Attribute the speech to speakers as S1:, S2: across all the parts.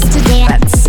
S1: to Dance.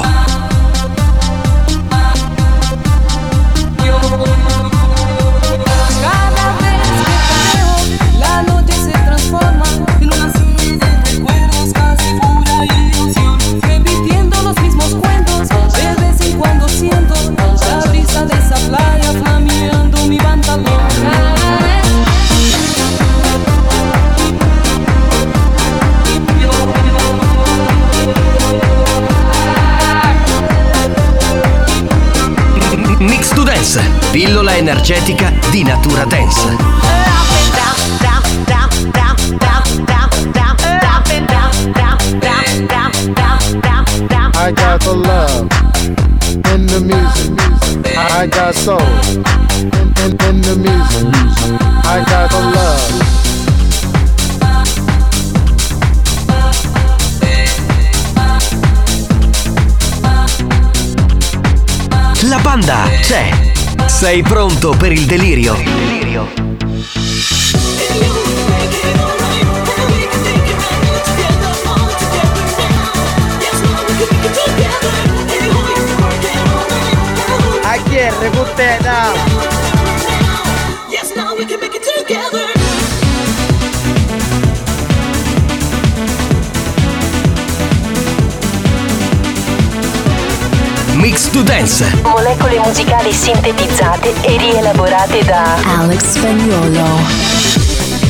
S2: Cada vez que te veo, la noche se transforma en una serie de recuerdos, casi pura ilusión. Repitiendo los mismos cuentos, de vez en cuando siento la brisa de esa playa flameando mi pantalón.
S3: Mix to Dance, pillola energetica di natura dance.
S4: I got the love in the music. I got soul in, in, in the music. I got the love.
S3: La banda c'è. Sei pronto per il delirio?
S5: Aquí es Rebutena.
S3: Mix to Dance,
S6: molecole musicali sintetizzate e rielaborate da
S1: Alex Spagnuolo.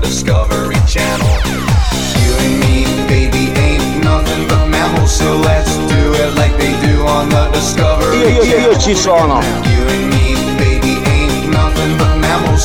S7: Discovery Channel. You and me, baby, ain't nothing but mammals, so let's do it like they do on the Discovery
S5: Io, io,
S7: Channel.
S5: io ci sono.
S7: You and me, baby, ain't nothing but mammals,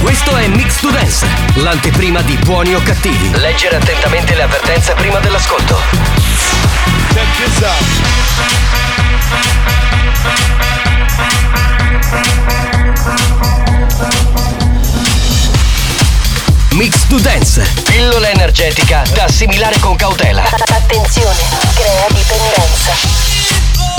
S3: Questo è Mix to Dance, l'anteprima di buoni o cattivi. Leggere attentamente le avvertenze prima dell'ascolto. Mix to Dance, pillola energetica da assimilare con cautela.
S6: Attenzione, crea dipendenza.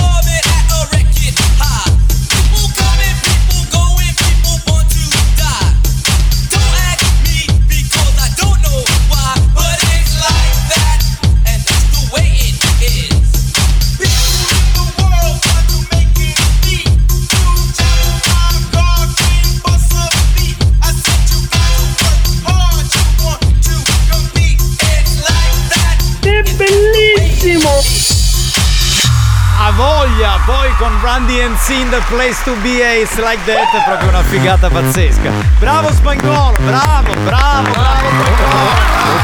S5: È bellissimo.
S8: con Randy and Sin The Place to Be Ace Like That è proprio una figata pazzesca. Bravo Spagnolo, bravo, bravo, bravo, bravo.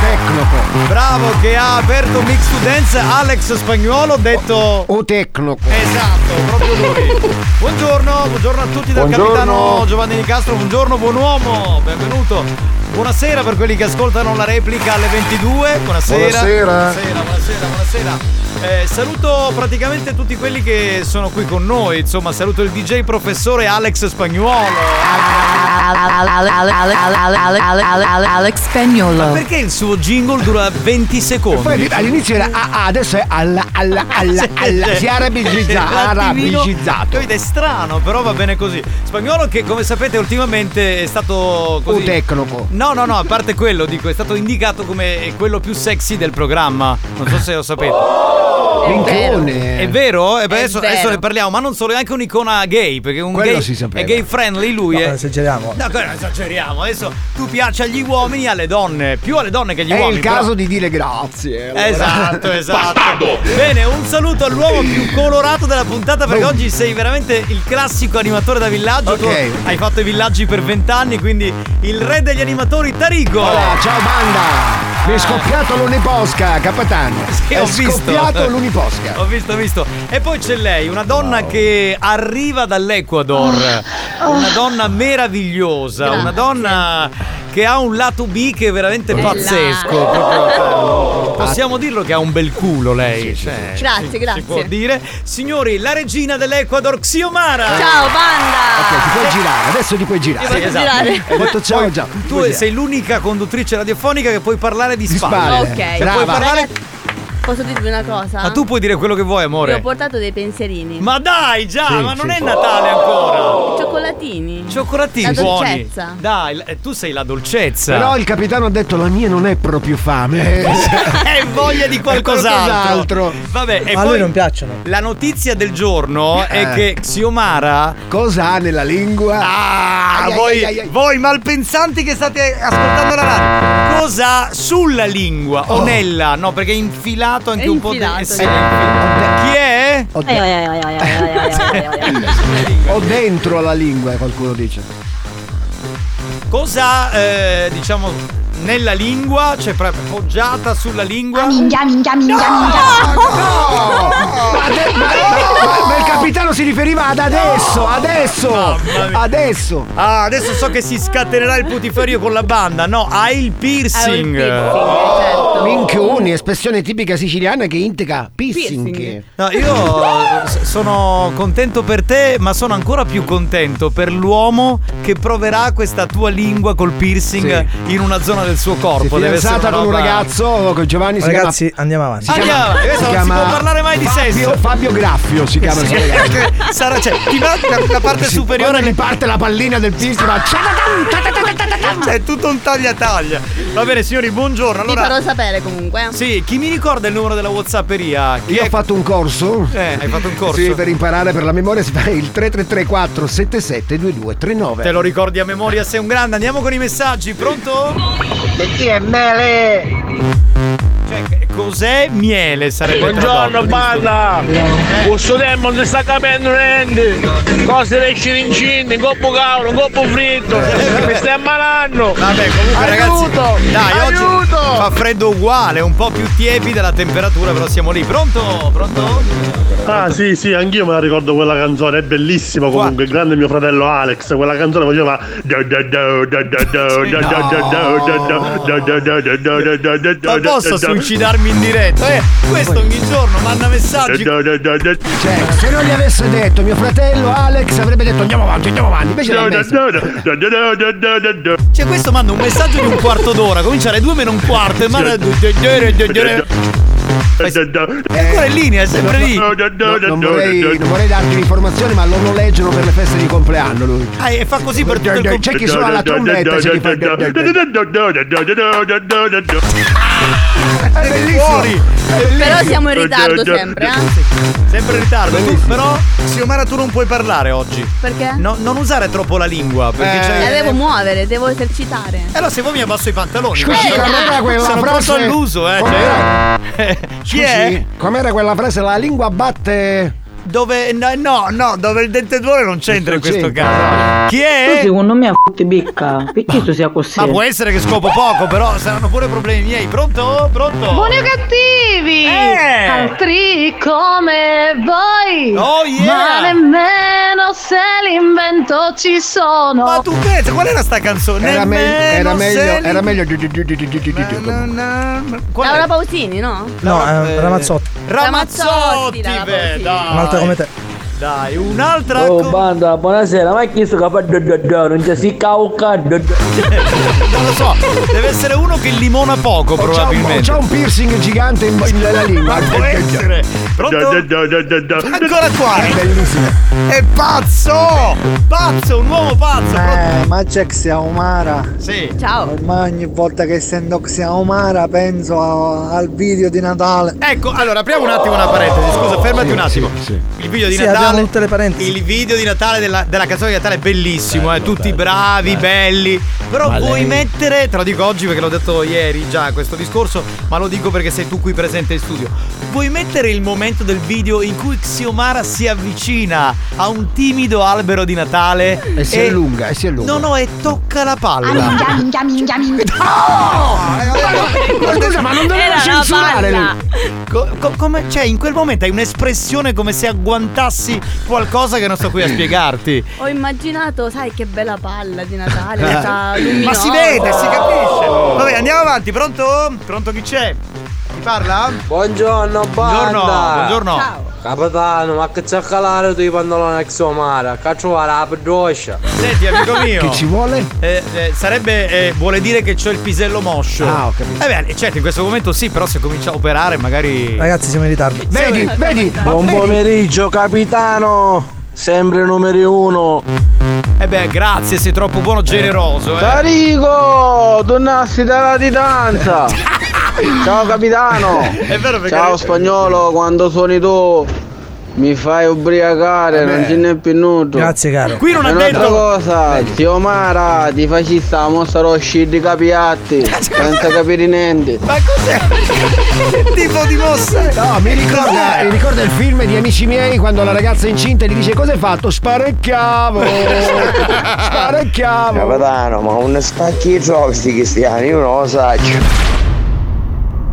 S9: Tecnoco.
S8: Bravo che ha aperto Mix to Dance Alex Spagnuolo detto
S9: O Tecnoco.
S8: Esatto, proprio lui. Buongiorno, buongiorno a tutti dal
S9: Buongiorno.
S8: capitano Giovanni Nicastro, buongiorno, buon uomo, benvenuto. Buonasera per quelli che ascoltano la replica alle 22. Buonasera.
S9: Buonasera.
S8: Buonasera, buonasera, buonasera. Eh, saluto praticamente tutti quelli che sono qui con noi, insomma saluto il DJ professore Alex Spagnuolo.
S10: Alex Spagnolo.
S8: Perché il suo jingle dura 20 secondi? Eh,
S9: Poi all'inizio era AA, adesso è alla, alla, alla, alla. Si è arabicizzato. arabicizzato.
S8: Ed eh, è strano, però va bene così. Spagnolo che come sapete ultimamente è stato così.
S9: Un tecnoco.
S8: No, no, no, a parte quello, dico, è stato indicato come quello più sexy del programma. Non so se lo sapete.
S9: Rincone.
S8: È vero? E beh, adesso,
S10: vero.
S8: adesso ne parliamo, ma non solo, è anche un'icona gay, perché un
S9: Quello
S8: gay
S9: si sapeva. eh,
S8: è gay friendly lui. è...
S11: esageriamo.
S8: No, quello esageriamo. Adesso tu piaci agli uomini e alle donne, più alle donne che agli
S9: È
S8: uomini.
S9: il
S8: però-
S9: caso di dire grazie. allora.
S8: Esatto, esatto. Bene, un saluto all'uomo più colorato della puntata
S9: Oh.
S8: perché oggi sei veramente il classico animatore da villaggio. Tu
S9: Ok.
S8: hai fatto i villaggi per vent'anni, quindi il re degli animatori Tarico.
S9: Allora, ciao banda! Mi è scoppiato l'uniposca, capitano!
S8: Ah. Sì, ho
S9: è
S8: visto.
S9: scoppiato l'uniposca!
S8: Ho visto, ho visto. E poi c'è lei, una donna che arriva dall'Ecuador.
S10: Ah.
S8: Una donna meravigliosa, una donna che ha un lato B che è veramente pazzesco. proprio. Possiamo dirlo che ha un bel culo lei. cioè,
S10: Grazie, grazie.
S8: Si può dire. Signori, la regina dell'Ecuador, Xiomara.
S10: Ciao banda!
S9: Ok, ti puoi girare, adesso ti puoi girare.
S8: Sì, esatto.
S10: girare.
S9: Ho fatto ciao già.
S8: Tu sei l'unica conduttrice radiofonica che puoi parlare di
S9: di
S8: spalle.
S9: spalle.
S10: Ok.
S8: Cioè, Puoi
S9: Brava.
S8: parlare,
S10: Posso dirvi una cosa?
S8: ma tu puoi dire quello che vuoi,
S10: Vi
S8: amore.
S10: ho portato dei pensierini.
S8: Ma dai, già,
S9: Sì,
S8: ma non
S9: sì.
S8: è Natale ancora.
S10: Cioccolatini.
S8: Cioccolatini
S10: La
S8: buoni.
S10: dolcezza.
S8: Dai, l- eh, tu sei la dolcezza.
S9: Però il capitano ha detto la mia non è proprio fame.
S8: Eh, è voglia di qualcos'altro.
S9: qualcos'altro.
S8: Vabbè, e
S11: Ma a
S8: poi
S11: lui non piacciono.
S8: la notizia del giorno è
S9: Eh.
S8: che Xiomara
S9: Cosa ha nella lingua?
S8: Ah,
S9: Ai, ai,
S8: voi,
S9: ai, ai.
S8: voi malpensanti che state ascoltando la radio. Cosa ha sulla lingua? O nella? No, perché è infilato anche
S10: È
S8: un po' di-
S10: infilato,
S8: eh, sì,
S10: sì.
S8: è infilato. Chi è?
S9: Ho, de- ho dentro la lingua, qualcuno dice.
S8: Cosa ha, eh, diciamo, nella lingua? Cioè, proprio poggiata sulla lingua?
S9: Ma, de- ma- ma- ma- ma il capitano si riferiva ad adesso, adesso,
S8: Mamma mia.
S9: adesso.
S8: Ah, adesso so che si scatenerà il putiferio con la banda. No, ha il piercing. eh, certo. Oh.
S9: Minchioni, espressione tipica siciliana che indica piercing.
S8: No, io s- sono contento per te, ma sono ancora più contento per l'uomo che proverà questa tua lingua col piercing in una zona del suo
S9: Si è
S8: corpo. Deve essere
S9: fidanzata
S8: una
S9: con un
S8: roba-
S9: ragazzo, con Giovanni si chiama
S11: Ragazzi, andiamo avanti.
S9: si
S8: Andiamo,
S9: chiama-
S8: adesso
S9: si
S8: non si
S9: chiama
S8: può parlare mai di
S9: Fabio-
S8: sesso.
S9: Fabio Graffio si chiama il suo ragazzo.
S8: Sarà, cioè, ti manca la parte superiore
S9: Quando
S8: del
S9: gli parte la pallina del piercing va
S8: Cioè, è tutto un taglia taglia. Va bene, signori, buongiorno.
S10: Vi
S8: Allora,
S10: farò sapere comunque.
S8: sì, chi mi ricorda il numero della Whatsapperia? Chi
S9: Io
S8: è?
S9: ho fatto un corso
S8: Eh, hai fatto un corso?
S9: Sì, per imparare per la memoria si fa il 3334 77 2239
S8: Te lo ricordi a memoria, sei un grande. Andiamo con i messaggi, pronto?
S11: E chi è Mele?
S8: Cioè, che- cos'è miele? Sarebbe
S12: Buongiorno
S8: tradotto, Eh?
S12: banda! Questo tempo non si sta capendo niente! Cose dei cirincini, coppo cavolo, coppo fritto! Mi stai ammalando!
S8: Eh. Vabbè, comunque ragazzi,
S12: Aiuto!
S8: dai, oggi
S12: Aiuto!
S8: fa freddo uguale, un po' più tiepida la temperatura, però siamo lì. Pronto? Pronto?
S12: Ah sì sì, anch'io me la ricordo quella canzone, è bellissima comunque, grande mio fratello Alex, quella canzone faceva
S8: Non posso suicidarmi in diretta. Eh, questo ogni giorno manda
S9: Eh,
S8: messaggi.
S9: Cioè, se non gli avesse detto mio fratello Alex avrebbe detto andiamo avanti, andiamo avanti. Invece l'ha messo.
S8: Cioè, questo manda un messaggio di un quarto d'ora. Comincia alle due meno un quarto e manda.
S12: Certo.
S8: E ancora in linea, è sempre lì.
S9: No, non, vorrei, non vorrei darti l'informazione, ma lo noleggiano per le feste di compleanno lui.
S8: Ah, e fa così per tutto il comp-
S9: C'è chi suona la trombetta, c'è chi fa il È bellissimo.
S8: fuori.
S10: eh. Però siamo in ritardo sempre, eh?
S8: Sempre in ritardo. Tu, però, Xiomara, tu non puoi parlare oggi.
S10: Perché?
S8: No, non usare troppo la lingua. Perché
S9: Eh.
S10: La
S8: c'è.
S10: devo muovere, devo esercitare.
S8: Eh, no, se vuoi mi abbasso i pantaloni.
S9: Scusi,
S8: guarda.
S9: com'era quella
S8: sono
S9: frase?
S8: pronto all'uso, eh.
S9: Com'era?
S8: Cioè. Chi
S9: Scusi,
S8: è?
S9: com'era quella frase? La lingua batte.
S8: Dove. No, no, no, dove il dente d'uomo non c'entra in questo caso. Chi
S13: Tu
S8: è?
S13: secondo me a fotte becca. Perché tu sia così?
S8: Ma può essere che scopo poco, però saranno pure problemi miei. Pronto? Pronto?
S14: Buoni o cattivi!
S8: Eh!
S14: Altri come voi!
S8: Oh, yeah!
S14: Ma nemmeno se l'invento ci sono!
S8: Ma tu pensa, qual era sta canzone?
S9: Era, me-
S8: Nemmeno
S9: era meglio,
S8: se li-
S9: era meglio. di- di- di- di- di- di- di- di-
S8: Qual
S10: Laura Pausini, no?
S2: No, eh, Ramazzotti.
S8: Ramazzotti,
S10: Ramazzotti,
S8: beh, dai.
S2: Un'altra come te.
S8: Dai, un'altra
S12: Oh
S8: co-
S12: banda, buonasera, ma chi sto capo? do, do, do, Non ci si cauca do, do.
S8: Non lo so, deve essere uno che limona poco,
S9: Oh,
S8: probabilmente.
S9: C'ha un piercing gigante in, in- nella lingua.
S8: Può essere. Pronto? Ancora qua.
S9: È bellissimo.
S8: È pazzo! Pazzo, un uomo pazzo!
S15: Eh, ma c'è Xiaomara.
S8: Sì.
S15: Ciao. Ormai ogni volta che sento Xiaomara penso a- al video di Natale.
S8: Ecco, allora apriamo un attimo una parentesi, scusa, fermati un attimo. Il video di
S2: Sì, abbiamo
S8: Natale.
S2: tutte le parentesi.
S8: Il video di Natale della, della canzone di Natale è bellissimo, eh, tutti bravi, belli. Però
S2: Ma lei-
S8: vuoi mettere, te lo dico oggi perché l'ho detto ieri già questo discorso, ma lo dico perché sei tu qui presente in studio. Vuoi mettere il momento del video in cui Xiomara si avvicina a un timido albero di Natale
S9: E si allunga, e si allunga.
S8: No, no, e tocca la palla.
S9: minchia, minchia, minchia. No! Ma Scusa, ma non
S8: Era
S9: dovevo
S8: la
S9: censurare
S8: palla.
S9: lui.
S8: Co- co- come, cioè, in quel momento hai un'espressione come se agguantassi qualcosa che non sto qui a spiegarti.
S10: Ho immaginato, sai che bella palla di Natale, sta
S8: Ma si vede, si capisce. Vabbè, andiamo avanti, pronto? Pronto chi c'è? Chi parla?
S12: Buongiorno, banda.
S8: Buongiorno, buongiorno. Ciao.
S12: Capitano, ma che c'è calare tu i pantaloni ex omara? Cacciuare la pedoscia.
S8: Senti, amico mio.
S12: Che ci
S9: vuole?
S8: Eh, eh, sarebbe. eh, vuole dire che c'ho il pisello moscio.
S2: Ah, ho
S8: capito. Eh beh, certo, in questo momento sì, però se comincia a operare magari.
S9: Eh.
S2: Ragazzi, siamo in ritardo.
S8: Vedi, vedi,
S12: Buon pomeriggio, capitano. Sempre numero uno.
S8: Eh beh, grazie, sei troppo buono generoso, eh.
S16: Tarico, tornassi dalla ditanza. Ciao capitano.
S8: È vero perché-
S16: Ciao spagnolo, quando suoni tu mi fai ubriacare, non ce n'è più nudo.
S2: Grazie, caro.
S16: Qui non ha detto cosa, zio Mara, ti faci sta mossa rosci di capiatti, senza capire niente.
S8: Ma cos'è? che tipo di mossa?
S9: No, mi ricorda, mi ricorda il film di Amici miei quando la ragazza incinta gli dice cosa hai fatto? Sparecchiavo! Sparecchiavo!
S5: Capitano, ma un spacchi rosti cristiani, io non lo saggio.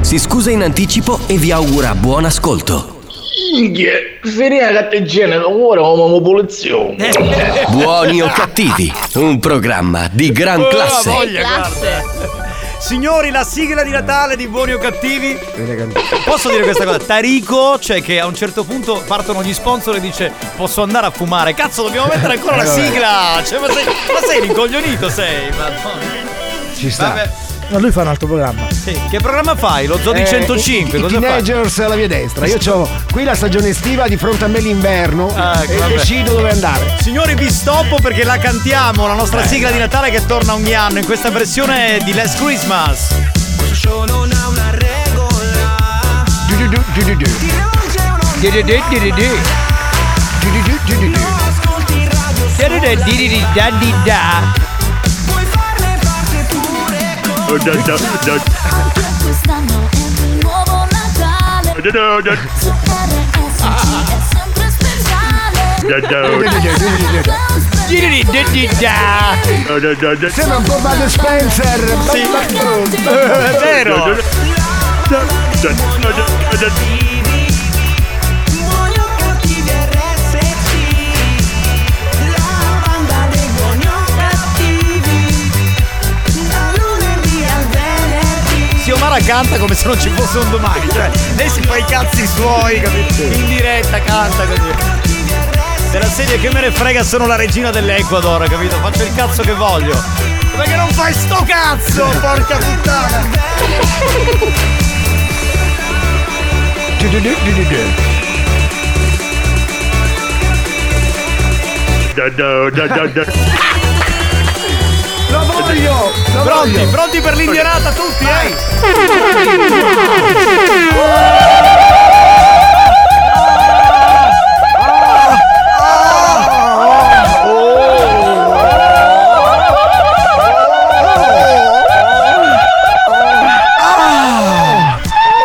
S3: si scusa in anticipo e vi augura buon ascolto.
S16: Inghie, finire che te genere, ora come popolazione.
S8: Eh,
S3: Buoni o cattivi, un programma di gran
S8: Oh,
S3: classe.
S8: la voglia, guarda. Signori, la sigla di Natale di Buoni o Cattivi. Posso dire questa cosa? Tarico, cioè che a un certo punto partono gli sponsor e dice posso andare a fumare. Cazzo, dobbiamo mettere ancora la
S9: Eh, vabbè.
S8: sigla. Cioè, ma sei, ma sei rincoglionito sei, madonna.
S9: Ci sta.
S8: Vabbè,
S2: No, lui fa un altro programma.
S8: sì. Che programma fai? Lo Zoo di
S9: Eh,
S8: 105,
S9: i,
S8: cosa
S9: i
S8: fai?
S9: teenagers alla mia destra. Io ho qui la stagione estiva, di fronte a me l'inverno.
S8: Ah, ecco,
S9: e
S8: vabbè.
S9: decido dove andare.
S8: Signori vi stoppo perché la cantiamo, la nostra
S12: Eh.
S8: sigla di Natale che torna ogni anno in questa versione di Last Christmas. eh,
S9: Du, du, du, du, du, du. Du, du, du, du, du, du. Du, du, du, du, du, du.
S17: Quest'anno è un nuovo Natale. Su RSC è sempre speciale.
S9: Sembra un po' Bud Spencer. Sì.
S8: È Eh, vero. Siomara canta come se non ci fosse un domani, cioè lei si fa i cazzi suoi, capito? In diretta canta così. Della serie che me ne frega sono la regina dell'Ecuador, capito? Faccio il cazzo che voglio. Perché non fai sto cazzo, porca puttana!
S9: Du, du, du, du, du, du.
S8: Lo voglio!
S9: lo
S8: pronti,
S9: voglio.
S8: pronti per l'indianata tutti, eh! Ah!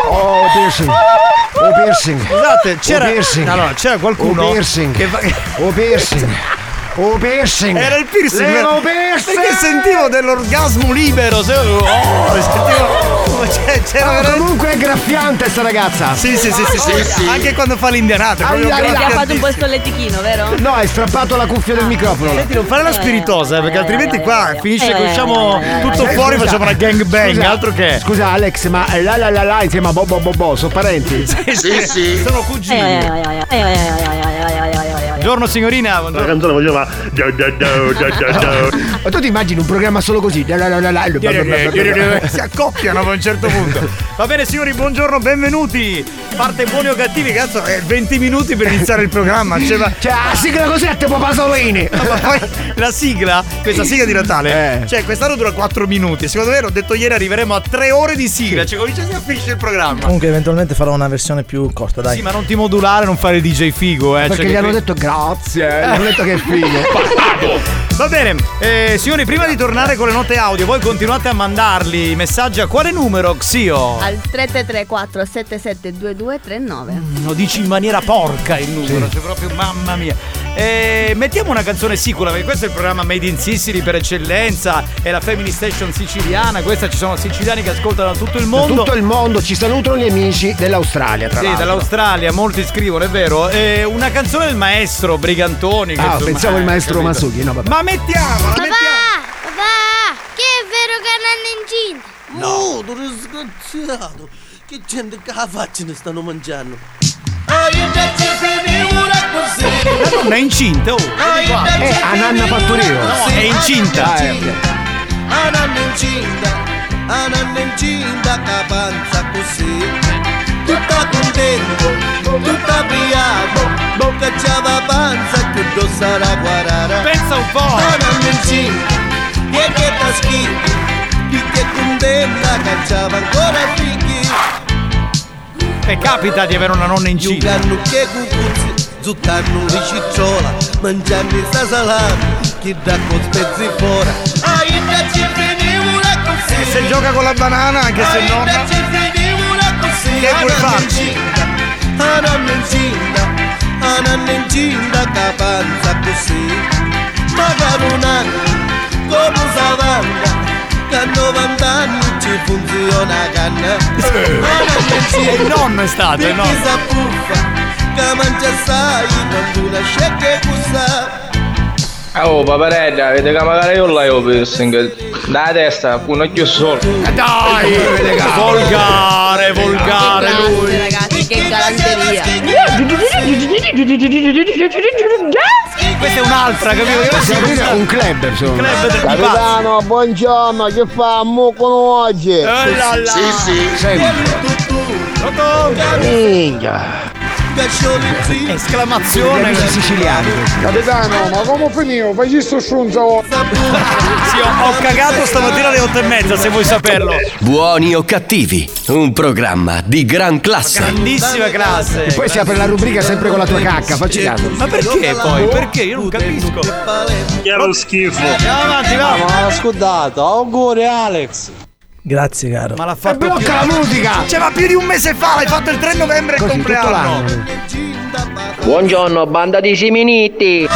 S9: Oh, piercing. Oh, piercing.
S8: Scusate, c'era-
S9: Oh, piercing.
S8: Allora, c'era qualcuno
S9: Oh, piercing.
S8: che fa-
S9: Oh, piercing. Oh, piercing.
S8: Era il piercing!
S9: Levo
S8: ma-
S9: piercing.
S8: Perché sentivo dell'orgasmo libero! se- Oh, sentivo. ma c'è- C'era
S9: Ah,
S8: veramente-
S9: comunque è graffiante sta ragazza.
S8: Sì, sì, sì, sì, sì. Anche quando fa l'indianata. è proprio
S10: Hai
S8: grande.
S10: fatto un po' il solletichino, vero?
S9: No, hai strappato la cuffia del microfono.
S8: Senti, non fare la spiritosa, eh, perché altrimenti qua finisce che usciamo tutto
S9: Eh,
S8: fuori
S9: scusa.
S8: facciamo una gangbang,
S9: Scusa.
S8: altro che.
S9: Scusa Alex, ma eh, la la la la insieme a Bo Bo Bo Bo sono parenti?
S8: Sì, sì. Sono cugini. Buongiorno signorina, buongiorno.
S9: La canzone voleva Ma tu ti immagini un programma solo così? La la la la la.
S8: si accoppiano a un certo punto. Va bene signori, buongiorno, benvenuti. Parte buoni o cattivi, cazzo, è 20 minuti per iniziare il programma. Cioè, ma-
S9: Cioè, la sigla così a tempo pasolini.
S8: No, ma poi la sigla, questa sigla di
S9: Eh.
S8: Natale, cioè quest'anno dura 4 minuti. Secondo me, l'ho detto ieri, arriveremo a 3 ore di sigla. Cioè, comincia e finisce il programma.
S7: Comunque eventualmente farò una versione più corta, dai.
S8: Sì, ma non ti modulare, non fare DJ figo, eh.
S7: Perché
S8: cioè,
S7: gli
S8: che
S7: hanno
S8: qui- Eh.
S9: detto grazie, eh. hanno detto che è figo.
S8: Va bene, eh, signori, prima di tornare con le note audio, voi continuate a mandarli i messaggi a quale numero, Xio?
S10: Al 334 772239
S8: Lo dici in maniera porca il numero, cioè proprio mamma mia. Eh, mettiamo una canzone sicura, perché questo è il programma Made in Sicily per eccellenza, è la Family Station siciliana, questa ci sono siciliani che ascoltano da tutto il mondo.
S9: Tutto il mondo ci salutano gli amici dell'Australia, tra
S8: Sì,
S9: l'altro.
S8: dall'Australia, molti scrivono, è vero. Eh, una canzone del maestro Brigantoni. che
S9: Ah,
S8: insomma,
S9: pensavo il
S8: eh,
S9: maestro
S8: capito.
S9: Masucchi, no, vabbè.
S8: Ma mettiamo!
S5: Papà, papà, che è vero che non è incinta?
S18: No, tu sei sgrazzato! Che gente che la faccia ne stanno mangiando!
S8: La donna è incinta, oh! vedi qua.
S9: Eh, a Nanna Fattorio.
S8: No, è incinta!
S9: Ah, eh.
S18: Ananna incinta, ananna incinta, capanza così. Tutta contento, tutta brava, bocca la panza, tutto sarà guarara.
S8: Pensa un po'!
S18: Ananna incinta, chi è che sta schifo, chi che contenta, cacciava ancora figli.
S8: E capita di avere una nonna incinta!
S18: Giocando che cucuzzi, zuttando di cicciola, mangiando i sasalami, chi dà con spezzi fora. ecco
S8: E se gioca con la banana, anche
S18: Ah,
S8: se non.
S18: Che vuoi farci? Ananna incinta, ananna incinta, capanza così. Magari un anno, come savanda, che a 90 anni ci funziona canna. Ananna incinta.
S8: Il nonno è stato, il nonno.
S18: Pizza puffa, che mangia assai, non tu lascia che cussa.
S12: Oh paparella, vedete che magari io l'ho il piercing da testa, un occhio solo.
S8: Dai! Volgare, volgare lui!
S10: Ragazzi, che galanteria.
S8: Questa è un'altra, capito?
S9: Possiamo aprire un club, insomma.
S8: Club del-
S19: Capitano, buongiorno, che fa mucono oggi?
S8: Eh,
S18: Sì, sì.
S19: Minchia.
S8: Esclamazione!
S19: Capitano, ma come finivo? Fai sto sciunzo.
S8: Sì, ho, ho cagato stamattina alle otto e mezza, se vuoi saperlo!
S3: Buoni o cattivi, un programma di gran classe.
S8: Grandissima classe!
S9: E poi si apre la rubrica sempre con la tua cacca, facci caso.
S8: Ma perché poi? Perché? Io non capisco.
S9: Chiaro schifo.
S8: Andiamo avanti, va.
S20: Ah, Ma l'ho scordato, auguri Alex.
S7: Grazie, caro.
S8: Ma l'ha fatto
S7: blocca
S8: più-
S7: la musica!
S8: Cioè, ma più di un mese fa, l'hai fatto il 3 novembre il compleanno!
S19: Buongiorno, banda di Ciminitti.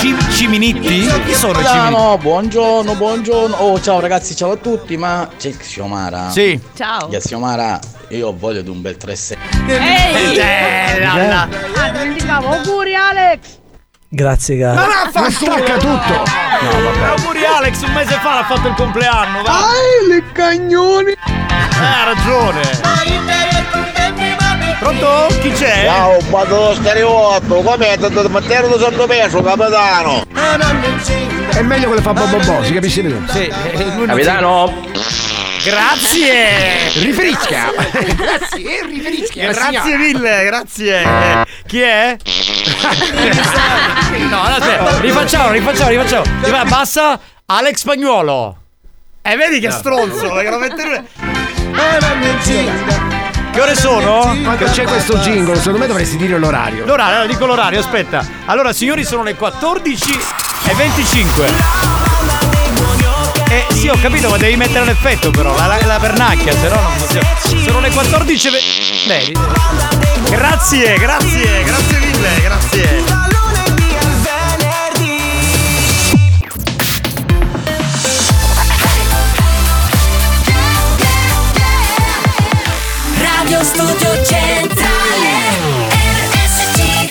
S8: Cim- Ciminitti? Chi sono i
S16: Ciao,
S8: Ciminitti?
S16: buongiorno, buongiorno. Oh, ciao ragazzi, ciao a tutti, ma c'è Xiomara.
S8: Sì.
S16: Ciao. Yes, Xiomara, Ah, io ho voglia di un bel 3-6.
S10: Ehi!
S16: Eh,
S8: là, là.
S10: Ah, dimenticavo, auguri Alex!
S7: Grazie, caro.
S8: fa stacca tutto!
S7: No, vabbè.
S8: Auguri Alex, un mese fa l'ha fatto il compleanno, va! Eh,
S19: le cagnoni.
S8: Ha ragione! Pronto? Chi c'è?
S19: Ciao, quadro stereotto, come è? Tanto Matteo di Santo Peso, capitano.
S9: È meglio quello fa Bobo Bo, si capisce meglio.
S8: Sì, eh,
S12: Capitano!
S8: Grazie!
S9: Riferisca!
S10: Eh,
S19: Grazie, riferisca.
S8: Grazie mille, grazie! Eh, Chi è? No, aspetta, rifacciamo, rifacciamo, rifacciamo. Rifà- Basta Alex Spagnuolo. E Eh, vedi che
S9: No.
S8: stronzo, perché lo mettere. Che ore sono?
S9: Quando c'è questo jingle, secondo me dovresti dire l'orario.
S8: L'orario, allora dico l'orario, aspetta. Allora, signori, sono le 14 e 25. Eh sì, ho capito, ma devi mettere l'effetto però, la, la, la pernacchia, se no non funziona. Sono le 14 e... ve- Vedi? Grazie, grazie, grazie mille, grazie.
S17: Radio Studio Centrale RSC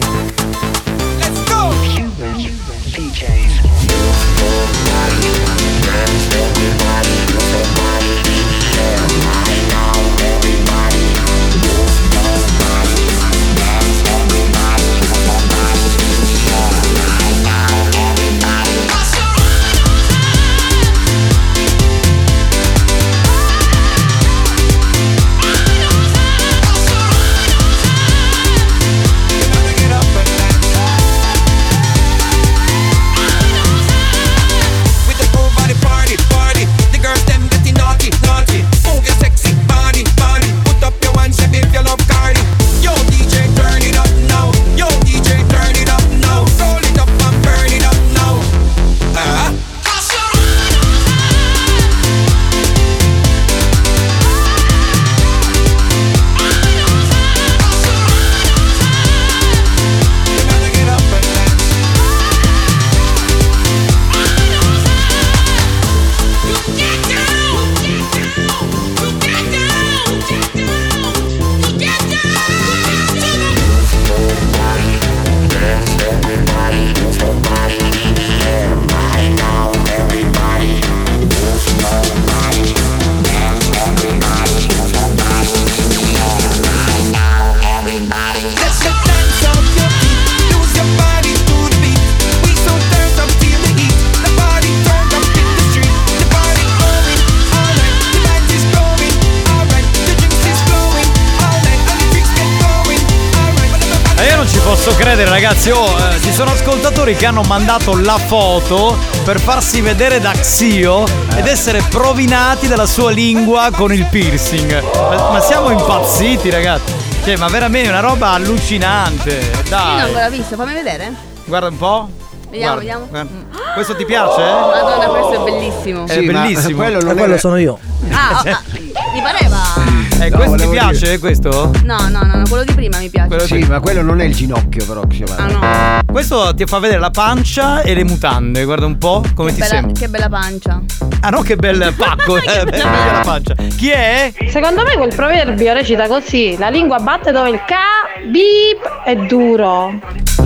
S5: Let's go! With the whole body party, party. The girls them getting naughty, naughty. Move your sexy body, body. Put up your hands if you love Cardi. Yo DJ, turn it up now. Yo DJ, turn it up now. Roll it up and burn it up now. Uh-huh. Let's just dance off your feet, lose your body to the beat. We so turned up feel the heat. The body turned up in the street. The party going all night. The band is going all right. The drinks is flowing all night. And the freaks get going all right.
S8: Ma io non ci posso credere, ragazzi. Oh, eh, ci sono ascoltatori che hanno mandato la foto per farsi vedere da Xio ed essere provinati dalla sua lingua con il piercing. Ma, ma siamo impazziti, ragazzi. Cioè, ma veramente è una roba allucinante.
S10: Io non l'ho
S8: Dai.
S10: ancora visto, fammi vedere.
S8: Guarda un po'. Guarda,
S10: Vediamo, vediamo.
S8: guarda. Questo ti piace? eh?
S10: Madonna, questo è bellissimo.
S8: È bellissimo.
S21: Quello, sono io.
S10: Ah,
S8: Cioè.
S10: ah, mi pareva.
S8: Eh, questo ti piace questo?
S10: No, no, no, no, quello di prima mi piace.
S8: sì, ma quello non è il ginocchio, però.
S10: Ah,
S8: Questo ti fa vedere la pancia e le mutande, guarda un po' come ti
S10: Bella-
S8: sembra.
S10: che bella pancia.
S8: Ah no, che bel pacco! eh, bella la pancia. Chi è?
S14: Secondo me quel proverbio recita così: la lingua batte dove il ca bip è duro.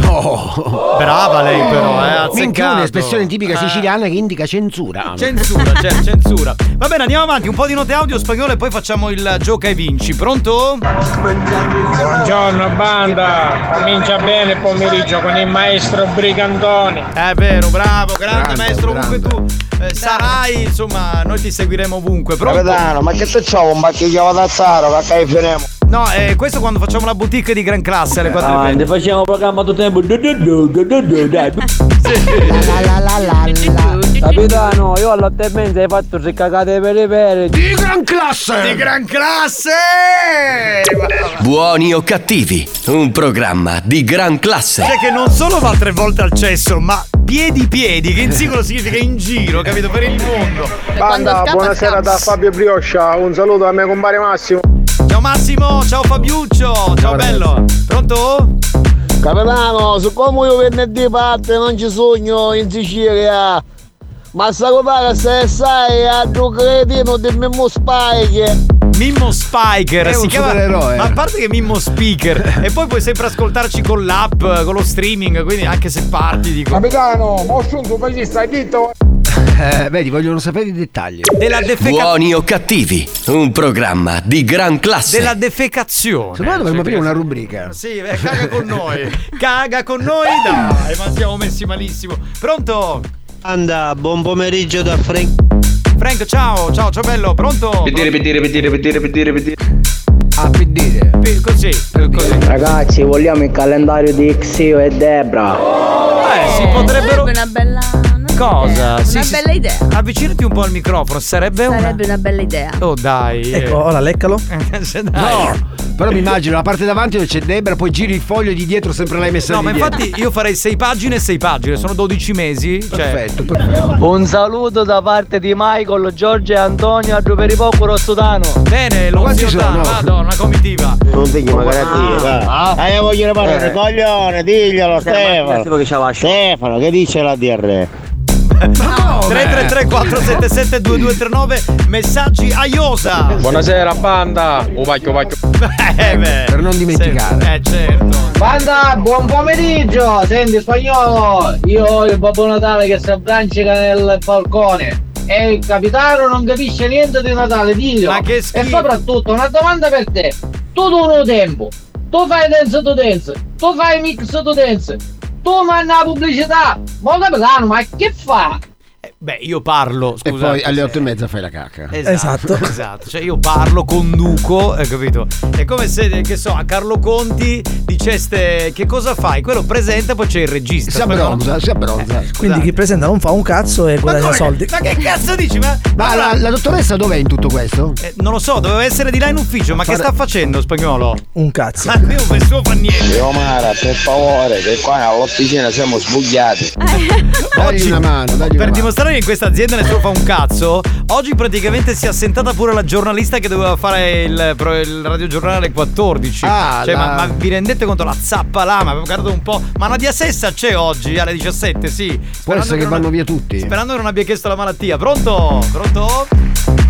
S8: Oh. Brava lei però, eh, ha azzeccato.
S9: Minchia, un'espressione tipica
S8: Eh.
S9: siciliana che indica censura.
S8: Censura, c'è censura. Va bene, andiamo avanti, un po' di note audio spagnole e poi facciamo il gioca e vinci. Pronto?
S12: Buongiorno banda, comincia bene il pomeriggio con il maestro Brigandoni.
S8: È vero, bravo, grande, maestro, ovunque tu eh, sarai, insomma, noi ti seguiremo ovunque. Pronto?
S19: Capitano, ma che te c'ho un bacchigliavo da Zaro, ma che finemo?
S8: No, eh, questo è quando facciamo la boutique di gran classe alle 4
S22: Avanti, Ah, facciamo programma tutto tempo. Du, du, du, du, du, du, dai.
S14: Capitano, io all'otto e mezza hai fatto tre cagate per i peri. Di gran classe!
S8: Di gran classe!
S3: Buoni o cattivi, un programma di gran classe.
S8: Cioè che non solo va tre volte al cesso, ma piedi piedi, che in singolo significa in giro, capito? Per il mondo.
S12: Banda, buonasera da Fabio Brioscia, un saluto a mio compare Massimo.
S8: Ciao Massimo, ciao Fabiuccio, ciao, bello. Pronto?
S12: Capitano,
S19: Siccome io venerdì parte non ci sogno in Sicilia, ma salutare se sai a Giucretino di Mimmo Spike.
S8: Mimmo Spiker
S9: È
S8: si
S9: un
S8: chiama
S9: supereroe.
S8: ma a parte che Mimmo Speaker e poi puoi sempre ascoltarci con l'app con lo streaming quindi anche se parti dico
S23: Capitano, ma assunto ma gli stai zitto.
S9: Eh, vedi, vogliono sapere i dettagli.
S8: Della
S3: Buoni o cattivi, un programma di gran classe.
S8: della defecazione
S9: Secondo me dovremmo aprire una rubrica.
S8: Sì, eh, caga con noi. Caga con noi, dai, ma siamo messi malissimo. Pronto?
S16: Anda, buon pomeriggio da Frank.
S8: Frank, ciao, ciao, ciao bello, pronto?
S24: Pedire, pedire, pedire, pedire, pedire, pedire.
S9: Ah, per dire.
S8: P- così, eh, così.
S16: Ragazzi, vogliamo il calendario di Xio e Debra.
S8: Eh, si potrebbero.
S10: Sarebbe una bella,
S8: Cosa? Sì,
S10: una
S8: sì,
S10: bella idea.
S8: Avvicinati un po' al microfono, sarebbe una.
S10: Eh, Sarebbe una bella idea.
S8: Oh, dai. eh.
S25: Ecco, ora leccalo.
S8: Se dai.
S9: No, però mi immagino la parte davanti dove c'è Debra, poi giri il foglio di dietro, sempre l'hai messa
S8: No,
S9: lì
S8: ma
S9: dietro.
S8: infatti io farei 6 pagine e 6 pagine, sono 12 mesi. cioè. Perfetto,
S16: Un saluto da parte di Michael, Giorgio e Antonio a Giuperipocco Rossodano.
S8: Bene, lo
S16: Quanti
S8: zio Dan,
S16: sono?
S8: vado, una comitiva.
S16: Non ti
S12: magari a dire, dai. Ah, io voglio le parole, coglione, diglielo Stefano. Stefano, che dice la DR?
S8: 333 477 2239 messaggi a Iosa.
S24: Buonasera banda! Oh, vai, oh, vai.
S8: Eh, beh.
S9: Per non dimenticare.
S8: Eh certo.
S16: Banda, buon pomeriggio! Senti spagnolo, io ho il Babbo Natale che si abbrancica nel balcone e il capitano non capisce niente di Natale, diglielo!
S8: Ma che
S16: e
S8: schifo.
S16: soprattutto una domanda per te, tu non tempo, tu fai dance to dance, tu fai mix to dance, tu mandi la pubblicità, ma capitano, ma che fa?
S8: Beh, io parlo,
S9: E
S8: scusa.
S9: poi alle otto e mezza fai la cacca.
S8: Esatto, esatto. Cioè io parlo, conduco, hai capito? È come se, eh, che so, a Carlo Conti diceste che cosa fai? Quello presenta, poi c'è il regista.
S9: Si abbronza, si abbronza.
S25: Quindi chi presenta non fa un cazzo e guadagna
S8: come?
S25: soldi.
S8: Ma che cazzo dici? Ma,
S9: Ma la, la dottoressa dov'è in tutto questo?
S8: Eh, non lo so, doveva essere di là in ufficio, ma che sta facendo spagnolo?
S25: Un cazzo.
S8: Ma io nessuno fa niente.
S12: Omara, per favore, che qua all'officina siamo sbugliati.
S9: Dagli una mano, dagli una
S8: Per
S9: mano.
S8: dimostrare che in questa azienda nessuno fa un cazzo, oggi praticamente si è assentata pure la giornalista che doveva fare il, pro- il radiogiornale 14.
S9: Ah,
S8: cioè,
S9: la-
S8: ma, ma vi rendete conto la zappa là? Ma avevo guardato un po'. Ma Nadia Sessa c'è oggi alle 17, sì.
S9: Può
S8: Sperando
S9: essere che
S8: non-
S9: vanno via tutti.
S8: Sperando che non abbia chiesto la malattia. Pronto? Pronto?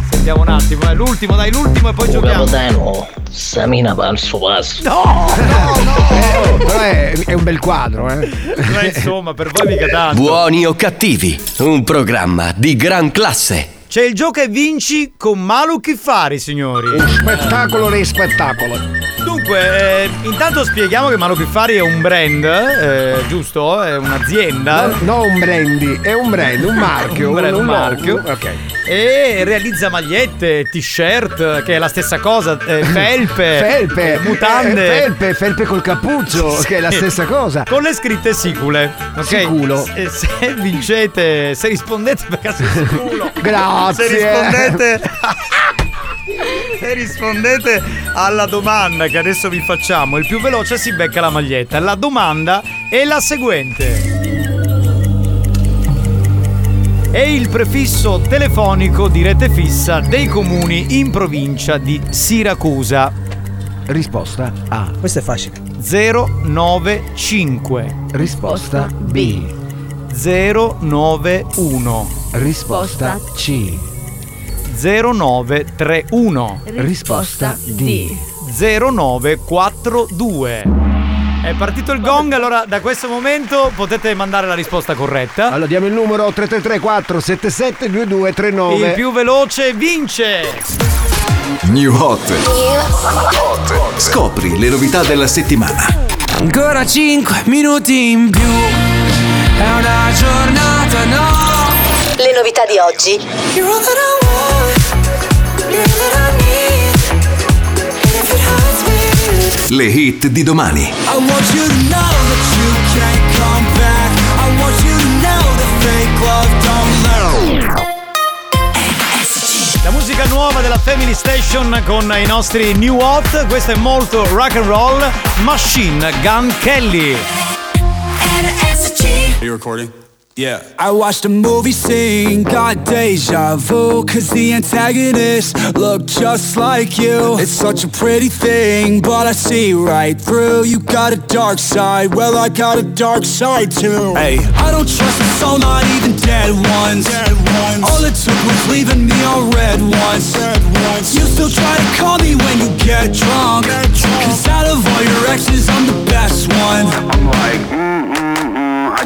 S8: Sentiamo un attimo, eh. l'ultimo, dai, l'ultimo e poi giochiamo.
S26: capitano, Samina va al suo passo.
S8: No!
S9: Eh, però è, è un bel quadro, eh.
S8: Beh, insomma, per voi mica tanto.
S3: Buoni o cattivi, un programma di gran classe.
S8: C'è il gioco e vinci con Malu Chiffari, signori.
S9: Spettacolo re spettacolo.
S8: Dunque, eh, intanto spieghiamo che Malu Chiffari è un brand, eh, giusto? È un'azienda.
S9: No, no, un brandy, è un brand, un marchio.
S8: Un brand, un
S9: logo.
S8: marchio.
S9: Ok.
S8: E realizza magliette, t-shirt, che è la stessa cosa, eh, felpe,
S9: Felpe,
S8: eh, mutande.
S9: eh, felpe, felpe col cappuccio,
S8: Sì.
S9: che è la stessa cosa.
S8: Con le scritte sicule. ok?
S9: Siculo.
S8: Se, se vincete, se rispondete per caso siculo.
S9: Grazie.
S8: Se rispondete. Se rispondete alla domanda che adesso vi facciamo, il più veloce si becca la maglietta. La domanda è la seguente. È il prefisso telefonico di rete fissa dei comuni in provincia di Siracusa.
S9: Risposta A.
S25: Questo è facile.
S8: 095.
S9: Risposta B.
S8: 091
S9: Risposta C.
S8: 0931
S9: Risposta D.
S8: 0942 È partito il gong, allora da questo momento potete mandare la risposta corretta.
S9: Allora diamo il numero 3334 77 2239.
S8: Il più veloce vince!
S11: New Hot. Scopri le novità della settimana.
S5: Ancora 5 minuti in più. È una giornata no.
S27: Le novità di oggi.
S11: Le hit di domani.
S5: I want you to know that you can't come back. I want you to know that fake love don't last.
S8: La musica nuova della Family Station con i nostri new hot, questo è molto rock and roll, Machine Gun Kelly.
S28: RSC
S2: Are you recording? Yeah. I watched a movie scene, got deja vu, cause the antagonist looked just like you. It's such a pretty thing, but I see right through. You got a dark side, well, I got a dark side too. Hey, I don't trust them, so not even dead ones. All it took was leaving me on red once. You still try to call me when you get drunk. Cause out of all your exes, I'm the best one. I'm like, mm, I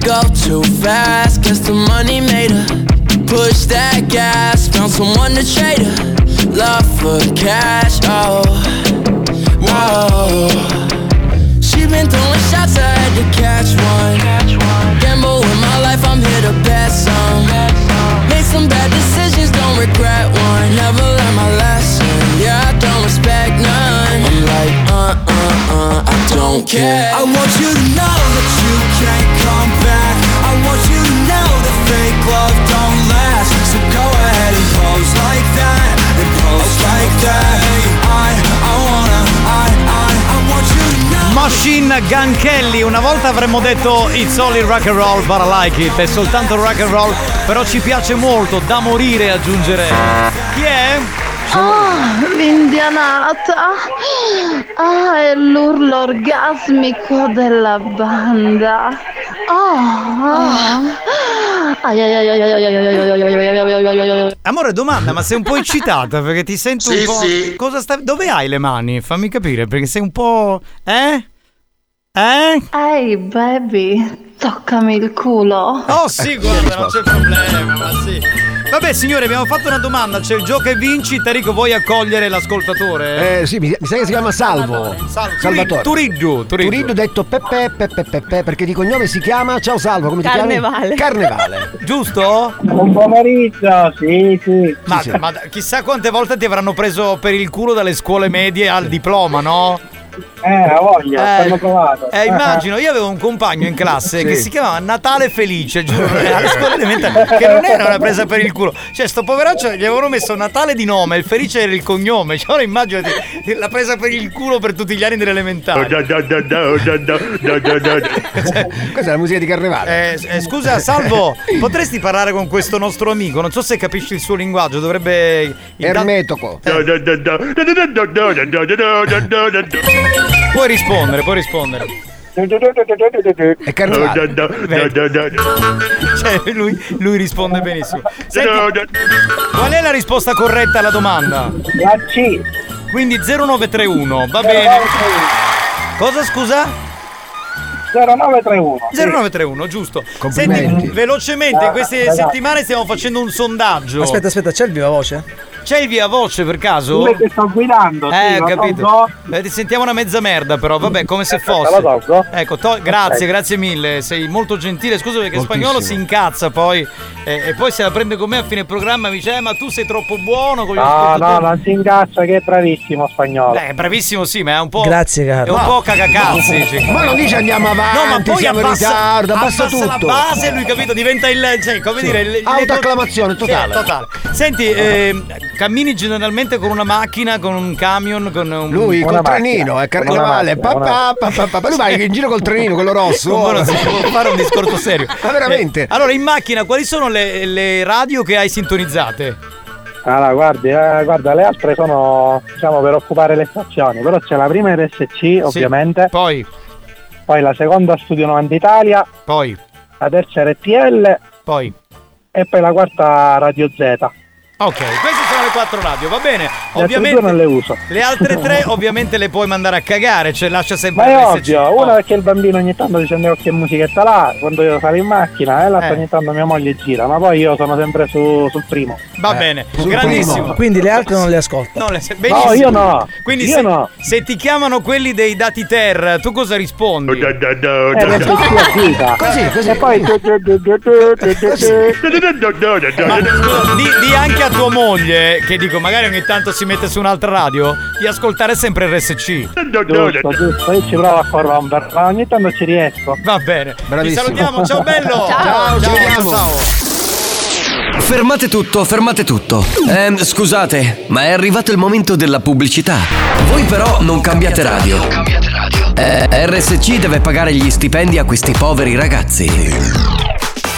S5: go too fast Cause the money made her push that gas Found someone to trade her love for cash Oh, oh She been throwing shots, I had to catch one Gamble with my life, I'm here to bet some Made some bad decisions, don't regret one Never learned my lesson, yeah, I don't respect none I'm like, uh, uh, uh, I don't care
S2: I want you to know that you can't come back. I want you to know that fake love don't last. So go ahead and pose like that, and post like that. I, I wanna, I, I, I want you to know.
S8: Machine Gun Kelly, una volta avremmo detto It's only rock and roll, but I like it, è soltanto rock and roll, però ci piace molto, da morire aggiungerei. Chi è?
S14: Ah, l'indianata! Ah, è l'urlo orgasmico della banda! Ah! Ai ai ai ai ai ai ai ai ai ai ai ai ai ai ai ai ai.
S8: Amore, domanda, ma sei un po' eccitata perché ti sento
S29: Sì,
S8: un po'.
S29: sì.
S8: Cosa sta... Dove hai le mani? Fammi capire perché sei un po'. Eh? Eh?
S14: Ehi, baby, toccami il culo!
S8: Oh sì, guarda, non c'è problema, ma sì. Vabbè signore, abbiamo fatto una domanda, c'è il gioco e vinci, Tarico vuoi accogliere l'ascoltatore?
S9: Eh sì, mi, mi sa che si chiama Salvo.
S8: Salvatore.
S9: Salvatore.
S8: Turiggio, Turiggio.
S9: detto Peppe, Peppe, Peppe, perché di cognome si chiama. Ciao Salvo, come ti chiami? Carnevale.
S8: Giusto?
S9: Buon pomeriggio, sì, sì.
S8: Ma, ma chissà quante volte ti avranno preso per il culo dalle scuole medie al diploma, no?
S24: Eh, ha voglia,
S8: Eh,
S24: l'hanno provato.
S8: Eh, immagino, io avevo un compagno in classe
S24: Sì.
S8: che si chiamava Natale Felice, giuro, Eh, alla scuola elementare, che non era una presa per il culo. Cioè, sto poveraccio gli avevano messo Natale di nome, il Felice era il cognome. Cioè, ora immaginati la presa per il culo per tutti gli anni dell'elementare.
S9: Questa è la musica di Carnevale.
S8: Eh, s- eh, scusa, Salvo, potresti parlare con questo nostro amico? Non so se capisci il suo linguaggio, dovrebbe.
S9: Ermetoco.
S8: Puoi rispondere, puoi rispondere.
S9: È
S8: Carnevale. Cioè, lui, lui risponde benissimo. Senti, qual è la risposta corretta alla domanda? La C. Quindi 0931, va bene. Cosa scusa?
S24: 0931.
S8: 0931, giusto.
S12: Complimenti.
S8: Senti, velocemente, in queste settimane stiamo facendo un sondaggio.
S12: Aspetta, aspetta, c'è il viva voce?
S8: C'è il via voce per caso?
S12: Come che
S24: sto guidando,
S8: Eh,
S24: sì,
S8: ho
S24: lo
S8: capito. Eh, ti sentiamo una mezza merda, però, vabbè, come se fosse.
S24: la tolgo.
S8: Ecco, to- grazie,
S24: Ok.
S8: grazie mille. Sei molto gentile. Scusa perché
S24: Moltissimo.
S8: spagnolo si incazza poi. eh, e poi se la prende con me a fine programma mi dice: "Eh, ma tu sei troppo buono con gli
S24: No, Ah, no,
S8: ascoltatori."
S24: non si incazza che è bravissimo spagnolo.
S8: Eh, bravissimo, sì, ma è un po'.
S24: Grazie, caro.
S8: È un
S24: Ma-
S8: po' cagacazzi. sì.
S24: Ma non dice andiamo avanti,
S8: No, ma poi
S24: siamo in
S8: abbassa,
S24: ritardo, abbassa
S8: la
S24: tutto.
S8: base, lui capito, diventa il. Cioè, come
S24: Sì.
S8: dire. il- il-
S24: Autoacclamazione
S8: Sì,
S24: totale.
S8: totale. Senti, ehm, cammini generalmente con una macchina, con un camion, con un.
S9: Lui col trenino, è carnevale. Pa, pa, pa, pa, pa. Lui va in giro col trenino, quello rosso.
S8: Ma non si può fare un discorso serio.
S9: Ma veramente?
S8: Eh, allora, in macchina, quali sono le, le radio che hai sintonizzate?
S24: Allora, guardi, eh, guarda, le altre sono, diciamo, per occupare le stazioni, però c'è la prima RSC, ovviamente.
S8: Poi?
S24: Poi la seconda Studio 90 Italia.
S8: Poi?
S24: La terza RTL.
S8: Poi?
S24: E poi la quarta Radio Z.
S8: Ok, queste sono le le quattro radio, va bene.
S24: Le altre
S8: Ovviamente
S24: due non le uso.
S8: le altre tre ovviamente le puoi mandare a cagare, cioè lascia sempre
S24: Ma è
S8: RSC.
S24: ovvio, una perché il bambino ogni tanto dice andiamo che musichetta là, quando io sarò in macchina, e l'altra
S8: Eh.
S24: ogni tanto mia moglie gira, ma poi io sono sempre su, sul primo.
S9: Eh,
S8: Va bene,
S24: sul
S8: grandissimo.
S24: primo.
S11: Quindi le altre non le ascolto.
S8: No, le- benissimo.
S24: No, io no.
S8: Quindi
S24: Io
S8: se,
S24: no.
S8: se ti chiamano quelli dei dati terra, tu cosa rispondi?
S24: Eh, le figa. E poi...
S8: Ma di, di anche a tua moglie, che dico magari ogni tanto si mette su un'altra radio, di ascoltare sempre RSC.
S24: Giusto, giusto, io ci provo a corrompere, ma ogni tanto ci riesco.
S8: Va bene,
S24: Bravissimo.
S8: vi salutiamo, ciao bello!
S24: Ciao, ci vediamo.
S3: Fermate tutto, fermate tutto. Ehm, scusate, ma è arrivato il momento della pubblicità. Voi però non cambiate radio. Eh, RSC deve pagare gli stipendi a questi poveri ragazzi.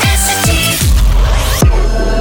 S30: RSC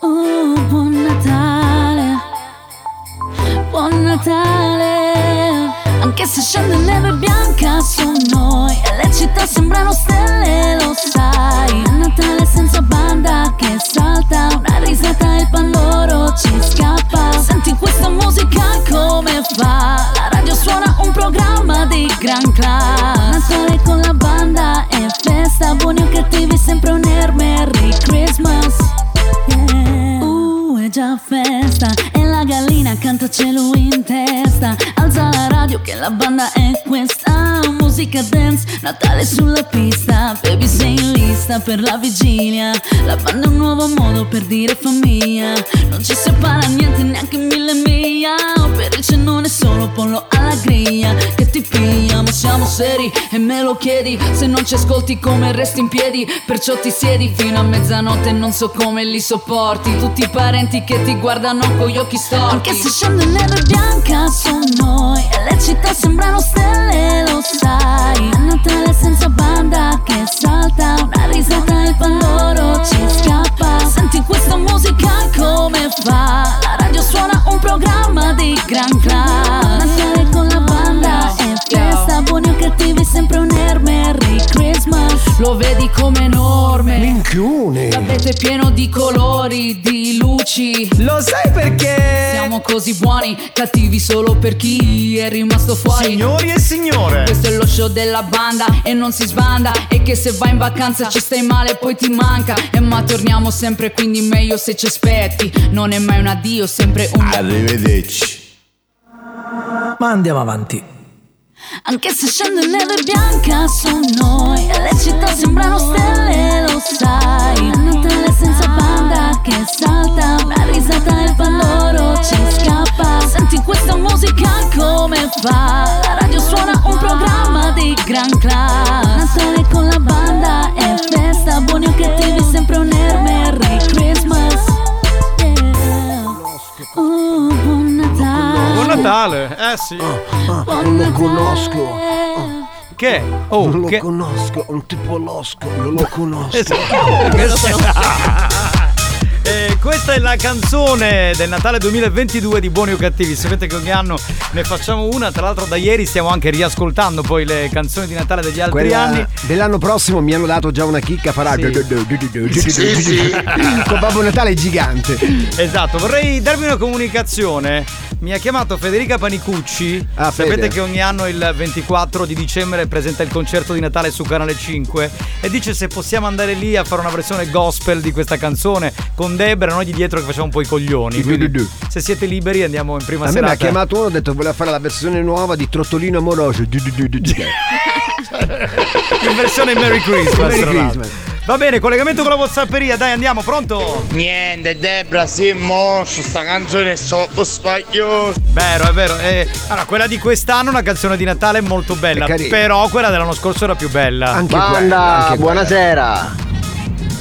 S17: Oh, buon Natale, buon Natale. Anche se scende neve bianca su noi e le città sembrano stelle, lo sai. È Natale senza banda che salta, una risata e il pandoro ci scappa. Senti questa musica come fa? La radio suona un programma di gran class. Natale con la banda e festa, buoni o cattivi, sempre un air Merry Christmas. Uh, è già festa e la gallina canta cielo in testa. Alza la radio che la banda è questa. Musica dance, Natale sulla pista. Baby sei in lista per la vigilia. La banda è un nuovo modo per dire famiglia. Non ci separa niente, neanche mille miglia. Per il cenone solo pollo alla griglia. Che ti piglia, ma siamo seri e me lo chiedi. Se non ci ascolti come resti in piedi, perciò ti siedi fino a mezzanotte e non so come li sopporti. Tutti i parenti che ti guardano con gli occhi storti. Anche se scende neve bianca su noi e le città sembrano stelle, lo sai. A Natale senza banda che salta, una risata e valoro ci scappa. Senti questa musica come fa? La radio suona un programma di gran class. Natale con la banda e festa, buoni o cattivi sempre un air Merry Christmas. Lo vedi come enorme.
S9: Minchione.
S17: L'avete pieno di colori, di luci. Lo sai perché? Siamo così buoni, cattivi solo per chi è rimasto fuori.
S8: Signori e signore.
S17: Questo è lo show della banda e non si sbanda. E che se vai in vacanza ci stai male, poi ti manca. E ma torniamo sempre, quindi meglio se ci aspetti. Non è mai un addio, sempre un.
S11: Arrivederci. Ma andiamo avanti.
S17: Anche se scende neve bianca su noi E le città sembrano stelle, lo sai A Natale senza banda che salta Una risata e il valoro ci scappa Senti questa musica come fa La radio suona un programma di gran class Natale con la banda e festa Buoni o cattivi sempre un air Merry Christmas Yeah. Oh, buon Natale
S8: Buon Natale, eh sì.
S17: Buon
S9: lo conosco.
S8: Che? Oh,
S9: non lo
S8: che-
S9: conosco, è un tipo losco, non lo conosco.
S8: Eh, questa è la canzone del Natale 2022 di Buoni o Cattivi. Sapete che ogni anno ne facciamo una. Tra l'altro, da ieri stiamo anche riascoltando poi le canzoni di Natale degli altri
S9: Quella
S8: anni.
S9: dell'anno prossimo mi hanno dato già una chicca farà
S8: Sì, sì.
S9: con Babbo Natale gigante
S8: Esatto, vorrei darvi una comunicazione. Mi ha chiamato Federica Panicucci. Sapete
S9: Ah, Fede.
S8: che ogni anno il 24 di dicembre presenta il concerto di Natale su Canale 5 e dice se possiamo andare lì a fare una versione gospel di questa canzone con con Debra, noi di dietro che facciamo un po' i coglioni. Quindi, se siete liberi andiamo in prima
S9: A me mi
S8: serata.
S9: ha chiamato uno e ha detto che voleva fare la versione nuova di Trottolino Amoroso. Du- du- du- du- du-
S8: in versione Merry Christmas.
S9: Merry
S8: tra l'altro.
S9: Christmas.
S8: Va bene, collegamento con la Whatsapperia, dai andiamo, pronto?
S31: Niente, Debra, si moscio, sta canzone è troppo spagliosa.
S8: Vero, è vero. eh, allora, quella di quest'anno, una canzone di Natale è molto bella.
S31: È carina.
S8: però quella dell'anno scorso era più bella.
S31: Banda, buonasera.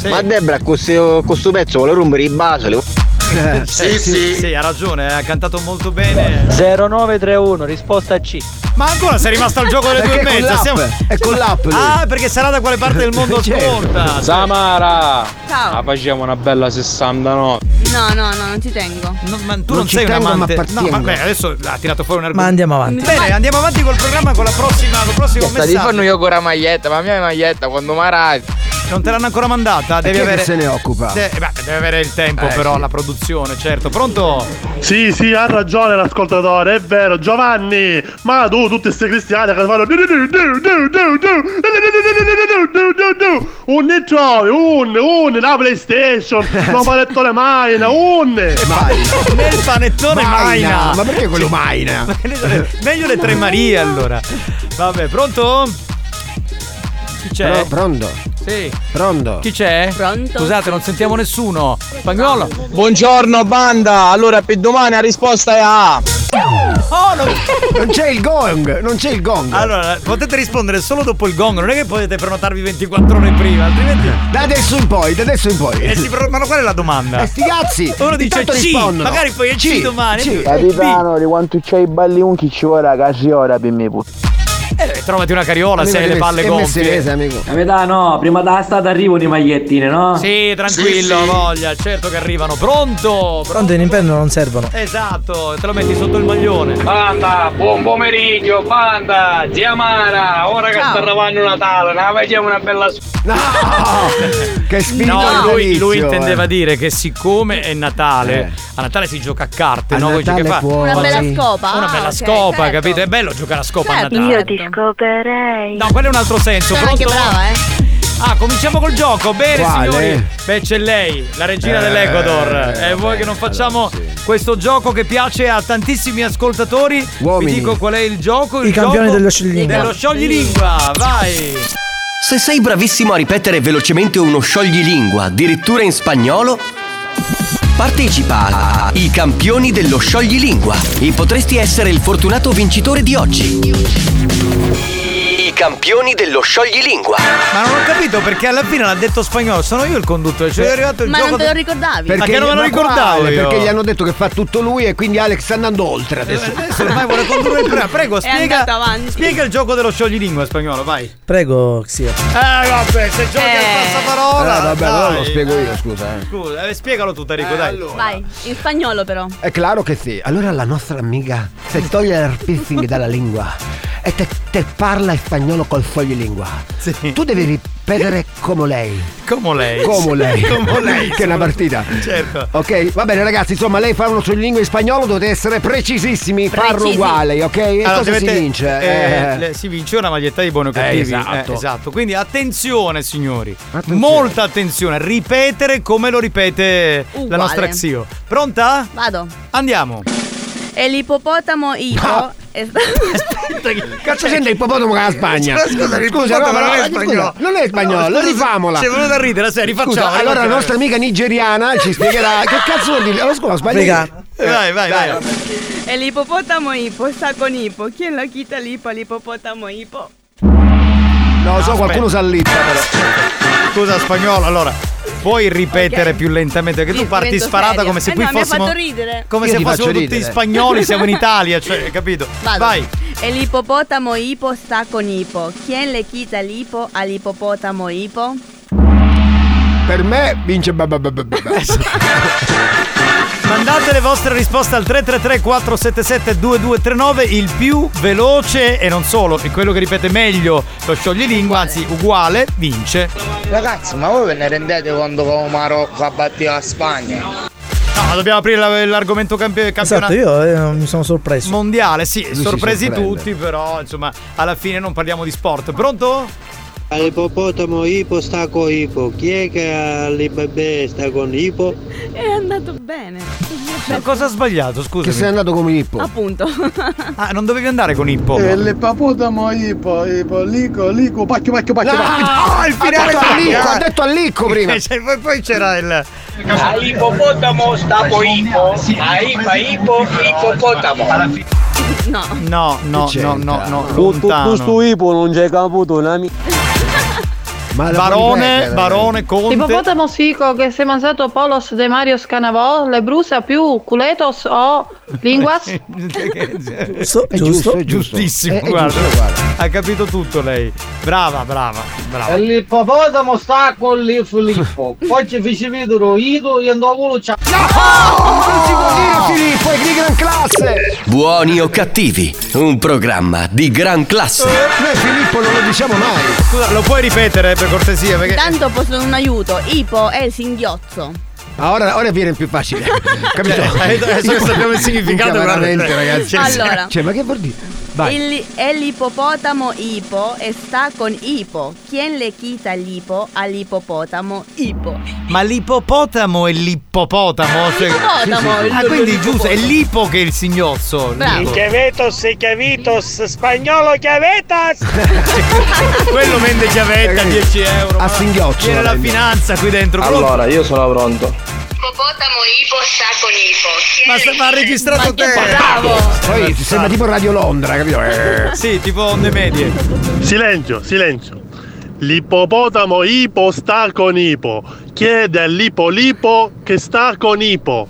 S31: Ma Debra, questo, questo pezzo vuole rompere i basoli.
S8: Eh, sì, sì. Sì, ha ragione, eh, ha cantato molto bene.
S32: 0931, risposta C.
S8: Ma ancora sei rimasto al gioco delle due e
S32: Perché è con
S8: mezza.
S32: l'app,
S8: È con l'app. Ah, perché sarà da quale parte del mondo
S23: Certo.
S8: ascolta.
S23: Samara!
S10: Ciao.
S8: Ah.
S23: La facciamo una bella 69.
S10: No, no, no, non ci tengo.
S8: ma Tu non, sei un amante. no, vabbè, adesso ha tirato fuori un argomento.
S23: Ma andiamo avanti.
S8: Bene, andiamo avanti col programma con la prossima, col prossimo
S33: Sta di
S8: messaggio.
S33: fanno io con la maglietta, ma la mia maglietta quando marai.
S8: Non te l'hanno ancora mandata, devi
S33: chi è che
S8: avere.
S33: se ne occupa?
S8: De- eh, beh, deve avere il tempo,
S33: Eh,
S8: però,
S33: sì.
S8: la produzione, certo. Pronto?
S15: Sì, sì, ha ragione l'ascoltatore, è vero, Giovanni! Ma tu, tutti questi cristiani che fanno. du, du, du, du, du, du, du, du, du, du, du, du. Un ne trovi, un, un, la PlayStation, la palettone Maina, un!
S8: Nel panettone Maina. Maina. Ma perché quello
S9: Maina?
S8: Meglio le tre Marie, allora. Vabbè, pronto? Chi c'è?
S9: Pro- pronto?
S8: Cioè, Sì.
S9: Pronto?
S8: Chi c'è?
S10: Pronto?
S8: Scusate, non sentiamo nessuno. Spagnolo?
S23: Buongiorno banda, allora per domani la risposta è A.
S8: Oh, non...
S9: non c'è il gong, non c'è il gong.
S8: Allora, potete rispondere solo dopo il gong, non è che potete prenotarvi 24 ore prima, altrimenti.
S9: Da adesso in poi, da adesso in poi.
S8: E si pro- Ma qual è la domanda?
S9: Eh, sti cazzi!
S8: Uno dice
S9: Intanto
S8: C,
S9: rispondono.
S8: magari poi è C,
S9: Sì,
S8: domani. eh,
S9: sì.
S8: e poi è B.
S12: di quanto c'hai i balli unchi ci ora casi ora per me putt-
S8: Eh, trovati una cariola se hai le palle gonfie.
S9: amico.
S32: A metà no, prima d'estate arrivano i magliettine, no?
S8: Sì, tranquillo,
S32: Sì, sì.
S8: voglia, certo che arrivano. Pronto?
S34: Pronto, in inverno non servono.
S8: Esatto, te lo metti sotto il maglione.
S23: Banda, buon pomeriggio, banda, zia Mara, ora che sta arrivando Natale, ne facciamo una bella s-
S9: Che spirito
S8: No, lui,
S9: natalizio,
S8: lui
S9: eh.
S8: intendeva dire che siccome è Natale, a Natale si gioca Eh. a carte,
S9: A
S8: no? Voi
S9: Natale
S8: che fa?
S9: puoi.
S10: Una bella scopa.
S8: Una
S10: Ah,
S8: bella
S10: ok,
S8: scopa,
S10: certo.
S8: capito? È bello giocare a scopa a Natale.
S17: Io ti scoperei.
S8: No, quello è un altro senso.
S10: Sono
S8: Pronto?
S10: anche brava, eh.
S8: Ah, cominciamo col gioco. Bene,
S9: Quale?
S8: signori. Beh, c'è lei, la regina
S9: Eh,
S8: dell'Ecuador.
S9: vabbè,
S8: E vuoi che non facciamo questo gioco che piace a tantissimi ascoltatori?
S9: Uomini.
S8: Vi dico qual è il gioco. Il
S34: I campioni
S8: gioco
S34: dello scioglilingua.
S8: Dello scioglilingua, vai.
S3: Se sei bravissimo a ripetere velocemente uno scioglilingua, addirittura in spagnolo, partecipa a I campioni dello scioglilingua e potresti essere il fortunato vincitore di oggi. I campioni dello scioglilingua.
S8: Ma non ho capito perché alla fine l'ha detto spagnolo. Sono io il conduttore. Cioè, è arrivato il
S10: Ma
S8: gioco.
S10: non te lo ricordavi?
S8: Perché- Ma che non me lo
S9: ma
S8: ricordavo
S9: quale?
S8: io.
S9: Perché gli hanno detto che fa tutto lui e quindi Alex sta andando oltre adesso.
S8: Adesso ormai vuole condurre il programma. Prego,
S10: È
S8: spiega,
S10: andato avanti.
S8: spiega il gioco dello scioglilingua spagnolo, vai.
S34: Prego, Xia.
S8: Eh, vabbè, se giochi al passaparola.
S9: Eh, vabbè, allora lo
S8: dai.
S9: spiego io, scusa. Eh.
S8: Scusa, eh, spiegalo tu, Tarico, dai.
S10: Vai, in spagnolo però.
S9: È claro che sì. Allora la nostra amica se toglie il piercing dalla lingua e te, te parla in spagnolo col foglilingua. Tu devi ripetere come lei.
S8: Come lei.
S9: Come lei.
S8: Come lei.
S9: che è una partita.
S8: Certo.
S9: Ok, va bene ragazzi, insomma lei fa uno lingua in spagnolo, dovete essere precisissimi, farlo
S8: Precisi.
S9: uguali, ok? E
S8: Allora,
S9: cosa si
S8: dovete-
S9: vince?
S8: eh,
S9: Eh.
S8: le- Si vince una maglietta di buono o
S9: Eh,
S8: cattivi.
S9: esatto.
S8: Eh, esatto. Quindi attenzione, signori. Molta attenzione. Ripetere come lo ripete la
S10: Uguale.
S8: nostra Xio. Pronta?
S10: Vado.
S8: Andiamo.
S10: El hipopótamo hipo está...
S9: Cazzo sente il ippopotamo che è la Spagna?
S8: Eh, Scusa,
S9: Scusa,
S8: ippopotamo
S9: no,
S8: non è
S9: no,
S8: spagnolo.
S9: scusa, non è spagnolo,
S8: No, scusa,
S9: rifamola.
S8: ci è venuto da ridere, se, rifacciamo,
S9: Scusa, allora la
S8: rifacciamo.
S9: nostra amica nigeriana ci spiegherà che cazzo vuol dire. Lo scusa,
S34: Africana.
S9: spagnolo.
S8: Eh, Vai, vai, vai.
S10: El hipopótamo hipo está con hipo. ¿Quién lo quita el hipo al hipopótamo hipo?
S9: No, so, qualcuno sallitta però.
S8: Scusa, spagnolo, allora. Puoi ripetere più lentamente perché tu parti
S10: divento
S8: sparata
S10: seria.
S8: come se
S10: Eh
S8: qui
S10: no, mi ha
S8: fossimo
S10: fatto ridere.
S8: come
S9: Io
S8: se
S9: ti
S8: fossimo
S9: faccio
S8: tutti
S9: ridere.
S8: spagnoli, siamo in Italia, cioè, capito?
S10: Vado.
S8: Vai.
S10: El hipopótamo hipo está con hipo. ¿Quién le quita el hipo al hipopótamo hipo?
S9: Per me vince ba- ba- ba- ba- ba-
S8: Mandate le vostre risposte al 333 477 2239 il più veloce e non solo, e quello che ripete meglio lo scioglilingua, anzi uguale, vince.
S12: Ragazzi, ma voi ve ne rendete conto come Marocco ha battuto la Spagna?
S8: No, dobbiamo aprire la- l'argomento campi- campionato.
S34: Esatto, io eh, mi sono sorpreso.
S8: Mondiale, sì,
S34: si
S8: sorpresi
S34: sorprende.
S8: tutti, però insomma, alla fine non parliamo di sport. Pronto?
S35: All'ippopotamo Ipo sta con Ipo. Chi è che all'ibbebè sta con Ipo?
S10: È andato bene.
S8: Ma cosa ha sbagliato? Scusami.
S9: Che sei andato come Ippo.
S10: Appunto.
S8: Ah, non dovevi andare con Ippo.
S36: Eh,
S12: E Eh, le papotamo Ipo, Ipo, Lico, Lico, pacchio, pacchio, pacchio.
S9: Ah, il finale
S12: Ah,
S9: del Licco,
S12: ah.
S8: eh.
S9: ha detto al Licco prima.
S8: Cioè, poi, poi c'era il.
S5: All'ippopotamo sta con Ipo, a Ipa Ipo, ippopotamo.
S10: No.
S8: No, no,
S12: Che
S8: no,
S12: c'entra?
S8: no, no,
S12: Tu, tu, tu sto
S8: lontano.
S12: Ipo non c'è caputo una mi...
S9: Ma
S8: Barone,
S9: eh.
S8: barone, conte.
S14: L'ipopotamo sico che se mangiato polos de Marios Canavò, le brusa più culetos o linguas?
S8: Giusto,
S9: È giusto, è giusto.
S8: Giustissimo,
S9: È- è
S8: guarda.
S9: giusto, guarda.
S8: Ha capito tutto lei. Brava, brava, brava.
S37: L'ippopotamo Eh, sta con il Filippo. Poi ci fece vedere lo Ido e andò a volo c'ha.
S9: Non si può dire Filippo, è di gran classe.
S3: Buoni o cattivi, un programma di gran classe.
S9: Noi Filippo non lo diciamo mai.
S8: Scusa, lo puoi ripetere eh, per cortesia? Perché.
S10: Tanto posso un aiuto. Ipo è il singhiozzo.
S9: Ah, Ora, ora viene più facile. Capito?
S8: Cioè, adesso sappiamo il significato,
S9: Minchia, veramente,
S8: guarda.
S9: ragazzi.
S10: Allora.
S9: Cioè, ma che vuol dire? Vai.
S10: Il, è l'ippopotamo ipo e sta con ipo. Quien le quita l'ipo all'ippopotamo ipo.
S8: Ma l'ippopotamo è l'ippopotamo? Cioè...
S10: Ah, L'ippopotamo, il-
S8: Ah, quindi giusto, è l'ippo che è il signozzo. L'ippo.
S5: Chiavetos e chiavitos, spagnolo chiavetas!
S8: Quello vende chiavetta 10 euro. A singhiozzo. Viene la finanza qui dentro.
S36: Allora, io sono pronto.
S8: Ma, sta- ma ha registrato
S36: Ma che
S8: te.
S36: bravo.
S9: Poi sembra tipo Radio Londra, capito? Eh.
S8: Sì, tipo onde medie.
S15: Silenzio, silenzio. L'ippopotamo ipo sta con ipo. Chiede all'ipolipo che sta con ipo.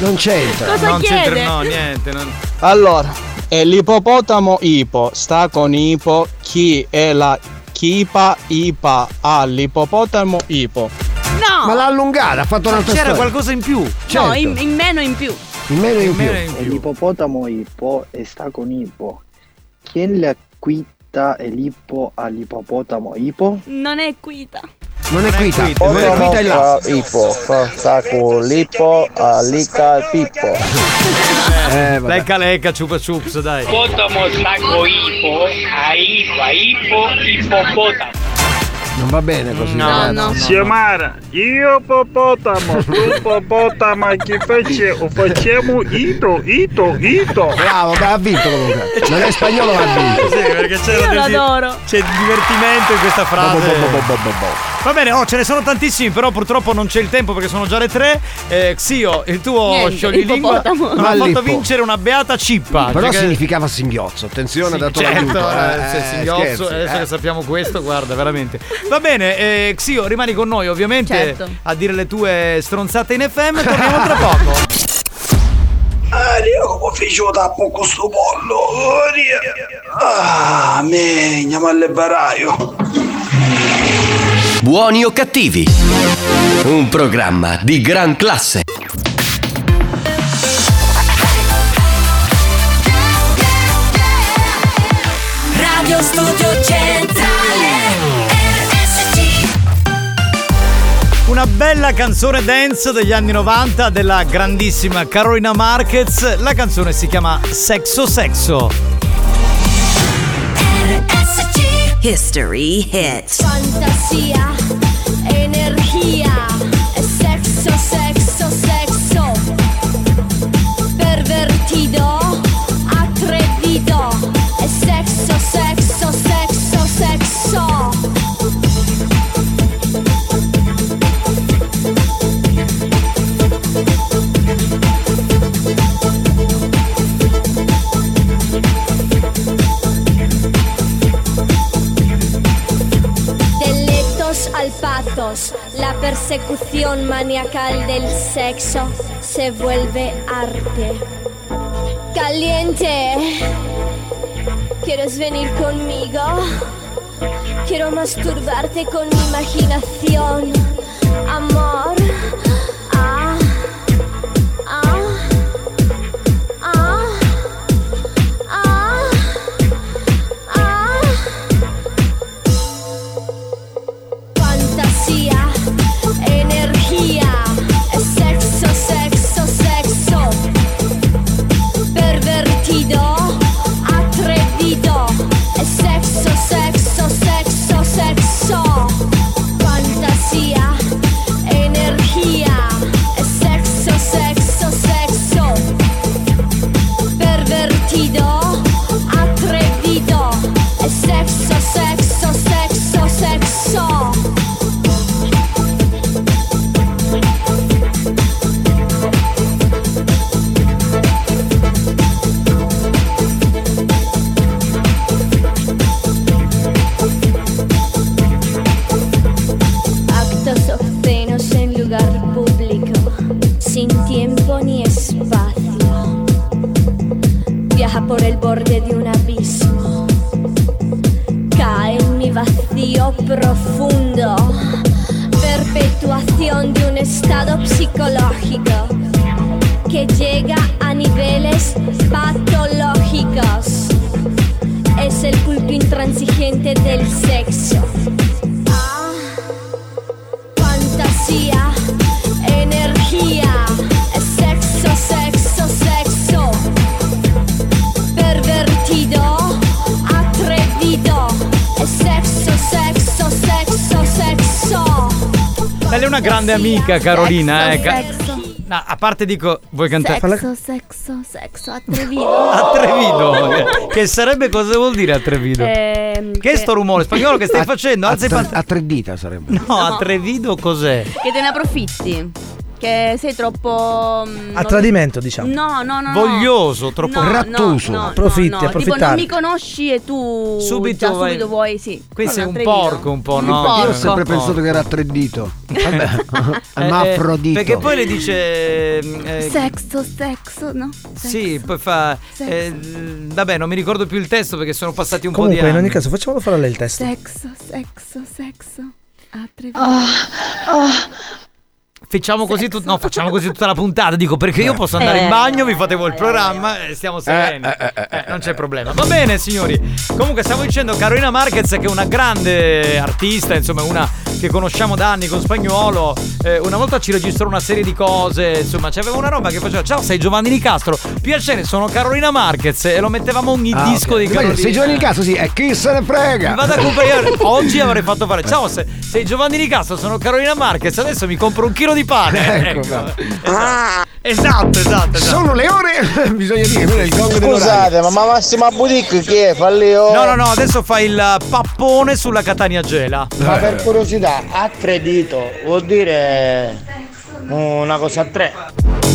S9: Non c'entra.
S15: Cosa
S8: non
S15: chiede?
S8: c'entra, no, niente. non-
S12: Allora, è l'ippopotamo Ipo, sta con Ipo, chi è la Chipa Ipa all'ippopotamo Ipo.
S10: No!
S9: Ma l'ha allungata, ha fatto
S8: Ma
S9: un'altra
S8: c'era
S9: storia.
S8: qualcosa in più.
S10: No, in, in meno in più.
S9: In meno in più.
S11: E l'ippopotamo Ippo e sta con Ippo. Chi le quita e l'Ippo all'ippopotamo Ippo?
S10: Non è quita.
S9: Non è quita,
S11: non è quita
S9: è là.
S11: Ippo, sta con l'Ippo all'ica Pippo.
S9: Eh, vabbè.
S8: Lecca lecca, ciupa ciups, dai.
S5: Potamo sta con Ipo, a Ipa Ipo, ippopotamo.
S9: Non va bene così.
S5: No,
S9: guarda.
S5: no.
S12: Xiomara, io popotamo, tu popotama, chi fece? O facciamo ito, ito, ito.
S9: Bravo, ma ha vinto comunque.
S8: Cioè,
S9: Non è spagnolo, ma ha vinto.
S8: Sì, perché c'è
S10: Io
S8: la
S10: l'adoro.
S8: C'è divertimento in questa frase.
S9: Bo, bo, bo, bo, bo, bo.
S8: Va bene, oh, ce ne sono tantissimi, però purtroppo non c'è il tempo perché sono già le tre. Eh, Xio, il tuo
S10: Niente,
S8: scioglilingua
S10: ippopotamo.
S8: non ha
S9: Mallippo.
S8: fatto vincere una beata cippa.
S9: Però
S8: Cioè che-
S9: significava singhiozzo, attenzione, ha dato
S8: certo,
S9: l'aiuto.
S8: eh, se
S9: Eh,
S8: singhiozzo,
S9: scherzi,
S8: adesso
S9: eh.
S8: che sappiamo questo, guarda, veramente. Va bene, eh, Xio, rimani con noi ovviamente
S11: Certo.
S8: a dire le tue stronzate in FM, torniamo tra poco.
S11: Aria, come fece tappo con sto pollo? Aria. Ah, me, andiamo al baraio.
S3: Buoni o cattivi, un programma di gran classe.
S38: Radio Studio Centrale RSC
S8: Una bella canzone dance degli anni 90 della grandissima Carolina Marquez. La canzone si chiama Sexo Sexo.
S39: History hits.
S6: Fantasía, energía, sexo, sexo, sexo. Pervertido, atrevido, sexo, sexo, sexo, sexo. De letos al patos, la persecución maniacal del sexo se vuelve arte. Caliente, ¿quieres venir conmigo? Quiero masturbarte con mi imaginación. Amor, ah, ah, ah, ah, ah. Fantasía, energía, sexo, sexo, sexo. Pervertido, atrevido, sexo, sexo, sexo, sexo.
S40: latido atrevido. Es sexo, sexo, sexo, sexo. Actos obscenos en lugar público, sin tiempo ni espacio. Viaja por el borde de un abismo, cae en mi vacío profundo. Perpetuación de un estado psicológico que llega a niveles patológicos. Es el culto intransigente del sexo. fantasía, energía, sexo, sexo, sexo, pervertido, atrevido, sexo, sexo, sexo, sexo.
S8: Lei è una grande amica, Carolina. eh, ca- No, a parte dico, vuoi cantare?
S40: Sexo, sexo, sexo, atrevido.
S8: Atrevido. eh. Che sarebbe cosa vuol dire atrevido?
S40: Ehm,
S8: Che è sto rumore spagnolo che stai facendo? Alza i pantaloni.
S9: A tre dita sarebbe.
S8: No, atrevido cos'è?
S10: Che te ne approfitti. Che sei troppo. mm,
S41: A
S10: non-
S41: tradimento, diciamo.
S10: No, no, no. no.
S8: Voglioso, troppo-
S10: No, no,
S41: Rattuso.
S10: no, no,
S41: Approfitti,
S10: no. Tipo, non
S41: approfittare.
S10: mi conosci e tu.
S8: Subito
S10: già
S8: vai-
S10: subito vuoi, sì.
S8: Questo è
S10: Sono
S8: un
S10: atrevido.
S8: porco un po',
S10: Un
S8: no?
S10: porco.
S9: Io ho sempre
S8: Un po'.
S9: pensato che era a tre dito.
S8: Eh,
S9: Vabbè,
S8: eh,
S9: Ermafrodito.
S8: Perché poi le dice. ehm, eh,
S40: Sexo, sexo, no?
S8: Sì, poi fa. eh, vabbè, non mi ricordo più il testo perché sono passati un po'
S41: Comunque,
S8: di
S41: in
S8: anni.
S41: ogni caso, facciamolo fare a lei il testo.
S40: Sexo, sexo, sexo, atrevido.
S17: Ah,
S8: Facciamo così, tut- no, facciamo così tutta la puntata. Dico perché io posso andare
S40: Eh.
S8: in bagno, vi fate voi il
S12: Eh.
S8: programma e
S9: Eh,
S8: stiamo sereni. Eh, non c'è problema. Va bene, signori. Comunque, stavo dicendo Carolina Marquez, che è una grande artista, insomma, una che conosciamo da anni con spagnolo. eh, una volta ci registrò una serie di cose. Insomma, c'aveva una roba che faceva: Ciao, sei Giovanni Di Castro. Piacere, sono Carolina Marquez. E lo mettevamo ogni
S9: Ah,
S8: disco
S9: ok.
S8: di
S9: Voglio dire,
S8: Carolina.
S9: Sei giovane in caso, sì, e chi se ne frega?
S8: Mi vado a comprare. Oggi avrei fatto fare. Ciao, se- sei Giovanni Di Castro, sono Carolina Marquez. Adesso mi compro un chilo di pane. Ecco.
S9: Ecco,
S8: Esatto, esatto, esatto.
S9: Sono le ore, bisogna dire, quello è il gong
S8: Scusate,
S9: ma Massimo Boutique chi è?
S12: oh.
S9: Fallio.
S8: No, no, no, adesso fai il pappone sulla Catania Gela.
S12: Eh. Ma per curiosità, a tre dito vuol dire mm, una cosa a tre.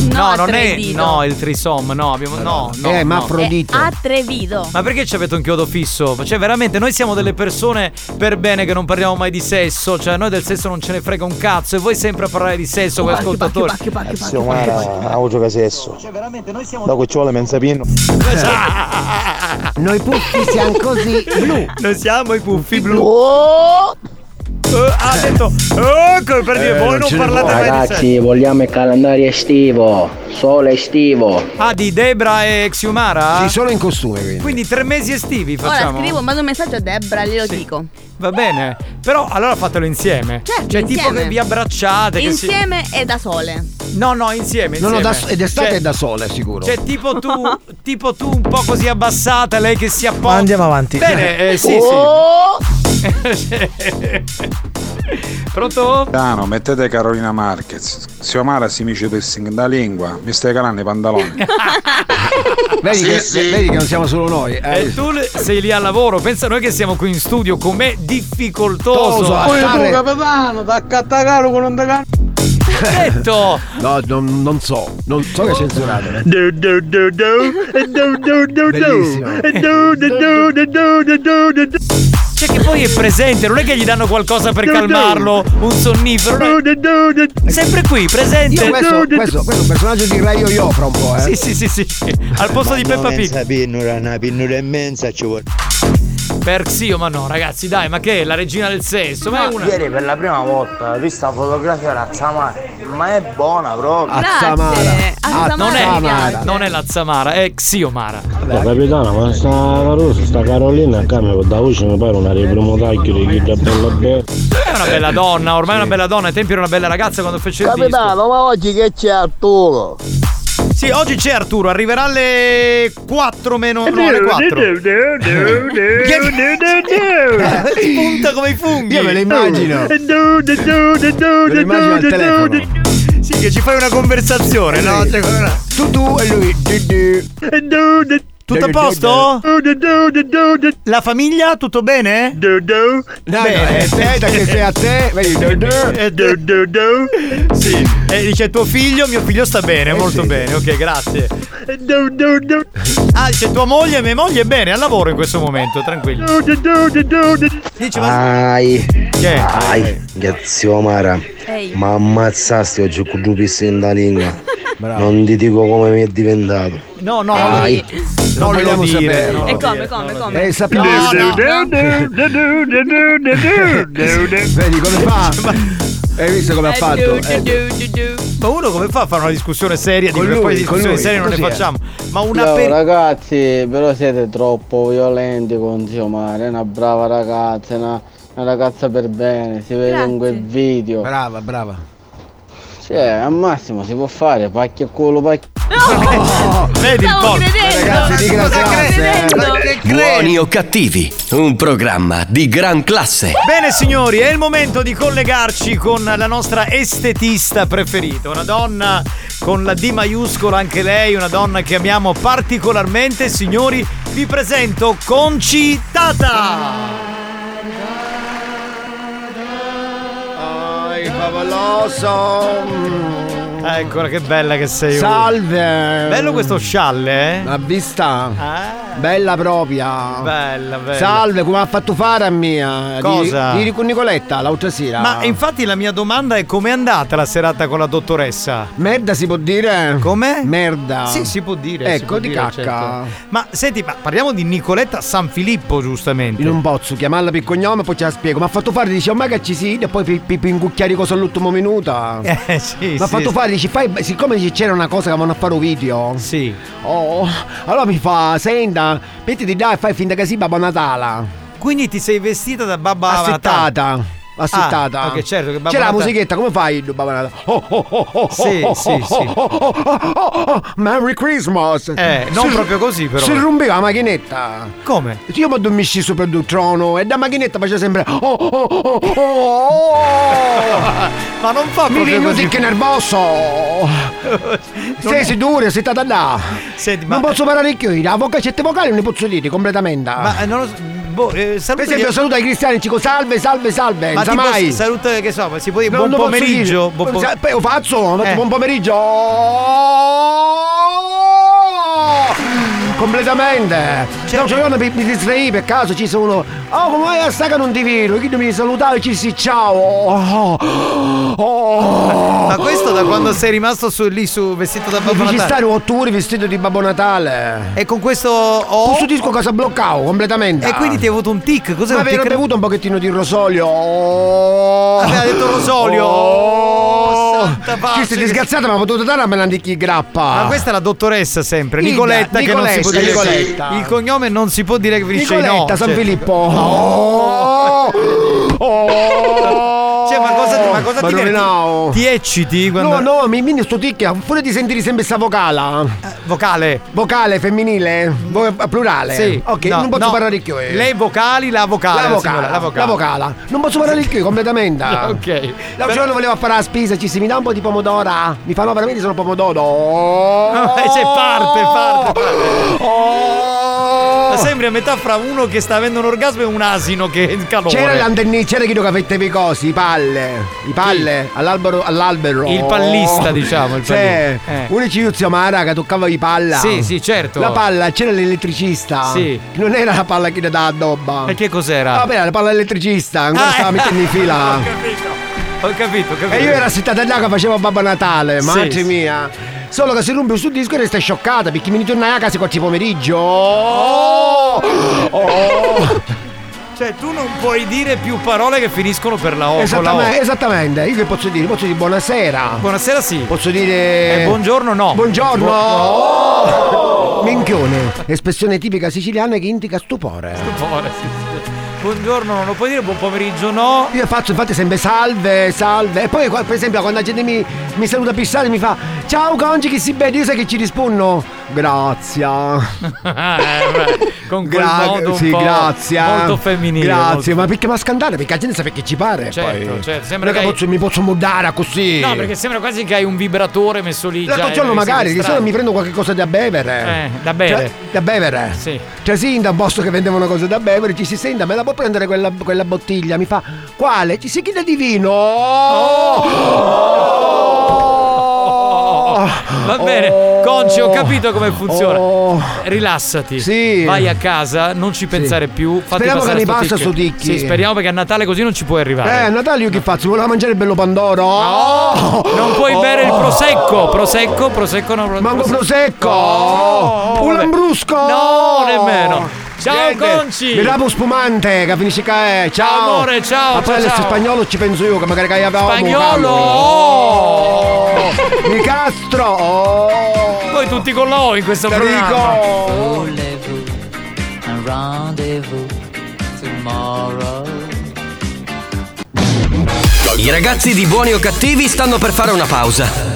S8: No,
S10: a
S8: non
S10: tre
S8: è.
S10: dito.
S8: No, il trisom, no, abbiamo. No, no.
S9: Eh, ma
S8: no. Eh,
S10: È atrevido.
S8: Ma perché ci avete un chiodo fisso? Cioè, veramente, noi siamo delle persone per bene che non parliamo mai di sesso. Cioè, a noi del sesso non ce ne frega un cazzo. E voi sempre a parlare di sesso, voi ascoltatori.
S12: Sì, ma era una voce che sesso. Dopo ci vuole menzapino.
S9: Noi puffi siamo così blu. Oh!
S8: Noi siamo i puffi blu. Eh, ha detto. eh, come per dire, voi non parlate mai di sesso.
S5: Ragazzi, vogliamo il calendario estivo, sole estivo.
S8: Ah, di Debra e Xiumara?
S5: Sì,
S9: solo in costume
S8: Quindi tre mesi estivi
S10: Ora
S8: facciamo.
S10: scrivo, mando un messaggio a Debra, glielo dico.
S8: Va bene, però allora fatelo insieme.
S10: Certo,
S8: cioè, tipo
S10: insieme.
S8: che vi abbracciate. Ah, che si-
S10: Insieme e da sole.
S8: No, no, insieme.
S9: No, no, da-
S8: insieme.
S9: ed estate
S8: Cioè-
S9: è da sole, sicuro.
S8: Cioè, tipo tu, tipo tu un po' così abbassata, lei che si appoggia.
S41: Andiamo avanti.
S8: Bene, eh, sì,
S10: Oh.
S8: sì. Pronto?
S23: Cano, mettete Carolina Marquez. Siomara si mice piercing da lingua, mi stai calando i pantaloni.
S9: Vedi,
S8: Sì,
S9: che,
S8: sì.
S9: vedi che non siamo solo noi. eh.
S8: E tu le- sei lì al lavoro, pensa noi che siamo qui in studio, com'è difficoltoso.
S9: Toso, a stare-
S15: capitano, da cattacaro con un da
S8: Detto!
S9: No, non, non so, non so che è censurato.
S15: Do do do do e do do do
S9: Bellissimo.
S15: do e do do do do do do do do do
S8: Cioè che poi è presente, non è che gli danno qualcosa per calmarlo, un sonnifero. no? Sempre qui, presente.
S9: Io questo, questo, questo è un personaggio di Rayo Yo fra un po', eh.
S8: Sì, sì, sì, sì. Al posto di Peppa Pig.
S12: Pinnura, una pinnura immensa ci vuole.
S8: Per sì, ma no, ragazzi, dai, ma che è la regina del sesso? Ma è una.
S12: Ieri per la prima volta ho visto la fotografia da Zamara, ma è buona proprio.
S8: Ah, non, è, non è la Zamara, è Xiomara.
S24: Eh, capitano, ma sta Caruso, sta Carolina, a cambio da voce mi pare una ripromotacchio di chi da bella bella.
S8: È una bella donna, ormai è una bella donna. Ai tempi era una bella ragazza quando fece il disco.
S12: Capitano, ma oggi che c'è Arturo?
S8: Sì, oggi c'è Arturo, arriverà alle 4 meno no, alle 4. Spunta come i funghi.
S9: Io me lo immagino.
S15: E do do do do do
S9: Me lo immagino al
S15: do do do
S9: telefono.
S8: Sì, che ci fai una conversazione, no?
S9: Tu tu e lui. di, di.
S15: e do do
S8: Tutto a posto? La famiglia, tutto bene?
S9: No, no, aspetta che sei a te, vedi, du, du.
S8: Eh, du, du, du. Sì, e Eh, dice tuo figlio, mio figlio sta bene, molto bene, ok, grazie. Ah, dice tua moglie, mia moglie è bene, al lavoro in questo momento, tranquillo. Dice, ma
S12: Ai,
S8: Che?
S12: ai, grazie Omara,
S10: Ehi.
S12: ma ammazzasti oggi con due pisse in la lingua.
S8: Bravo.
S12: Non ti dico come mi è diventato.
S8: No, no, no,
S12: Ai.
S8: non lo
S12: vogliamo
S8: dire,
S12: sapere.
S8: no.
S10: E come, come, come?
S12: Eh, sappiamo-
S10: No, no, no.
S8: Eh,
S9: Vedi come fa? Hai visto come ha fatto? Eh,
S8: Ma uno come fa a fare una discussione seria? Dico
S9: Con
S8: che poi
S9: lui, con
S8: discussioni
S9: lui,
S8: serie non ne
S9: così è.
S8: facciamo. Ma una
S2: Ciao,
S8: per-
S2: ragazzi, però siete troppo violenti con zio Mare, è una brava ragazza, è una, una ragazza per bene, si vede in quel video.
S9: Brava, brava.
S2: Cioè, al massimo si può fare, pacchi a culo, pacchi.
S8: Vedi
S2: il porco.
S9: Ragazzi,
S8: Eh, che credi?
S3: Buoni o cattivi, un programma di gran classe.
S8: Bene signori, è il momento di collegarci con la nostra estetista preferita, una donna con la D maiuscola anche lei, una donna che amiamo particolarmente. Signori, vi presento Concitata!
S9: Ai, favoloso.
S8: Eccola che bella che sei. oh.
S9: Salve.
S8: Bello questo scialle, eh? Ah.
S9: La vista. Bella propria.
S8: Bella, bella.
S9: Salve, come ha fatto fare a mia?
S8: Cosa?
S9: Di, di- con Nicoletta l'altra sera.
S8: Ma infatti la mia domanda è com'è andata la serata con la dottoressa?
S9: Merda si può dire?
S8: Come?
S9: Merda.
S8: Sì, si può dire. si
S9: Ecco,
S8: può
S9: di
S8: dire,
S9: cacca.
S8: certo. Ma senti, ma parliamo di Nicoletta San Filippo, giustamente.
S9: In un pozzo, chiamarla per cognome, poi ce la spiego. Ma ha fatto fare, dice, ormai che ci si e poi pi- pi- pingucchiare cosa all'ultimo minuto.
S8: Eh, sì,
S9: Ma ha
S8: sì,
S9: fatto
S8: sì.
S9: fare, dice, fai, siccome dice, c'era una cosa che vanno a fare un video.
S8: Sì.
S9: Oh, allora mi fa, senta, mettiti là e fai finta che sia Babbo Natale.
S8: Quindi ti sei vestita da Babba
S9: Assettata.
S8: Natale.
S9: Assettata.
S8: Ah, ok, certo, che Babbo
S9: C'è la
S8: Natale-
S9: musichetta, come fai Babbo Natale? Oh, oh, oh, oh,
S8: Sì,
S9: oh,
S8: sì,
S9: oh,
S8: sì.
S9: oh, oh, oh, oh, oh, Merry Christmas.
S8: Eh, non
S9: Si-
S8: proprio così, però.
S9: Si rompeva la macchinetta.
S8: Come?
S9: Io mi dormisci sopra il trono e da macchinetta faceva sempre. Oh, oh, oh, oh, oh, oh.
S8: Ma non fa
S9: Mi
S8: proprio così.
S9: venuti che nervoso! Sei sicuro, sei stata là! non posso parlare più, la vocacetta vocale non ne posso dire completamente.
S8: Ma eh, non lo so. Boh, eh,
S9: per
S8: saluta
S9: esempio,
S8: gli-
S9: saluta i cristiani, dico salve, salve, salve,
S8: Ma
S9: non sa
S8: tipo,
S9: mai.
S8: saluta che so, ma si può dire
S9: No,
S8: buon
S9: non posso
S8: pomeriggio.
S9: dire.
S8: buon po-
S9: Sa- poi lo faccio,
S8: Eh.
S9: buon pomeriggio. Completamente.
S8: Certo.
S9: No, cioè, io mi, mi distraì per caso ci sono. Oh, come mai a sta che non ti vedo? Chi non mi salutava e ci si ciao. Oh, oh.
S8: Ma questo da quando sei rimasto su, lì su vestito da Babbo
S9: Mi ci
S8: Natale?
S9: stare otto ore vestito di Babbo Natale.
S8: E con questo. Oh.
S9: Questo disco cosa bloccavo completamente.
S8: E quindi ti è avuto un tic, cos'è
S9: Ma
S8: un
S9: avevo
S8: tic?
S9: bevuto un pochettino di rosolio. Oh.
S8: Aveva detto rosolio.
S9: Oh.
S8: santa pace.
S9: Chi sei disgraziata, ma ho potuto dare a melandichi grappa.
S8: Ma questa è la dottoressa sempre,
S9: Ida,
S8: Nicoletta, che non si può dire.
S9: Nicoletta, Nicoletta.
S8: Il cognome non si può dire che finisce in
S9: Nicoletta
S8: O,
S9: San
S8: cioè.
S9: Filippo.
S8: Cioè, ma cosa, ma cosa
S9: Oh, Ma
S8: ti viene?
S9: rovinavo.
S8: Ti ecciti
S9: No,
S8: quando. Eh,
S9: no, mi viene sto ticchia, pure di sentire sempre sta vocala.
S8: Vocale.
S9: Vocale femminile? Vo- eh, plurale?
S8: Sì.
S9: Ok,
S8: No,
S9: non posso
S8: no.
S9: parlare più. eh.
S8: Lei vocali, la vocale.
S9: La vocala,
S8: signora,
S9: la vocala. Non posso parlare più completamente.
S8: ok.
S9: L'altro giorno volevo fare la spesa, ci si mi dà un po' di pomodora. Mi fanno veramente sono pomodoro. Oh.
S8: E c'è parte, parte, parte. Ma sembri a metà fra uno che sta avendo un orgasmo e un asino che è in calore.
S9: C'era l'antenni, c'era chi lo capetteva i cosi, i palle, i palle, all'albero, all'albero. Oh.
S8: Il pallista, diciamo, il
S9: Sì,
S8: pallista. Eh.
S9: uno ci usava Mara che toccava i palla.
S8: Sì, sì, certo.
S9: La palla, c'era l'elettricista.
S8: Sì.
S9: Non era la palla che ne dà addobba.
S8: E che cos'era?
S9: Vabbè, la palla elettricista, ancora
S8: Ah,
S9: stava
S8: eh.
S9: mettendo in fila.
S8: Ho capito, ho capito.
S9: E io ero assistata là che facevo Babbo Natale,
S8: Sì,
S9: madre
S8: sì.
S9: Eh, mia. Solo che si rompe sul disco e resta scioccata perché mi ritorna a casa quattro pomeriggio. Oh!
S8: Cioè, tu non puoi dire più parole che finiscono per la O. con la O.
S9: Esattamente, esattamente. Io che posso dire? Posso dire buonasera.
S8: Buonasera, sì.
S9: Posso dire.
S8: Eh, buongiorno, no.
S9: Buongiorno.
S8: Bu-
S9: Oh! Minchione, espressione tipica siciliana che indica stupore.
S8: Buona- sì, sì. Buongiorno, non lo puoi dire, buon pomeriggio, no.
S9: Io faccio infatti sempre salve, salve. E poi qua, per esempio quando la gente mi, mi saluta a pissare mi fa Ciao Conci che si benedice che ci rispondono. Grazie.
S8: Con quel
S9: Gra-
S8: modo un
S9: sì,
S8: po'
S9: grazie. eh.
S8: molto femminile.
S9: Grazie,
S8: molto-
S9: ma perché ma scandale? Perché la gente sa perché ci pare.
S8: Certo,
S9: poi.
S8: certo, sembra
S9: Non è
S8: che hai-
S9: posso- mi posso mudare così.
S8: No, perché sembra quasi che hai un vibratore messo lì.
S9: L'altro
S8: già,
S9: giorno
S8: eh,
S9: magari, che se no
S8: strano.
S9: mi prendo qualche cosa da bevere.
S8: Eh, da bere.
S9: Cioè, da bevere.
S8: Sì.
S9: Cioè Sinda, un posto che vendevano cose da bevere, ci si senta, me la può prendere quella, quella bottiglia? Mi fa, quale? Ci si chiede di vino.
S8: Oh, Oh,
S9: Oh.
S8: Va bene, Conci, ho capito come funziona. Rilassati. Vai a casa, non ci pensare più. Fatti
S9: Speriamo
S8: passare
S9: che
S8: sto
S9: ripassa sto tic.
S8: Sì, speriamo perché a Natale così non ci puoi
S9: Eh,
S8: arrivare.
S9: a Natale io che faccio? Volevo mangiare il bello Pandoro.
S8: Non puoi bere il prosecco, prosecco, prosecco Oh. no, pro-
S9: Manco Oh. prosecco. un
S8: vabbè.
S9: lambrusco.
S8: No, nemmeno. Ciao, Conci.
S9: Bravo spumante che finisce che è. Ciao.
S8: Ciao, amore, ciao,
S9: Ma poi
S8: ciao,
S9: adesso
S8: ciao.
S9: spagnolo ci penso io che magari che avevamo.
S8: Spagnolo. oh.
S9: Di Castro.
S8: Voi tutti con l'O in questo
S9: Te
S8: programma.
S42: Rendezvous, un rendezvous tomorrow.
S3: I ragazzi di buoni o cattivi stanno per fare una pausa.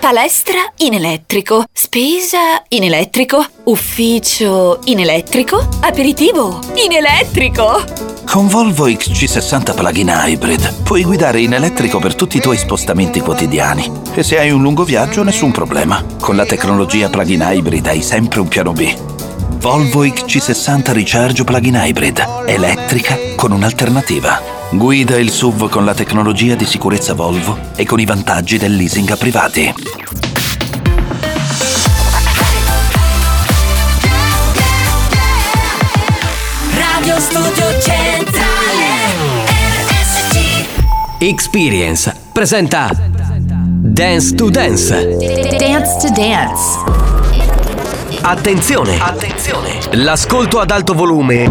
S43: Palestra in elettrico, spesa in elettrico, ufficio in elettrico, aperitivo in elettrico.
S11: Con Volvo XC60 plug-in hybrid puoi guidare in elettrico per tutti i tuoi spostamenti quotidiani. E se hai un lungo viaggio, nessun problema. Con la tecnologia plug-in hybrid hai sempre un piano B. Volvo XC60 Recharge plug-in hybrid. Elettrica con un'alternativa. Guida il SUV con la tecnologia di sicurezza Volvo e con i vantaggi del leasing a privati.
S17: Radio Studio Centrale RSC
S3: Experience presenta Dance to Dance.
S17: Dance to Dance
S3: Attenzione! Attenzione! L'ascolto ad alto volume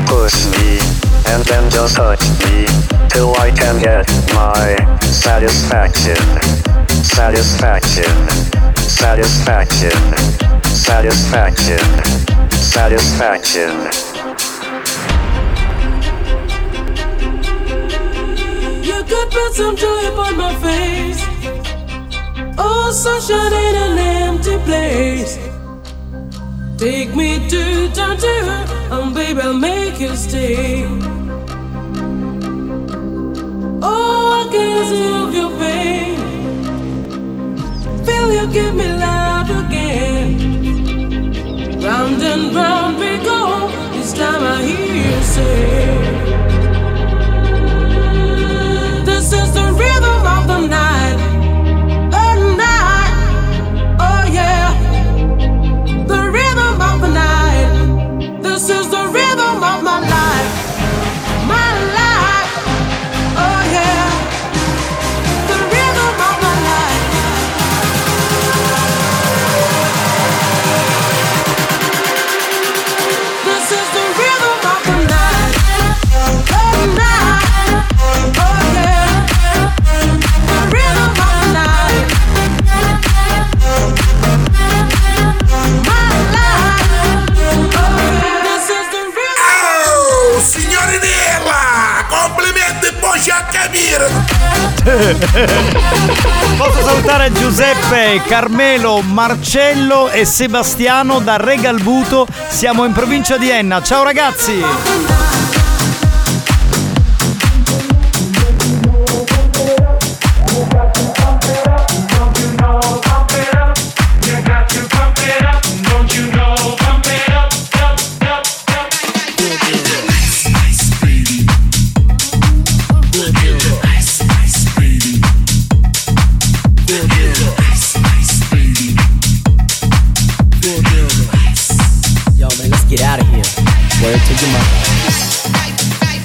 S7: Push me, and then just touch me, till I can get my satisfaction. Satisfaction. Satisfaction. Satisfaction. Satisfaction.
S18: You could put some joy upon my face. Oh, sunshine in an empty place. Take me to down to her,
S17: oh,
S18: and baby, I'll make you stay. Oh, I can see of your pain. Feel you give me love again. Round and round we go. This time I hear you say. This is the rhythm of the night. Oh, night. Oh, yeah. The rhythm of the night. This is the rhythm of my life. My life. Oh, yeah. The rhythm of my life. This is the rhythm of the night. Oh, night. Oh, yeah. The rhythm of the night.
S4: Oh, signori Nella! Complimenti, poi a capire!
S8: Posso salutare Giuseppe, Carmelo, Marcello e Sebastiano da Regalbuto. Siamo in provincia di Enna. Ciao ragazzi!
S5: Yo, man, let's get out of here. Word to your mother.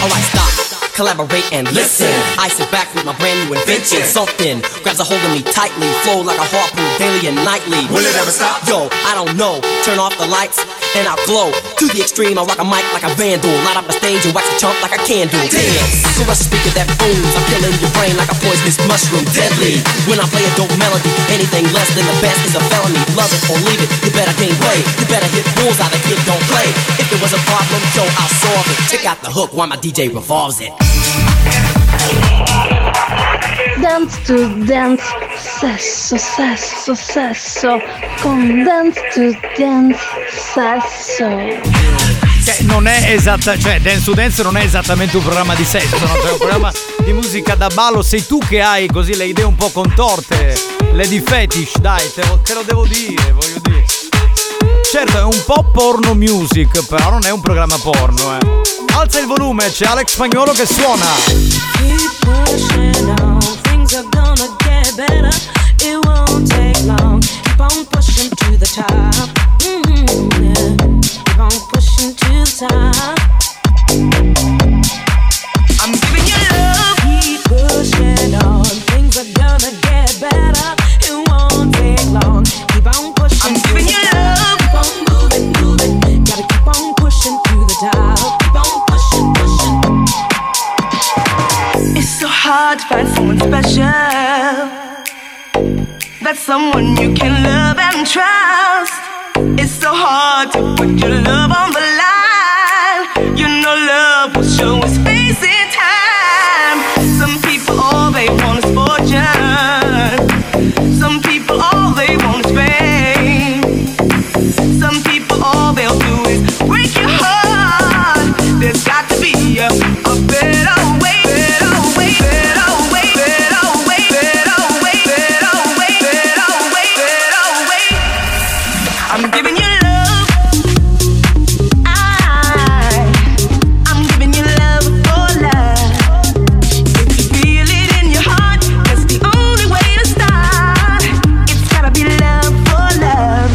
S5: Alright, stop, collaborate and listen. I sit back with my brand new invention. Something grabs a hold of me tightly, flow like a harpoon daily and nightly.
S7: Will it ever stop?
S5: Yo, I don't know. Turn off the lights and I'll glow. To the extreme, I rock a mic like a vandal. Light up the stage and wax a chump like a candle. Dance, I can rush speaker that booms. I'm killing your brain like a poisonous mushroom. Deadly. When I play a dope melody, anything less than the best is a felony. Love it or leave it, you better gain weight. You better hit bulls out of kid, don't play. If it was a problem, yo, I'll solve it. Check out the hook while my DJ revolves it.
S17: Dance to dance, sesso, sesso, sesso, con dance to dance, sesso.
S8: Cioè, non è esatta, cioè, Dance to Dance non è esattamente un programma di sesso, no? Cioè, è un programma di musica da ballo. Sei tu che hai così le idee un po' contorte, le di fetish, dai, te lo, te lo devo dire, voglio dire. Certo, è un po' porno music, però non è un programma porno, eh. Alza il volume, c'è Alex Spagnolo che suona.
S5: Keep pushing on. Things are gonna get better. It won't take long. Keep on pushing to the top. Mhm, yeah. Keep on pushing to the top. I'm giving you love. Keep pushing on. Things are gonna get better. It won't take long. Keep on pushing. I'm giving you love. Keep on moving, moving. Gotta keep on pushing to the top. Keep on pushing, pushing. It's so hard to find someone special. That's someone you can love and trust. It's so hard to put your love on the line. You know love will show its face in time. Some people all they want is fortune. Some people all they want is fame. Some people all they'll do is break your heart. There's got to be a, a better way, better way, better way, better way, better way, better way, better way, better way. I'm giving you love. I, I'm giving you love for love. If you feel it in your heart, that's the only way to start. It's gotta be love for love.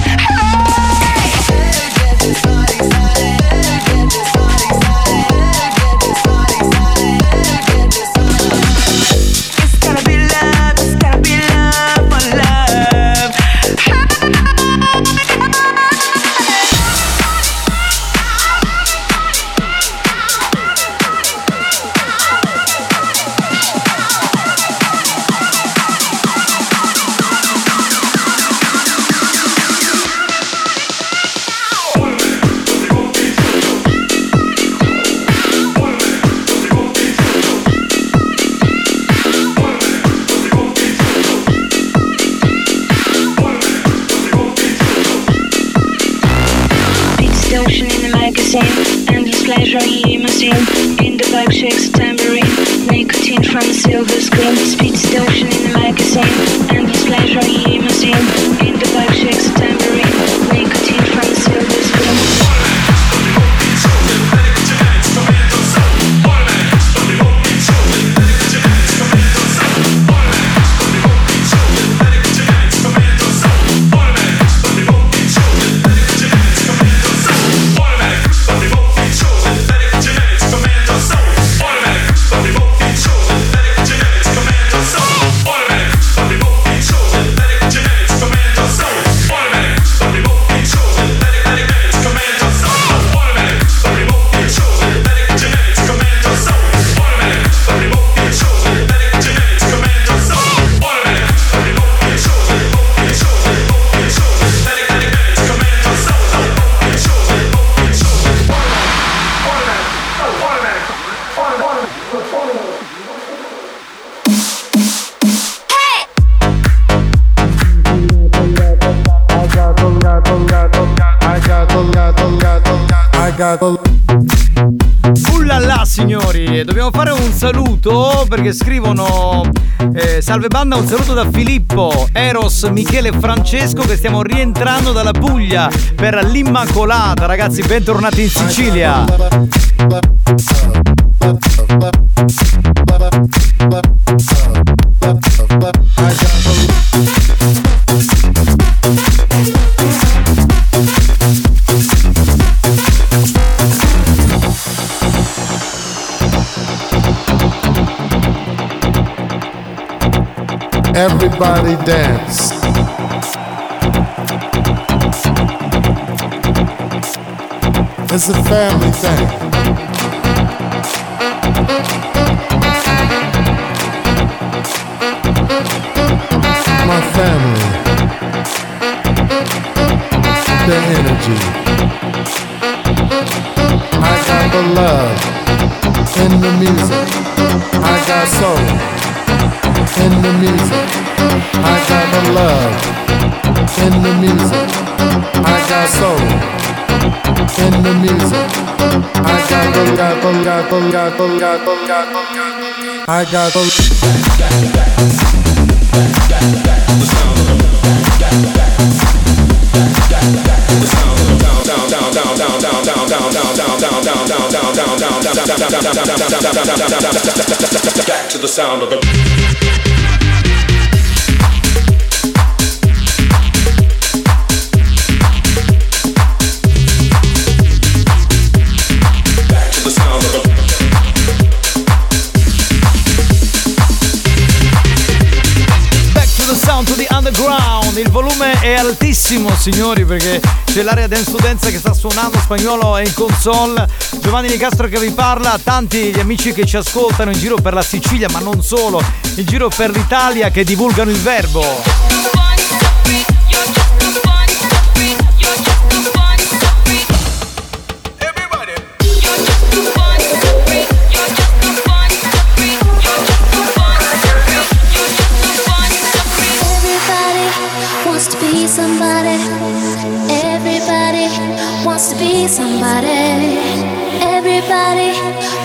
S40: Beats the ocean in the magazine, endless pleasure in limousine. In the vibe shakes a tambourine, nicotine from a silver screen. Speeds the ocean in the magazine, endless pleasure in limousine. In the vibe shakes a tambourine, nicotine from a silver screen.
S8: Ullala signori, dobbiamo fare un saluto perché scrivono eh, Salve banda, un saluto da Filippo, Eros, Michele e Francesco che stiamo rientrando dalla Puglia per l'Immacolata. Ragazzi, bentornati in Sicilia.
S4: Everybody dance. It's a family thing. My family. Their energy. I got the love in the music. I got soul in the music. I got the love in the music. I got soul in the music. I got the got the got the got the got the got the I got the
S44: down, down, down, down, down, down, down, down, down, down, down, down, down, down, down. Back to the sound of the Back to the sound of the
S8: Back to the sound to the underground. Il volume è altissimo, signori, perché c'è l'area dance to dance che sta suonando spagnolo e in console. Giovanni Di Castro che vi parla, tanti gli amici che ci ascoltano in giro per la Sicilia, ma non solo, in giro per l'Italia che divulgano il verbo.
S6: Everybody wants to be somebody. Everybody wants to be somebody. Everybody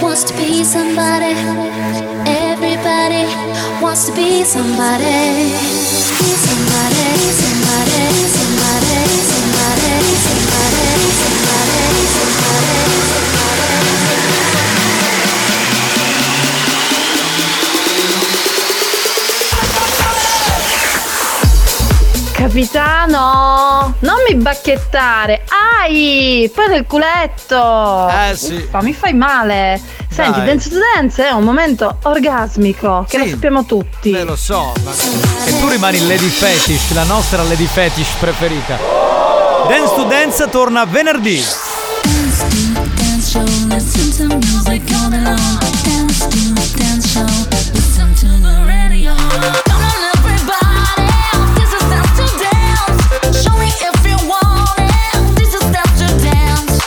S6: wants to be somebody. Everybody wants to be somebody. Be somebody, be somebody, be somebody, be somebody, be somebody, be somebody, be somebody, be somebody.
S14: Capitano, non mi bacchettare. Ai, poi del culetto. Eh sì. mi fai male. Senti,
S8: Dai.
S14: Dance to Dance è un momento orgasmico, che lo sappiamo tutti.
S8: Eh, lo so, ma... E tu rimani Lady Fetish, la nostra Lady Fetish preferita. Dance to Dance torna venerdì.
S17: Dance show, listen to music all day long. Dance to dance show, listen to the radio. Come on, everybody, this is dance to dance. Show me if you want it. This is dance to dance.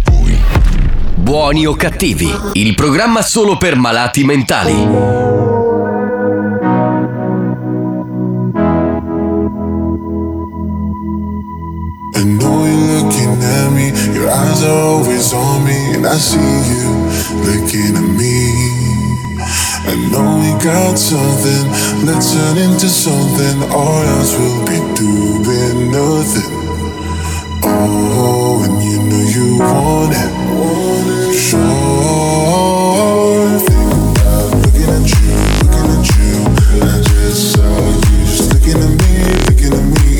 S3: Buoni o cattivi, il programma solo per malati mentali.
S4: I know you're looking at me, your eyes are always on me, and I see you looking at me. I know we got something, let's turn into something, or else we'll be doing nothing. Oh, and you know you want it. Sure thing, I'm looking at you, looking at you, and I just saw you just looking at me, looking at me.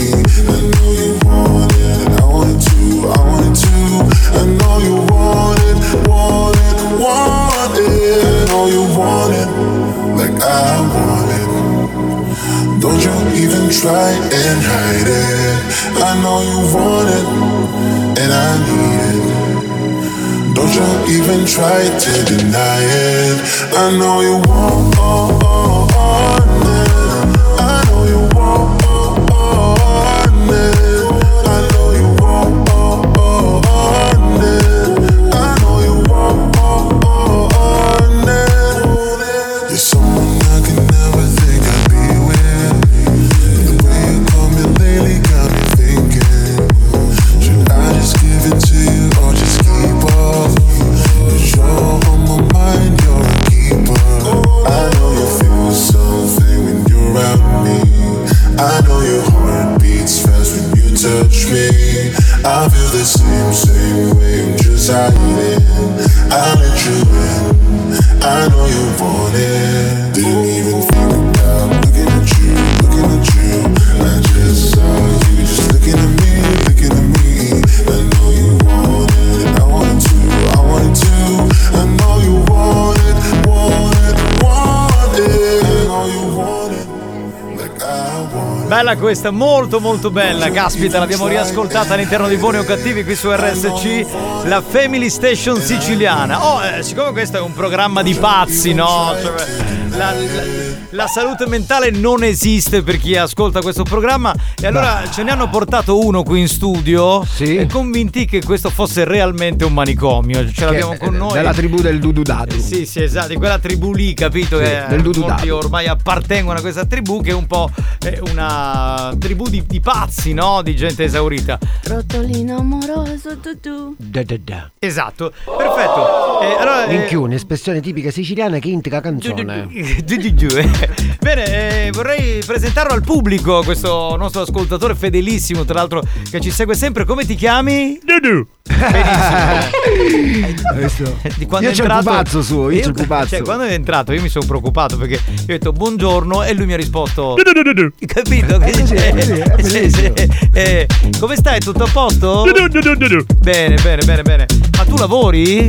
S4: I know you want it, and I want it too, I want it too. I know you want it, want it, want it. I know you want it, like I want it. Don't you even try and hide it. I know you want it, and I need it. Don't you even try to deny it. I know you want oh, it. I know you want it. I know you want it. I know you want it. You're someone I could never think I'd be with. The way you call me lately got me thinking. Should I just give it to you or just keep off? 'Cause you're on my mind, you're a keeper. I know you feel something when you're around me. I know your heart beats fast when you touch me. I feel the same, same way, I'm just hiding. I let you in, I know you want it. Didn't even think about looking at you, looking at you. I just saw you just looking at me, looking at me. I know you want it, I want it too, I want it too. I know you want it, want it, want it. I know you want it, like I want it.
S8: Bella questa, molto molto bella. Caspita, l'abbiamo riascoltata all'interno di Buoni o Cattivi qui su RSC, la Family Station siciliana. Oh, eh, siccome questo è un programma di pazzi, no? Cioè, La, la- la salute mentale non esiste per chi ascolta questo programma e allora ce ne hanno portato uno qui in studio e convinti che questo fosse realmente un manicomio. Ce l'abbiamo con noi.
S9: Della tribù del Dududadu.
S8: Sì, sì, esatto, di quella tribù lì, capito?
S9: Sì,
S8: che
S9: del Dudu
S8: molti
S9: Dadu.
S8: ormai appartengono a questa tribù che è un po' eh, una tribù di, di pazzi, no? Di gente esaurita.
S10: Rotolino amoroso tu tu.
S9: Da, da, da.
S8: Esatto, perfetto. Eh, allora, eh,
S9: Minchione, espressione tipica siciliana che indica canzone.
S8: Giù, giù, giù, eh. Bene, eh, vorrei presentarlo al pubblico, questo nostro ascoltatore fedelissimo, tra l'altro, che ci segue sempre. Come ti chiami? Dudu. Benissimo. Di
S9: Io c'ho il pupazzo suo, io c'ho il pupazzo.
S8: Cioè, quando è entrato io mi sono preoccupato perché io ho detto buongiorno e lui mi ha risposto... Capito? Che dice? Sì, sì. Eh, come stai? Tutto a posto? Bene, bene, bene, bene. Ma tu lavori?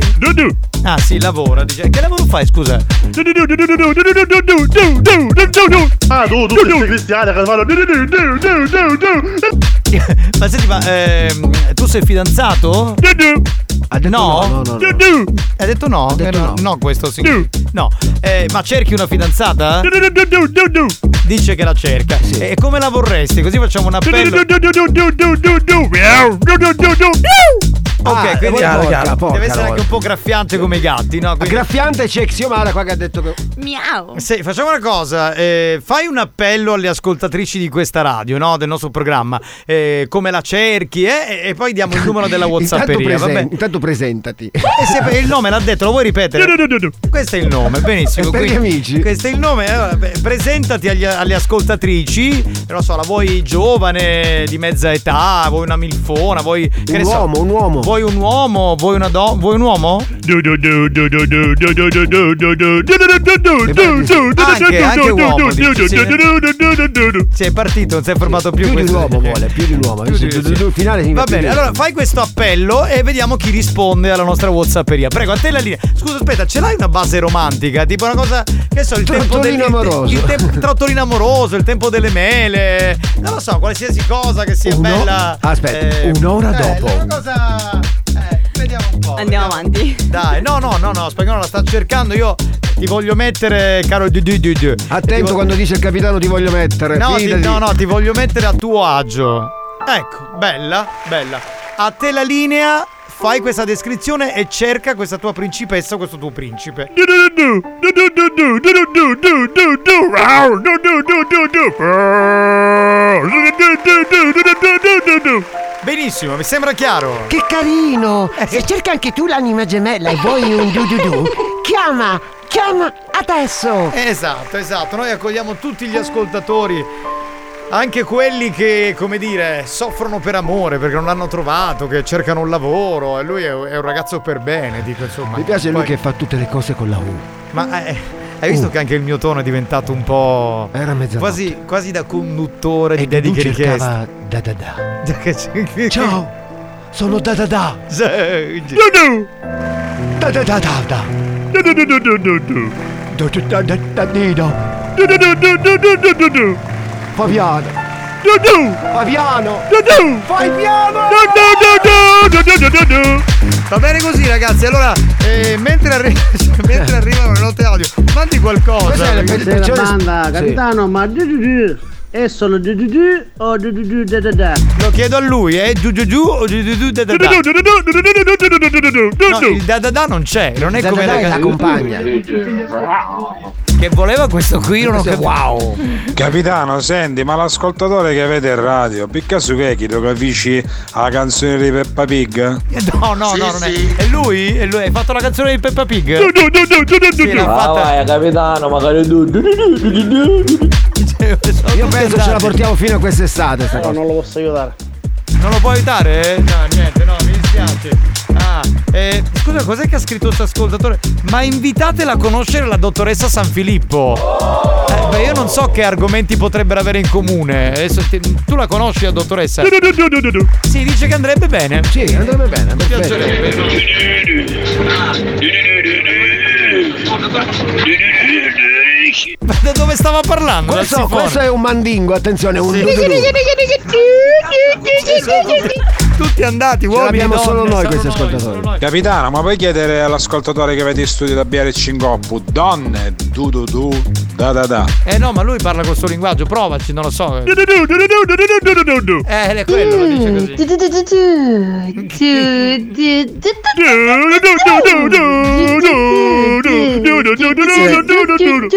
S8: Ah, sì, lavora. Dice. Che lavoro fai, scusa?
S15: Ah, tu, tu, sei cristiana, Carvalho.
S8: Ma senti, ma ehm, tu sei fidanzato? no?
S15: no, no, no.
S8: Hai detto no? Eh, no. no, questo sì. No. Eh, ma cerchi una fidanzata? Dice che la cerca. E come la vorresti? Così facciamo un appello. Ok,
S9: Ah,
S8: quindi
S9: porca, porca,
S8: deve
S9: porca
S8: essere anche un po' graffiante come i gatti, no? Quindi-
S9: Graffiante c'è Xiomara qua che ha detto che.
S10: Miau.
S8: Sì, facciamo una cosa, eh, fai un appello alle ascoltatrici di questa radio, no? del nostro programma, eh, come la cerchi eh? e- e poi diamo il numero della
S9: Intanto,
S8: Whatsapperia,
S9: presen-
S8: vabbè.
S9: intanto presentati. Eh,
S8: E Eh, se- il nome l'ha detto, lo vuoi ripetere? Questo è il nome, benissimo.
S9: È per gli
S8: quindi-
S9: amici.
S8: Questo è il nome. allora, beh, presentati agli- alle ascoltatrici. Non lo so, la vuoi giovane, di mezza età, vuoi una milfona, vuoi. che ne so,
S9: uomo, un uomo.
S8: Vuoi un uomo, vuoi una donna. Vuoi un uomo? Anche, anche uomo. dici, sì. Sei partito, non sei formato più.
S9: Più di
S8: questo-
S9: un uomo vuole, più di un uomo.
S8: Più di-
S9: Il du- du- du- finale significa
S8: Va
S9: più di
S8: bene,
S9: un
S8: allora
S9: uomo.
S8: fai questo appello e vediamo chi risponde alla nostra Whatsapperia. Prego, a te la linea. Scusa, aspetta, ce l'hai una base romantica? Tipo una cosa, che so, il tempo del
S9: Trottolino
S8: il te-
S9: amoroso.
S8: Il tempo trottolino amoroso, il tempo delle mele. Non lo so, qualsiasi cosa che sia
S9: Uno-
S8: bella.
S9: Aspetta,
S8: eh,
S9: un'ora
S8: eh,
S9: dopo.
S8: una cosa- eh, vediamo un po'. Andiamo
S10: avanti.
S8: Dai, no, no, no, no, spagnolo la sta cercando, io ti voglio mettere, caro du- du- du- du.
S9: Attento quando dice il capitano ti voglio mettere.
S8: No, ti-
S9: fidati.
S8: no, no, ti voglio mettere a tuo agio. Ecco, bella, bella. A te la linea, fai questa descrizione e cerca questa tua principessa o questo tuo principe. Benissimo, mi sembra chiaro.
S45: Che carino! E cerca anche tu l'anima gemella e vuoi un du du du? Chiama! Chiama adesso!
S8: Esatto, esatto. Noi accogliamo tutti gli ascoltatori. Anche quelli che, come dire, soffrono per amore perché non l'hanno trovato, che cercano un lavoro. E lui è, è un ragazzo per bene, dico insomma.
S9: Mi piace lui
S8: Poi-
S9: che fa tutte le cose con la U.
S8: Ma eh, hai visto
S9: Uh.
S8: che anche il mio tono è diventato un po'. Era quasi, quasi da conduttore di
S9: E lui
S8: dediche
S9: cercava
S8: richieste.
S9: da da da.
S8: Ciao,
S9: sono da da da. Da da da da da. Da da da da da Dino. Fabiano. Fabiano. Fai piano.
S8: Va bene così, ragazzi. Allora, eh, mentre, arri- mentre arrivano le note audio, mandi qualcosa. perché-
S16: Questa è la banda, capitano, Ah, ma du du du, è solo du du du o du du du da da da?
S8: Lo chiedo a lui, eh? Giù giù giù o giù giù giù da da da? No, il da da da non c'è, non è
S9: Da da
S8: come
S9: da è la compagna.
S8: Che voleva questo qui, non ho capito.
S23: Wow! Capitano, senti, ma l'ascoltatore che avete in radio, picca su che chi lo capisci la canzone di Peppa Pig?
S8: No, no, no, non è. È lui? È lui? Hai fatto la canzone di Peppa Pig? Sì, l'ha fatta.
S23: eh.
S9: capitano, magari tu. Io penso ce la portiamo fino a quest'estate. sta cosa.
S16: Eh, Non lo posso aiutare.
S8: Non lo puoi aiutare? No, niente, no, mi dispiace. Ah, eh, scusa, cos'è che ha scritto questo ascoltatore? Ma invitatela a conoscere la dottoressa San Filippo. Eh, beh, io non so che argomenti potrebbero avere in comune. Adesso ti- tu la conosci la dottoressa? Sì, dice che andrebbe bene.
S9: Sì, andrebbe bene. Mi
S8: Ma da dove stava parlando? Dal
S9: Questo,
S8: sifone?
S9: questo è un mandingo, attenzione, un
S8: Sì.
S9: du- du- du.
S42: tutti andati, uomini e
S9: l'abbiamo
S42: donne.
S9: solo noi questi
S42: ascoltatori.
S23: Capitano, ma puoi chiedere all'ascoltatore che avete in studio da BRC in Coppu? Donne, du du du, da da da.
S42: Eh no, ma lui parla col suo linguaggio, provaci, non lo so. Eh, è quello, lo dice così.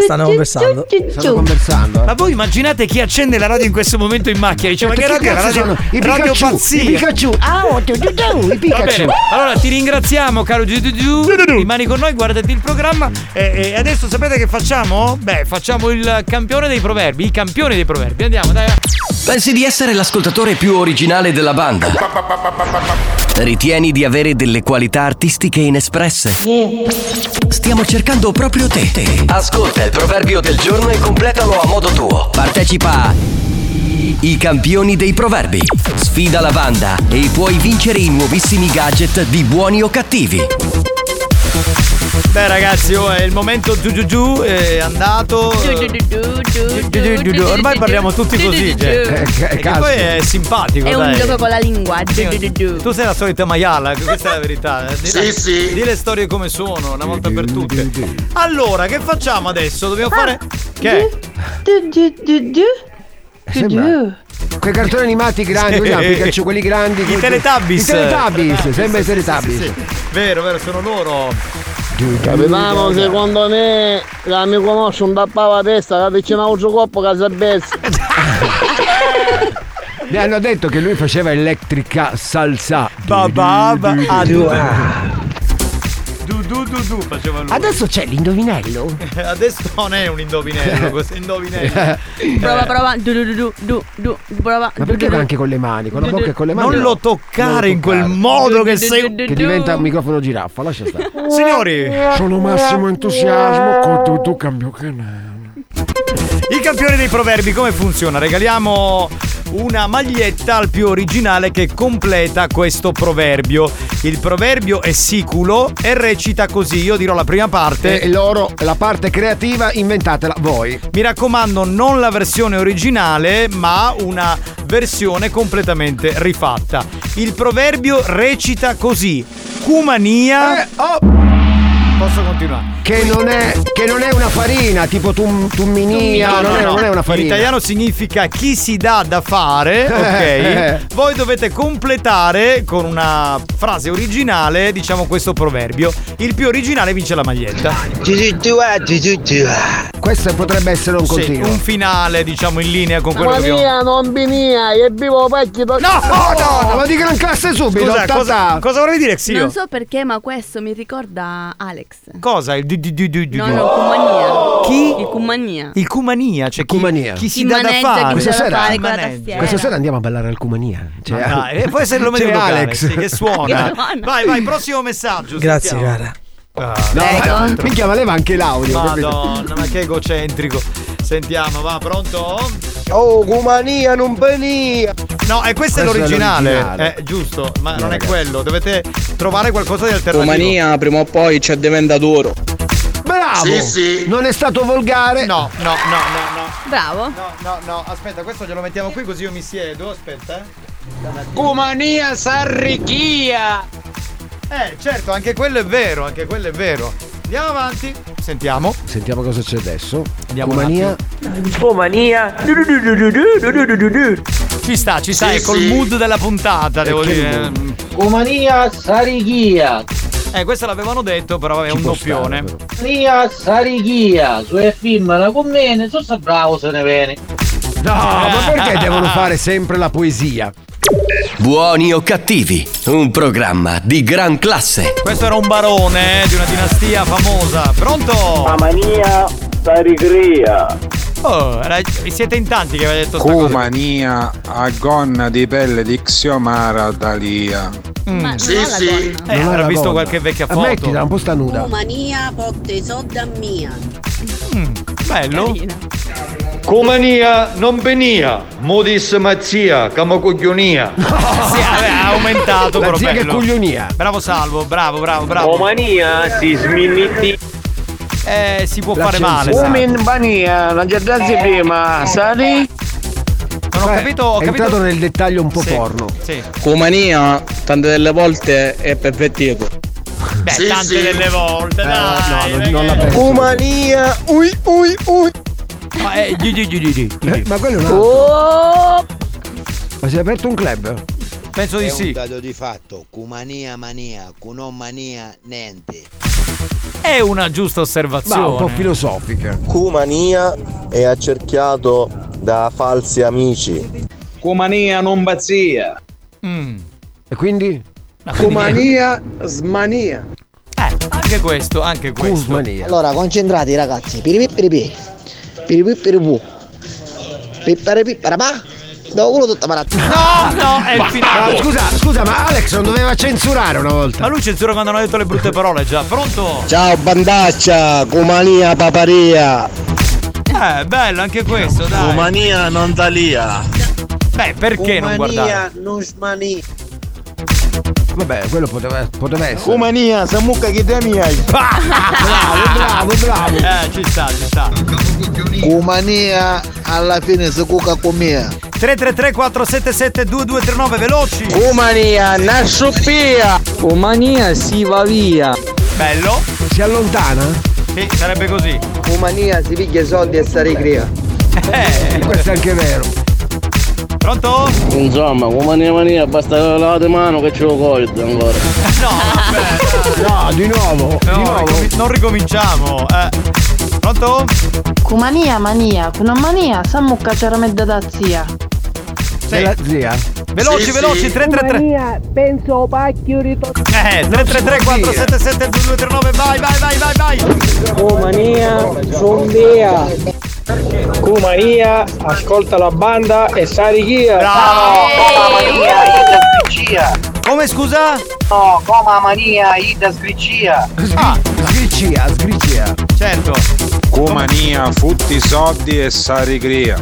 S43: Stanno conversando.
S9: Stanno conversando.
S42: Ma voi immaginate chi accende la radio in questo momento in macchina? Dice, ma che radio è? La radio,
S9: I
S42: radio
S9: Pikachu,
S42: pazzia.
S9: i Pikachu. Ah, oh, tu, tu, tu, i
S42: Va
S9: Pikachu.
S42: bene, allora ti ringraziamo caro Giudiu, rimani con noi, guardati il programma e, e adesso sapete che facciamo? Beh, facciamo il campione dei proverbi, i campioni dei proverbi, andiamo dai.
S3: Pensi di essere l'ascoltatore più originale della banda? Ritieni di avere delle qualità artistiche inespresse? Stiamo cercando proprio te. Ascolta il proverbio del giorno e completalo a modo tuo. Partecipa a I campioni dei proverbi. Sfida la banda e puoi vincere i nuovissimi gadget di buoni o cattivi.
S8: Beh ragazzi, oh, è il momento giù giù giù, è andato. Giù, giù, giù. Ormai parliamo tutti così,
S9: Eh,
S8: cioè. E che poi è simpatico,
S10: È un
S8: dai.
S10: gioco con la lingua.
S8: Tu sei la solita maiala, questa è la verità. Sì, sì. Di le storie come sono, una volta per tutte. Allora, che facciamo adesso? Dobbiamo
S9: Ah,
S8: fare. Che?
S9: Eh, Sembra- Quei cartoni animati grandi,
S8: Sì.
S9: quelli là, Pikachu, quelli grandi.
S8: I
S9: quelli-
S8: Teletubbies.
S9: I Teletubbies, sembra i
S8: Sì, sì, sì,
S9: Teletubbies.
S8: sì, sì. Vero, vero, sono loro.
S16: Capitano,
S8: cioè.
S16: secondo me l'amico nostro un tappava la testa, la vicina a un coppo che si è perso.
S9: Le hanno detto che lui faceva elettrica salsa.
S8: Bababa ah,
S9: adua.
S8: Du du du du faceva lui.
S45: Adesso c'è l'indovinello?
S8: Adesso non è un indovinello, questo è indovinello.
S10: Prova,
S8: Eh.
S10: prova. Du, du, du, du, du, du, prova.
S9: Ma perché va anche con le mani? Con la bocca e con le mani?
S8: Non
S9: no.
S8: lo toccare
S9: Non lo
S8: in quel modo che sei-
S9: Che diventa un microfono giraffa, lascia stare.
S8: Signori,
S9: Sono massimo entusiasmo con tutto cambio canale.
S8: I campioni dei proverbi come funziona? Regaliamo una maglietta al più originale che completa questo proverbio. Il proverbio è siculo e recita così. Io dirò la prima parte.
S9: E loro, la parte creativa, inventatela voi.
S8: Mi raccomando, non la versione originale, ma una versione completamente rifatta. Il proverbio recita così: Cumania.
S12: Eh, oh.
S8: Posso continuare?
S9: Che non è, che non è una farina, tipo tum, tumminia, non, è, non è una
S8: In
S9: farina.
S8: italiano significa chi si dà da fare, ok? Voi dovete completare con una frase originale, diciamo questo proverbio. Il più originale vince la maglietta.
S12: eh,
S9: Questo potrebbe essere un
S8: Sì,
S9: continuo.
S8: un finale, diciamo, in linea con quello
S16: Ma
S8: che abbiamo.
S16: mia, non binia, e vivo pecchi No,
S9: no, no, ma di gran classe subito,
S8: Scusa, cosa,
S9: tata.
S8: cosa vorrei dire, Xio?
S10: Non so perché, ma questo mi ricorda Alex.
S8: Cosa? Il di di di di di-
S10: No,
S8: di-
S10: no, Cumania.
S8: Chi?
S10: Il Cumania.
S8: Il cumania, cioè chi, chi si
S10: Chi
S8: dà da
S10: maneggia, chi
S8: fare.
S10: Questa dà da sera- fare con la
S8: Maneggia.
S10: tastiera.
S9: Questa sera andiamo a ballare al Cumania. Cioè,
S8: Ma dai, eh, può essere il nome di
S9: C'è
S8: un locale,
S9: Alex.
S8: sì, che suona. Vai, vai, prossimo messaggio.
S9: Grazie,
S8: sentiamo.
S9: cara.
S8: Ah,
S9: No, eh,
S8: altro.
S9: minchia, ma leva anche l'audio. capito?
S8: Madonna, ma che egocentrico. Sentiamo, va, pronto?
S9: Oh, Cumania, non venia.
S8: No, e questo,
S9: Questo
S8: è
S9: è
S8: l'originale.
S9: l'originale.
S8: Eh, giusto, ma non
S12: ragazzi.
S8: è quello. Dovete trovare qualcosa di alternativo.
S12: Romania prima o poi c'è diventato oro.
S8: Eh,
S9: Bravo!
S12: Sì,
S9: Non è stato volgare.
S8: No, no, no, no, no.
S10: Bravo.
S8: No, no, no, aspetta, questo glielo mettiamo qui così io mi siedo, aspetta. eh.
S12: Cumania s'arricchia.
S8: Eh, certo, anche quello è vero, anche quello è vero. Andiamo avanti. Sentiamo.
S9: Sentiamo cosa c'è adesso.
S8: Andiamo
S9: Cumania.
S8: Romania. Ci sta, ci sta,
S12: Sì,
S8: è col
S12: sì.
S8: mood della puntata, devo
S12: che
S8: dire.
S12: Cumania s'arricchia.
S8: Eh, questo l'avevano detto, però è un doppione.
S12: Cumania s'arricchia. Sue film la commene, sono stato bravo se ne viene.
S9: No,
S8: Ah,
S9: ma perché devono fare sempre la poesia?
S3: Buoni o cattivi, un programma di gran classe.
S8: Questo era un barone eh, di una dinastia famosa. Pronto?
S12: Cumania s'arricchia.
S8: Oh, era- siete in tanti che avete detto sta cosa.
S23: Cumania a gonna di pelle di Xiomara Dalia.
S8: Ma
S12: sì, sì.
S8: Mm. Eh,
S9: Non
S8: avrà
S9: era
S8: visto
S9: donna.
S8: qualche vecchia foto.
S9: Ammettila, un po' sta nuda.
S19: Romania porte sodda mia.
S8: Bello.
S2: Comania non venia, modis mazia, camacoglionia.
S8: Sì, vabbè, ha aumentato
S2: La
S8: però
S2: zia che
S8: bello.
S2: coglionia.
S8: Bravo Salvo, bravo, bravo, bravo.
S12: Omania si sminniti.
S8: Eh, si può fare male. sa.
S12: Umin bania, non c'è danzi prima, sali.
S8: Non ho
S9: Cioè,
S8: capito, ho
S9: è
S8: capito.
S9: entrato nel dettaglio un po'
S8: Sì,
S9: porno.
S8: Sì.
S16: Cumania tante delle volte è pervertito.
S8: Beh,
S16: Sì,
S8: tante
S16: sì.
S8: delle
S9: Eh,
S8: volte, dai.
S16: no, non- non
S8: perché-
S16: la penso.
S9: Umania, ui ui ui.
S8: Ma eh, gi- gi- gi- gi- gi- gi-
S9: Eh, Ma quello è
S12: Oh.
S9: un altro. Ma si è aperto un club?
S8: Penso di
S18: È
S8: sì.
S18: un dato di fatto, cumania mania, cunon mania niente.
S8: È una giusta osservazione.
S18: Ma un po'
S9: filosofica.
S12: Cumania è accerchiato da falsi amici.
S16: Cumania non pazzia.
S8: Mm.
S9: E quindi?
S8: Ah, Cumania
S16: smania.
S8: Eh, Anche questo, anche questo.
S12: Allora, concentrati ragazzi. Piripì piripì. Piripì piripù. Pippare pipparapà. Dopo culo tutta parata.
S8: No, no, è il finale.
S9: Ma ah, scusa, scusa, ma Alex non doveva censurare una volta.
S8: Ma lui censura quando hanno detto le brutte parole già. Pronto?
S12: Ciao bandaccia, cumania paparia.
S8: Eh, bello anche questo, dai.
S12: Cumania non talia.
S8: Beh, perché non guardare?
S12: non smania.
S9: Vabbè, quello poteva, poteva essere.
S12: Cumania, samucca che te miei.
S9: bravo, bravo,
S8: bravo. Eh, ci sta, ci sta.
S12: Cumania alla fine si cuca con mia.
S8: 333 477 2239 veloci.
S12: Cumania, nasciupia. Cumania si va via.
S8: Bello.
S9: Si allontana?
S8: Sì, sarebbe così.
S12: Cumania si piglia i soldi e si ricrea.
S8: Eh.
S9: Questo è anche vero.
S8: Pronto?
S16: Insomma, cumania mania, basta che lavate mano che ce lo coglio ancora.
S9: Ah, No, di nuovo.
S8: No, ricomi- non ricominciamo. Eh. Pronto?
S14: Cumania, mania, cunomania, sammucca c'era mezza da zia.
S9: Della zia?
S8: Veloci, veloci, 333.
S12: penso pacchio ritorno.
S8: Eh, 333 477 2239 vai, vai, vai, vai, vai.
S12: Cumania, zombia. Cumania, ascolta la banda e sali ghia.
S8: Bravo.
S12: scriccia.
S8: Come scusa?
S12: No, coma mania, ida scriccia.
S8: Ah,
S9: sgriccia, sgriccia.
S8: Certo.
S23: Cumania, futti soldi e sarigria.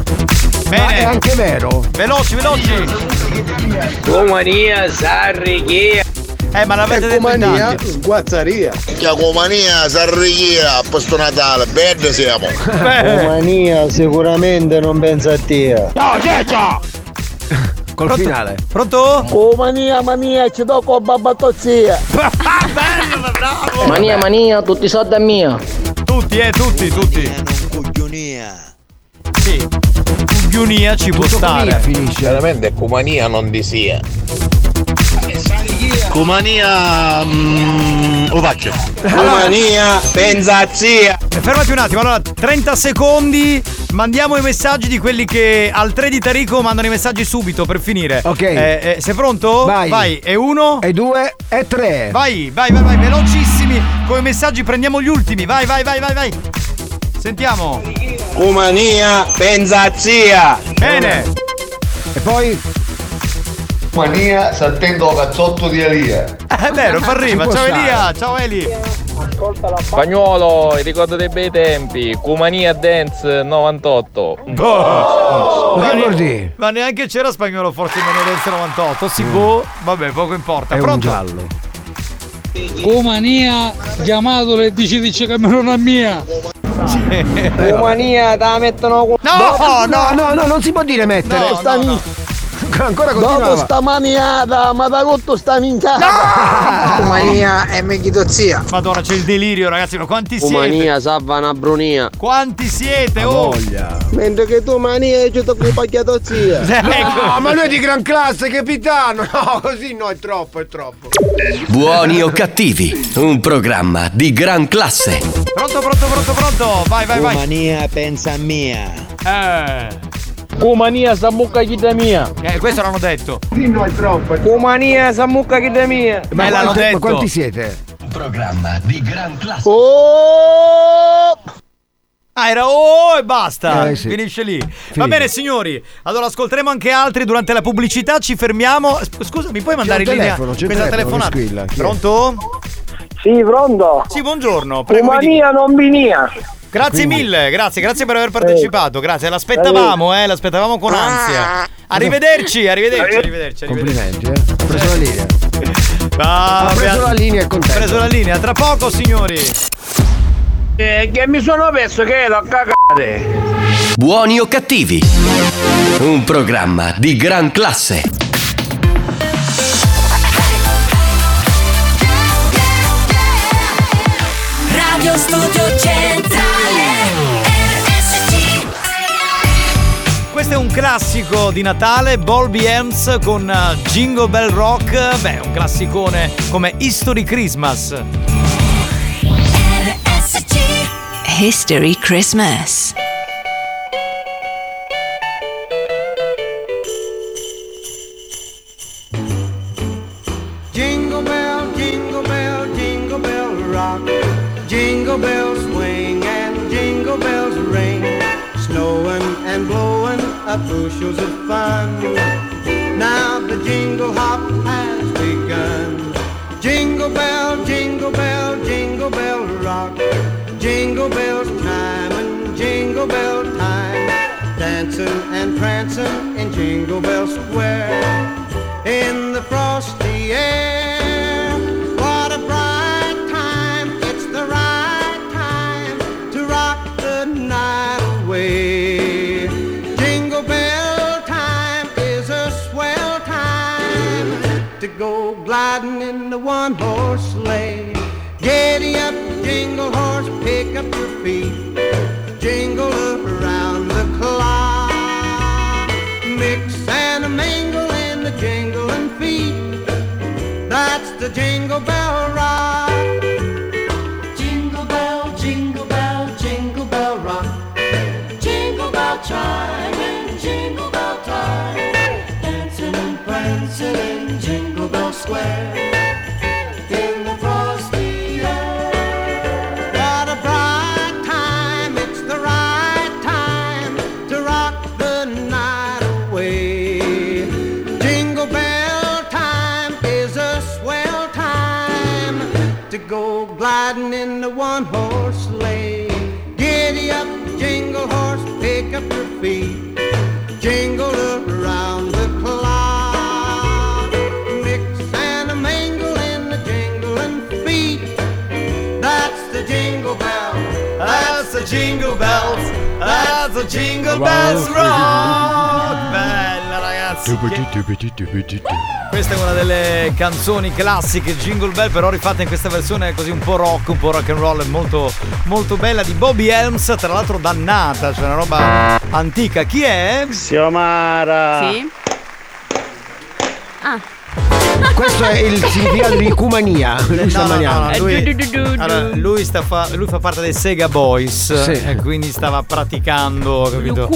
S9: Ma è anche vero.
S8: Veloci, veloci.
S12: Cumania, sarri ghia.
S8: Eh, ma l'avete
S12: detto
S9: Ecco,
S12: in tanti. sguazzaria.
S19: Chiacomania, Sarrichia, a posto Natale, bene siamo.
S8: Eh.
S12: Eh. Cumania sicuramente non pensa a te.
S9: No,
S8: cioè,
S9: dietro! Col
S12: Pronto?
S9: finale.
S8: Pronto?
S16: Oh,
S12: Cumania, mania, ci do con babatozzia.
S42: Mania, mania, tutti i soldi a mia.
S8: Tutti, eh, tutti, tutti. Sì. Cuglionia ci può stare.
S12: Veramente Cumania non di sia.
S8: Cumania. mm, Ovacchio.
S12: Cumania, pensa a zia.
S8: Eh, Fermati un attimo, allora 30 secondi, mandiamo i messaggi di quelli che al 3 di Tarico mandano i messaggi subito per finire. Ok. sei pronto?
S9: Vai.
S8: e uno.
S9: E due, e
S12: Eh.
S9: tre.
S8: Vai, vai, vai, vai, velocissimi. Con i messaggi prendiamo gli ultimi. Vai, vai, vai, vai, vai. Sentiamo.
S12: Cumania, pensa a zia.
S8: Bene.
S9: E poi?
S12: Cumania, s'attendo cazzotto di Elia.
S8: Eh, È vero, fa arriva.
S12: Ci può
S8: Ciao
S12: stare.
S8: Elia, ciao Eli.
S12: Spagnolo, ricordo dei bei tempi, Cumania Dance 98.
S8: Boh. Oh.
S9: Ma che vuol dire? Mm.
S8: Ma neanche c'era spagnolo forse in Menedenza 98. Si boh. Vabbè, poco importa.
S9: È un
S8: Pronto?
S9: giallo.
S12: Cumania, chiamato e dici dice che non è mia. Cumania, te la mettono con...
S9: no, no, no, no, non si può dire mettere.
S12: No,
S9: Sta- Ancora
S12: Dopo
S9: continuava.
S12: sta maniata, ma da cotto sta minchiata. Cumania è meghidozia.
S8: Madonna, c'è il delirio, ragazzi. Ma quanti siete?
S12: Cumania, Savana, Brunia.
S8: Quanti siete? Oh.
S12: Mentre che tu mania è giusto con pagliatozia.
S8: Ecco.
S9: No, ma lui è di gran classe, capitano. No, così no, è troppo, è troppo.
S3: Buoni o cattivi, un programma di gran classe.
S8: Pronto, pronto, pronto, pronto. Vai, vai, vai.
S12: Cumania pensa a mia.
S8: Eh.
S12: Cumania sammucca chi da mia.
S8: Eh, questo l'hanno detto.
S12: No, è troppo. Cumania sammucca chi da mia.
S9: Ma,
S8: l'hanno
S9: quanti,
S8: detto.
S9: ma quanti siete?
S3: Programma di gran classe.
S12: Oh!
S8: Ah, era oh e basta.
S9: Eh, sì.
S8: Finisce lì. Va bene, signori. Allora, ascolteremo anche altri durante la pubblicità. Ci fermiamo. S- Scusa, mi puoi mandare
S9: un
S8: in linea
S9: telefono, c'è un
S8: questa
S9: telefono che
S8: telefonata?
S9: squilla. Chi è?
S8: Pronto?
S12: Sì, pronto.
S8: Sì, buongiorno. Prego, mi dica.
S12: Cumania non vinia.
S8: Grazie
S12: Quindi-
S8: mille, grazie, grazie per aver partecipato. Grazie, l'aspettavamo, eh, l'aspettavamo con ansia. Arrivederci, arrivederci, arrivederci.
S9: Complimenti, eh. Ho preso la linea.
S8: Va
S9: Ha preso
S8: bene.
S9: la linea e contento.
S8: Preso la linea, tra poco, signori.
S40: Eh, che mi sono perso che ero a cagare.
S3: Buoni o cattivi? Un programma di gran classe.
S17: Radio Studio Centrale RSC
S8: Questo è un classico di Natale, Bolby Ems con eh, Jingle Bell Rock. Beh, un classicone come History Christmas.
S24: History Christmas.
S18: Jingle bell, jingle bell, jingle bell rock. Jingle bells swing and jingle bells ring. Snowing and blowing up bushels of fun. Now the jingle hop has begun. Jingle bell, jingle bell, jingle bell rock. Jingle bells time and jingle bell time. Dancing and prancing in Jingle Bell Square in the frosty air. What a bright time, it's the right time to rock the night away. Jingle bell time is a swell time to go gliding in the one horse sleigh. Giddy up, jingle horse, pick up your feet. Jingle around the clock. Mix and a mingle in the jingling feet. That's the jingle bell rock. Jingle bell, jingle bell, jingle bell rock. Jingle bell chime and jingle bell time. Dancing and prancing in Jingle Bell Square. In the frosty air. What a bright time, it's the right time to rock the night away. Jingle bell time is a swell time to go gliding in the one horse sleigh. Giddy up, jingle horse, pick up your feet. Jingle around the clock. Mix and a mingle in the jingling feet. That's the jingle bell. That's the jingle bells. That's the jingle bells rock.
S8: Bella ragazzi. Che- Questa è una delle canzoni classiche Jingle Bell, però rifatta in questa versione così un po' rock, un po' rock and roll, molto, molto bella di Bobby Helms, tra l'altro dannata, cioè una roba antica. Chi è? Xiomara.
S10: Sì. Ah.
S9: Questo è Cioè, il significato di Cumania. Lui sta
S8: No, no, no,
S9: maniando.
S8: no,
S9: Lui-
S8: lui, allora, lui sta fa, lui fa parte dei Sega Boys eh,
S9: Sì.
S8: e quindi stava praticando, capito?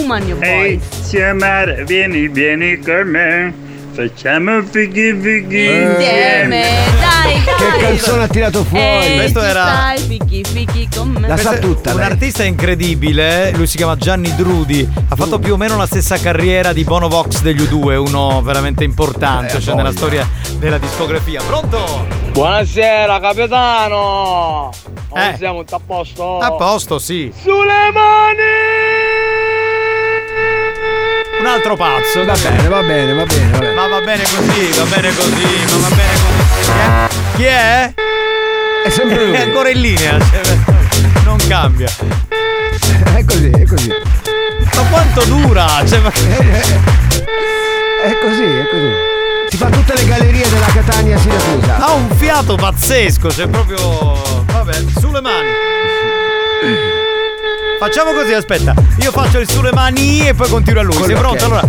S15: Ehi, Xiomara, vieni, vieni con me. Facciamo fighi fighi
S10: Insieme, dai, dai.
S9: Che canzone ha tirato fuori?
S10: Ehi,
S8: Questo
S10: ci
S8: era-
S10: Eh, Stai, fichi, fichi con me.
S8: Questo è Un artista incredibile, eh? lui si chiama Gianni Drudi, ha fatto più o meno la stessa carriera di Bono Vox degli U2, uno veramente importante,
S7: Eh,
S8: cioè
S7: voglia.
S8: nella storia della discografia. Pronto?
S7: Buonasera capitano! Oggi siamo tutti a posto!
S8: Eh. A posto, sì.
S7: Sulle mani!
S8: Un altro pazzo. Va bene,
S9: va bene, va bene, va bene.
S8: Ma va bene così, va bene così, ma va bene così. Eh? Chi è?
S9: È sempre lui.
S8: È ancora in linea. cioè, Non cambia.
S9: È così, è così.
S8: Ma quanto dura? Cioè, ma...
S9: È così, è così. Si fa tutte le gallerie della Catania a Siracusa.
S8: Ha un fiato pazzesco, cioè proprio. Vabbè, sulle mani. Facciamo così, aspetta. Io faccio il sulle mani e poi continuo a lui. Sei
S7: ok.
S8: pronto? Allora.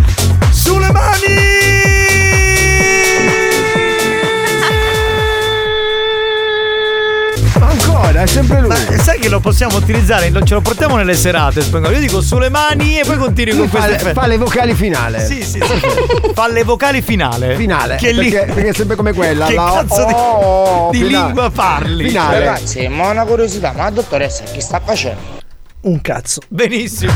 S8: Sulle mani!
S9: Ancora, è sempre lui.
S8: sai che lo possiamo utilizzare, lo- ce lo portiamo nelle serate spagnolo. Io dico sulle mani e poi continui
S9: Lui
S8: con
S9: fa,
S8: queste
S9: le, fa le vocali finale.
S8: Sì, sì, sì. fa le vocali finale.
S9: Finale.
S8: Che lì.
S9: perché, perché è sempre come quella.
S8: Che
S9: la-
S8: cazzo di-
S9: oh,
S8: di
S9: finale.
S8: lingua parli?
S9: Finale.
S43: Ragazzi, ma una curiosità, ma la dottoressa che sta facendo?
S9: Un cazzo.
S8: Benissimo.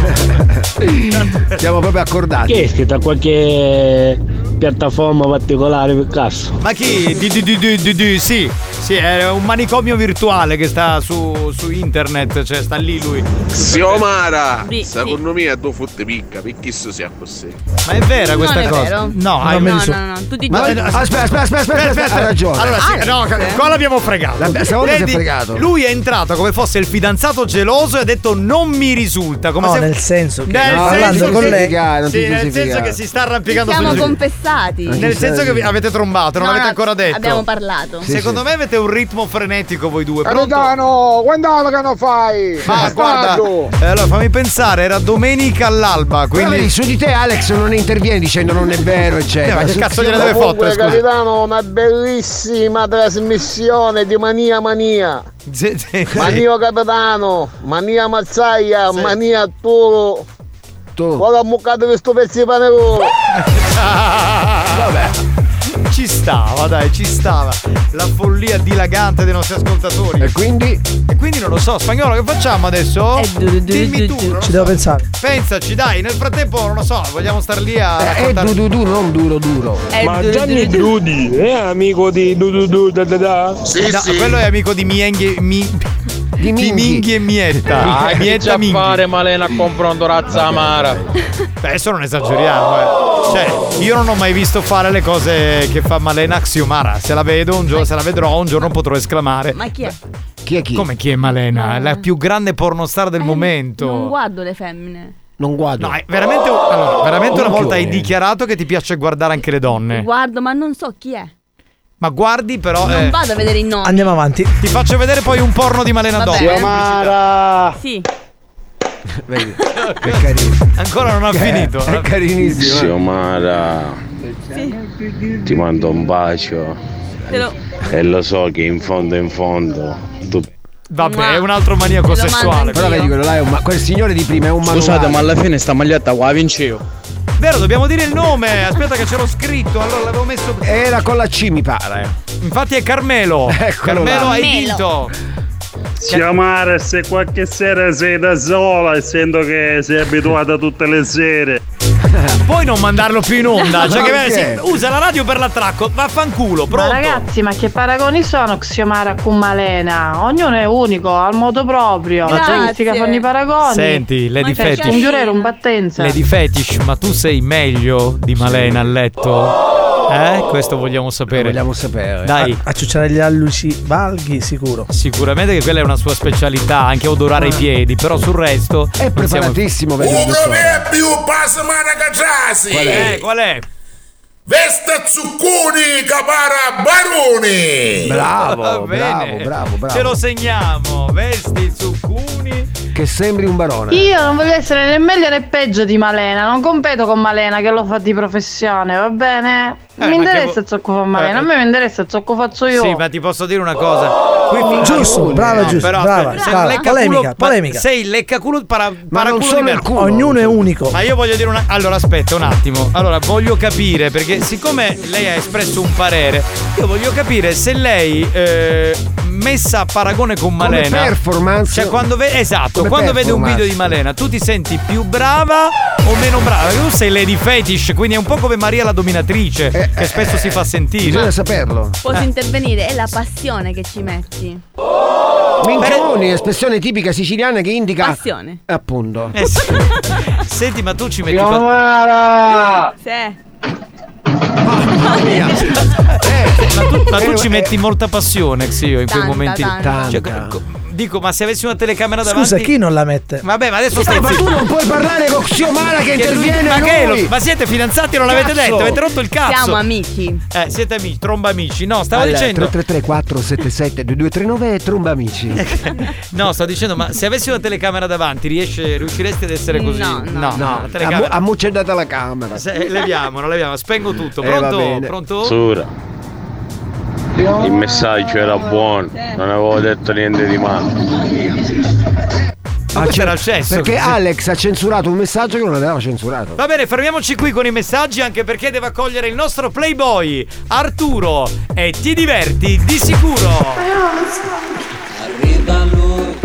S9: Siamo proprio accordati.
S5: Che è scritta qualche
S45: piattaforma particolare per caso.
S8: Ma chi? Di, di, di, di, di, di- sì. Sì, è un manicomio virtuale che sta su, su internet, cioè sta lì lui.
S44: Siomara, secondo me è tu fotte picca, perché questo sia così.
S8: Ma è vera questa
S44: Non è
S8: cosa?
S44: vero.
S8: No,
S44: No,
S8: hai- eh,
S44: no, no, no, tutti i Ma-
S12: eh,
S44: giorni. aspetta, aspetta, aspetta, aspetta, aspetta,
S9: hai ragione.
S8: Allora, sì,
S9: Alex,
S8: Ah, no,
S9: eh?
S8: qua l'abbiamo fregato.
S9: La- questa volta si è
S8: Vedi,
S9: fregato.
S8: Lui è entrato come fosse il fidanzato geloso e ha detto non mi risulta. Come
S4: No,
S8: se...
S4: nel senso che-
S8: Nel
S4: No,
S8: senso
S4: parlando con
S8: che-
S4: lei. Non ti
S8: Sì, nel senso
S4: giustificare.
S8: che si sta arrampicando
S10: Siamo
S8: sul-
S10: confessati.
S8: Nel senso che vi- avete trombato, non
S10: No,
S8: l'avete
S10: no,
S8: ancora detto.
S10: Abbiamo parlato.
S8: Secondo me avete un ritmo frenetico voi due. Però...
S5: Capitano, quando che non fai?
S8: Ma guarda, eh, allora fammi pensare, era domenica all'alba,
S9: Quindi
S8: quindi
S9: su di te Alex non interviene dicendo non è vero, eccetera.
S8: Eh, ma che
S9: Su-
S8: cazzo gliene deve
S5: Comunque,
S9: Comunque, capitano-
S5: capitano, una bellissima trasmissione di mania mania. Mania capitano, mania mazzaia, mania toro. Ora muccate questo pezzo di pane loro.
S8: Vabbè. ci stava, dai, ci stava. La follia dilagante dei nostri ascoltatori. E
S9: quindi?
S8: E quindi non lo so, spagnolo, che facciamo adesso? Dimmi tu. non lo
S4: Ci
S8: so.
S4: devo pensare.
S8: Pensaci, dai, nel frattempo, non lo so, vogliamo star lì a.
S9: Eh, è
S8: raccontare-
S9: du du du, non duro duro.
S8: Ma Gianni
S9: Drudi è amico di du du du da da da.
S8: Eh, no, quello è amico di Mienghi. Mi... Di Minghi. e Mietta.
S46: Ah,
S8: Ah,
S46: che
S8: Mietta
S46: c'ha
S8: Minghi.
S46: fare Malena comprando razza amara?
S8: Beh, adesso non esageriamo, eh. Cioè, io non ho mai visto fare le cose che fa Malena Axiomara. Se la vedo un giorno, se la vedrò un giorno potrò esclamare.
S10: Ma chi è?
S9: Chi è chi?
S8: Come chi è Malena? È La più grande pornostar
S10: Eh,
S8: del momento.
S10: Non guardo le femmine.
S9: Non guardo. Oh,
S8: No, è veramente, allora, veramente una
S9: Non
S8: volta hai
S9: chiude.
S8: dichiarato che ti piace guardare anche le donne.
S10: Guardo, ma non so chi è.
S8: Ma guardi però.
S10: Non
S8: eh,
S10: vado a vedere i nomi.
S8: Andiamo avanti. Ti faccio vedere poi un porno di Malena
S10: Vabbè.
S8: Donna.
S10: Xiomara! Sì.
S9: Vedi, che carino.
S8: Ancora non ha
S9: Che-
S8: finito. eh.
S9: È carinissimo. eh.
S16: Xiomara, ti mando un bacio
S10: Te lo,
S16: e lo so che in fondo in fondo tu
S8: Vabbè, è un altro maniaco sessuale. eh.
S9: Però vedi quello là è un ma- quel signore di prima è un manuale.
S16: Scusate, ma alla fine sta maglietta qua vince io.
S8: Vero, dobbiamo dire il nome. Eh. Aspetta che ce l'ho scritto. Allora l'avevo messo.
S9: Era con la C mi pare.
S8: Infatti è Carmelo. Carmelo
S15: là.
S8: hai
S15: Carmelo.
S8: vinto.
S15: Chiamare se qualche
S42: é
S15: sera sei da sola, essendo che sei abituata tutte le sere.
S8: Poi non mandarlo più in onda. Cioè, che
S15: Ma perché?
S8: sì, usa la radio per l'attracco. Vaffanculo,
S14: Ma
S8: pronto.
S14: ragazzi, ma che paragoni sono Xiomara con Malena? Ognuno è unico, al modo proprio.
S8: Ma
S14: Cioè,
S8: Grazie.
S14: che si fanno i paragoni.
S8: Senti, Lady
S14: Ma c'è
S8: Fetish.
S14: Un giurero, un battenza.
S8: Lady Fetish, ma tu sei meglio di Malena a letto? Eh? Questo vogliamo sapere. vogliamo
S9: sapere.
S8: Dai.
S4: A, a ciucciare gli alluci valghi, sicuro.
S8: Sicuramente che quella è una sua specialità, anche odorare i piedi, però sul resto. È
S9: Ah. preparatissimo
S8: vedete.
S9: per
S44: Più passa manacacciasi!
S8: Qual è? Eh, Qual è?
S44: Vesta zucconi capara baroni!
S9: Bravo,
S8: bene.
S9: bravo, bravo, bravo.
S8: Ce lo segniamo, vesti zuccuni.
S9: Che sembri un barone.
S14: Io non voglio essere né meglio né peggio di Malena, non competo con Malena che lo fa di professione, va bene? Non
S8: Eh,
S14: mi
S8: ma che
S14: interessa
S8: vo-
S14: il zocco fa Malena, a me Oh, mi interessa il zocco faccio io.
S8: Eh, Sì, ma ti posso dire una cosa. Qui finta-
S4: Giusto, brava, giusto,
S8: però,
S4: brava,
S8: sei un
S4: brava.
S8: leccaculo-
S4: Polemica,
S8: ma
S4: polemica.
S8: Sei il leccaculo para, paraculo di merda.
S4: Ognuno è unico.
S8: Ma io voglio dire una. Allora, aspetta un attimo. Allora, voglio capire, perché siccome lei ha espresso un parere, io voglio capire se lei. eh, messa a paragone con
S9: Come
S8: Malena.
S9: performance.
S8: Cioè, quando ve- esatto,
S9: Come
S8: quando vede un
S9: performance.
S8: video di Malena, tu ti senti più brava o meno brava? Perché Tu sei Lady Fetish, quindi è un po' come Maria la dominatrice, che spesso si fa sentire.
S9: Eh, Bisogna saperlo.
S10: posso
S8: Eh.
S10: intervenire, è la passione che ci metti.
S9: Minchioni, espressione tipica siciliana che indica. Passione. Appunto.
S8: Eh sì. Senti, ma tu ci metti.
S9: Xiomara!
S10: Sì.
S8: Ma tu, Ah, ma tu
S9: Eh,
S8: ci
S9: eh.
S8: metti molta passione, Xio, in quei
S4: Tanta,
S8: momenti.
S4: tanta.
S8: Cioè, co- dico, ma se avessi una telecamera davanti.
S4: Scusa, chi non la mette?
S8: Vabbè, ma adesso
S4: Eh,
S8: stai
S4: ma
S8: zitto.
S4: tu non puoi
S9: parlare con Xiomara che interviene
S8: Ma che
S9: lui.
S8: lo- Ma siete fidanzati o non l'avete
S9: Cazzo.
S8: detto? Avete rotto il cazzo.
S10: Siamo amici.
S8: Eh, siete amici, tromba amici. No, stavo
S9: Allora,
S8: dicendo.
S9: 333 477 2239 e tromba amici.
S8: Eh, No, stavo dicendo, ma se avessi una telecamera davanti, riesce, riusciresti ad essere così?
S9: No,
S8: no.
S9: no.
S8: la
S9: A, mo-
S8: telecamera.
S9: a mo c'è data la camera.
S8: Se- leviamo, non leviamo, spengo tutto.
S9: Eh, va
S8: Pronto?
S9: bene.
S8: Pronto?
S16: Sura. Il messaggio era buono, non avevo detto niente di male.
S8: Ma questo era il cesso.
S9: Perché
S8: Sì.
S9: Alex ha censurato un messaggio che non aveva censurato.
S8: Va bene, fermiamoci qui con i messaggi anche perché devo accogliere il nostro playboy Arturo e ti diverti di sicuro.
S46: Arriva lui.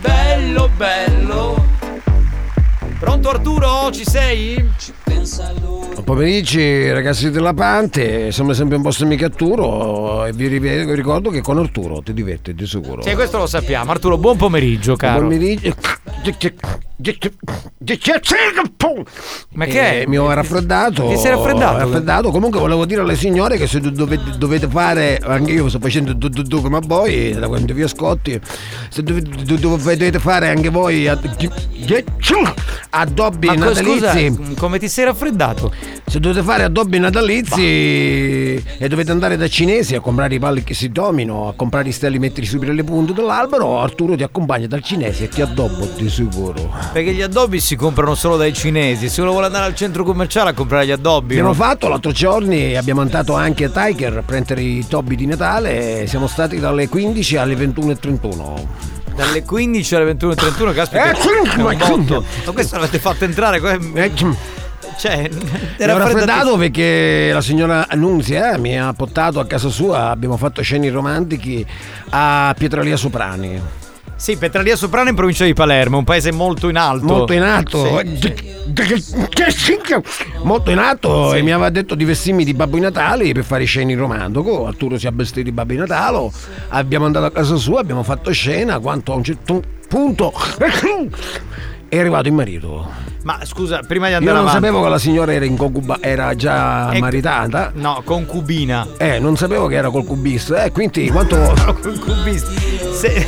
S46: Bello, bello.
S8: Pronto Arturo? Ci sei?
S42: Ah.
S9: Pomeriggi ragazzi della Pante, siamo sempre in vostro amico Arturo e vi ri- vi ricordo che con Arturo ti diverti di sicuro.
S42: Sì, questo lo sappiamo. Arturo, buon pomeriggio, caro.
S9: Buon pomeriggio.
S42: Ma che è?
S9: Eh, Mi ho raffreddato.
S42: Ti sei raffreddato?
S9: raffreddato. Comunque volevo dire alle signore che se do- dovete, dovete fare, anche io sto facendo du- du- du come a voi, da quando vi ascolti, se dovete, du- du- dovete fare anche voi a- addobbi
S42: Ma co-
S9: natalizi.
S42: scusa, come ti sei raffreddato?
S9: Se dovete fare addobbi natalizi e dovete andare da cinesi a comprare i palli che si domino, a comprare i steli metterli sopra le punte dell'albero, Arturo ti accompagna dal cinese e ti addobbo di sicuro.
S8: Perché gli addobbi si comprano solo dai cinesi. Se uno vuole andare al centro commerciale a comprare gli addobbi.
S9: Abbiamo
S8: no?
S9: fatto l'altro giorno e abbiamo andato anche a Tiger a prendere i tobbi di Natale. Siamo stati dalle 15 alle 21.31.
S8: Dalle 15 alle 21.31, caspita.
S9: Eh,
S8: è
S9: ma- Eh,
S8: un botto. Ma questo l'avete fatto entrare. qua- Cioè,
S9: Era
S8: era
S9: raffreddato perché la signora Annunzia mi ha portato a casa sua, abbiamo fatto sceni romantici a Pietralia Soprani.
S8: Sì, Petralia Soprano in provincia di Palermo, un paese molto in alto.
S9: Molto in alto. Eh,
S8: Sì.
S9: Molto in alto e mi aveva detto di vestirmi di Babbo Natale per fare scene in romantico. Arturo si è vestito di Babbo Natale, abbiamo andato a casa sua, abbiamo fatto scena, quanto a un certo punto è arrivato il marito.
S8: Ma scusa, prima di
S9: Io
S8: andare
S9: non
S8: avanti.
S9: sapevo che la signora era in concuba, era già
S8: Ecco.
S9: maritata.
S8: No, concubina.
S9: Eh, non sapevo che era col cubista, eh, quindi quanto,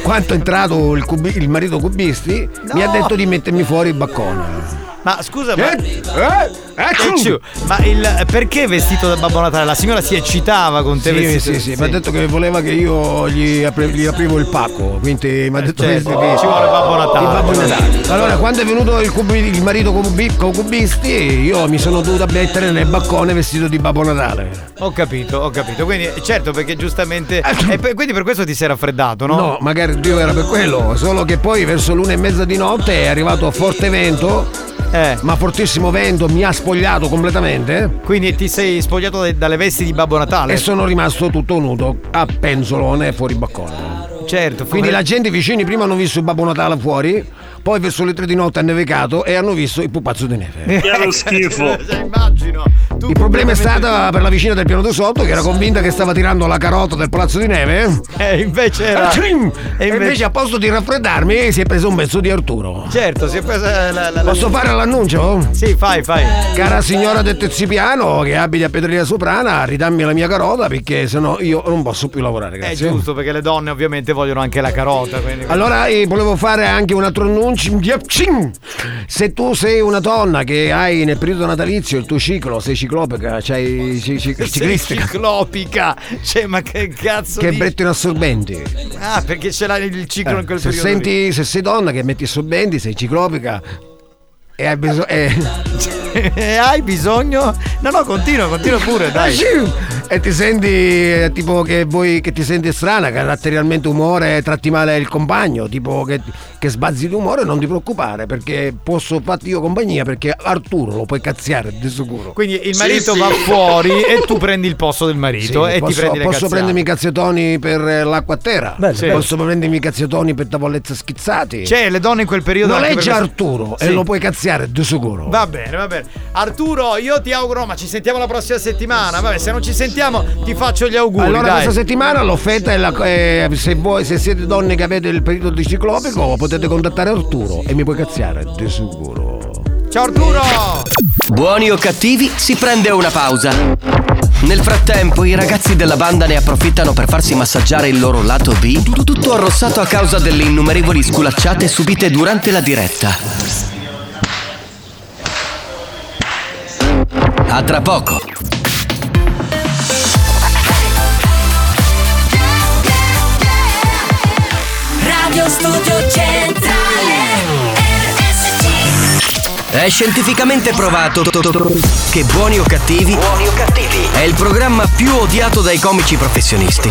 S9: quanto è entrato il, cubi- il marito cubisti mi ha
S8: No.
S9: detto di mettermi fuori il baccone.
S8: Ma scusa, ma.
S9: Eh, eh, ecco.
S8: Ecciu, Ma il perché vestito da Babbo Natale? La signora si eccitava con te
S9: Sì,
S8: vestito.
S9: sì, sì, mi ha detto che voleva che io gli, apri- gli aprivo il pacco, quindi mi ha detto che- che
S8: Eh, certo. ci vuole Babbo Natale.
S9: Il Babbo Natale. Allora, quando è venuto il, cubi- il marito cubi- con cubisti, io mi sono dovuta mettere nel baccone vestito di Babbo Natale.
S8: Ho capito, ho capito. Quindi, certo, perché giustamente. e per- quindi per questo ti sei raffreddato, no?
S9: No, magari Dio era per quello, solo che poi verso l'una e mezza di notte è arrivato forte vento,
S8: Eh.
S9: ma fortissimo vento mi ha spogliato completamente
S8: Quindi ti sei spogliato dai- dalle vesti di Babbo Natale.
S9: e sono rimasto tutto nudo a penzolone fuori baccone.
S8: Certo,
S9: Quindi
S8: come-
S9: la gente vicini prima hanno visto il Babbo Natale fuori, poi verso le tre di notte ha nevicato e hanno visto il pupazzo di neve.
S8: Che lo schifo. Cioè, Immagino.
S9: Il problema è stato per la vicina del piano di sotto che era convinta che stava tirando la carota del palazzo di neve.
S8: E Eh, invece era-
S9: E invece,
S8: e invece
S9: a posto di raffreddarmi si è preso un pezzo di Arturo.
S8: Certo, si è presa la, la- la-
S9: Posso fare l'annuncio?
S8: Sì, fai, fai.
S9: Cara signora del Terzipiano che abiti a Pietrina Soprana, ridammi la mia carota perché sennò io non posso più lavorare,
S8: È
S9: grazie.
S8: giusto perché le donne ovviamente vogliono anche la carota. Quindi...
S9: Allora eh, volevo fare anche un altro annuncio. Se tu sei una donna che hai nel periodo natalizio il tuo ciclo, sei ciclopica, c'hai ci- ci- ciclistica,
S8: Ciclopica. Cioè, ma che cazzo
S9: che
S8: dici?
S9: bretti in assorbenti.
S8: Ah, perché ce l'ha il ciclo in
S9: Eh,
S8: quel
S9: se,
S8: periodo. lì.
S9: senti, se sei donna che metti assorbenti, sei ciclopica e hai eh. bisogno...
S8: e hai bisogno? No, no, continua, continua pure, dai.
S9: Eh, E ti senti eh, tipo che vuoi che ti senti strana, caratterialmente umore, tratti male il compagno, tipo che, che sbazzi d'umore, non ti preoccupare perché posso farti io compagnia perché Arturo lo puoi cazziare di sicuro.
S8: Quindi il
S9: Sì,
S8: marito
S9: sì.
S8: va fuori e tu prendi il posto del marito
S9: Sì,
S8: e ti
S9: posso,
S8: prendi le
S9: posso
S8: cazzate.
S9: prendermi i cazzettoni per eh, l'acqua a terra,
S8: Bello,
S9: Sì.
S8: bello.
S9: posso prendermi i cazzettoni per tavolezze schizzate.
S8: Cioè, le donne in quel periodo.
S9: Lo
S8: anche
S9: leggi
S8: per-
S9: Arturo e
S8: Sì.
S9: lo puoi cazziare di sicuro.
S8: Va bene, va bene. Arturo, io ti auguro, ma ci sentiamo la prossima settimana. Vabbè, se non ci sentiamo, ti faccio gli auguri.
S9: Allora
S8: dai.
S9: questa settimana l'offerta è la, eh, se voi se siete donne che avete il periodo di ciclopico potete contattare Arturo e mi puoi cazziare di sicuro.
S8: Ciao Arturo!
S3: Buoni o cattivi, si prende una pausa. Nel frattempo i ragazzi della banda ne approfittano per farsi massaggiare il loro lato B, tut- tutto arrossato a causa delle innumerevoli sculacciate subite durante la diretta. A tra poco.
S17: Radio Studio Centrale
S3: È scientificamente provato to- to- to- che Buoni o cattivi è il programma più odiato dai comici professionisti.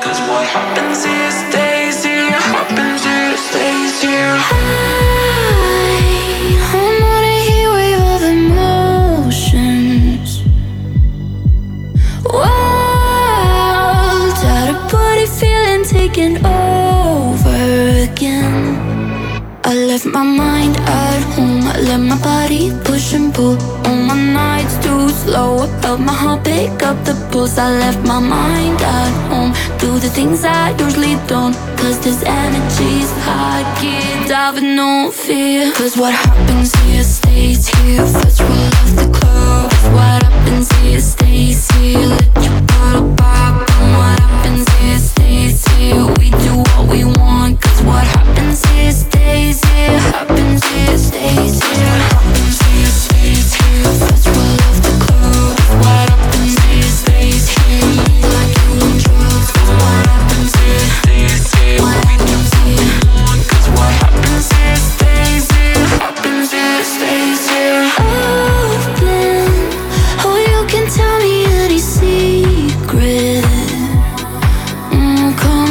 S17: Cause what happens here stays taking over again. I left my mind at home. I let my body push and pull. All my nights too slow. I felt my heart pick up the pulse. I left my mind at home. Do the things I usually don't. Cause this energy's high. Get out with no fear. Cause what happens here stays here. First rule of the club. What happens here stays here. Let your bottle pop. And what happens here stays here. We do what we want. Cause what happens here stays here. Happens here stays here. Happens here stays here. First rule of the club. What happens here stays here. Like you on drugs. What happens here stays here. What happens here? Cause what happens here stays here. Happens here stays here. Open. Oh, you can tell me any secret. Mm, come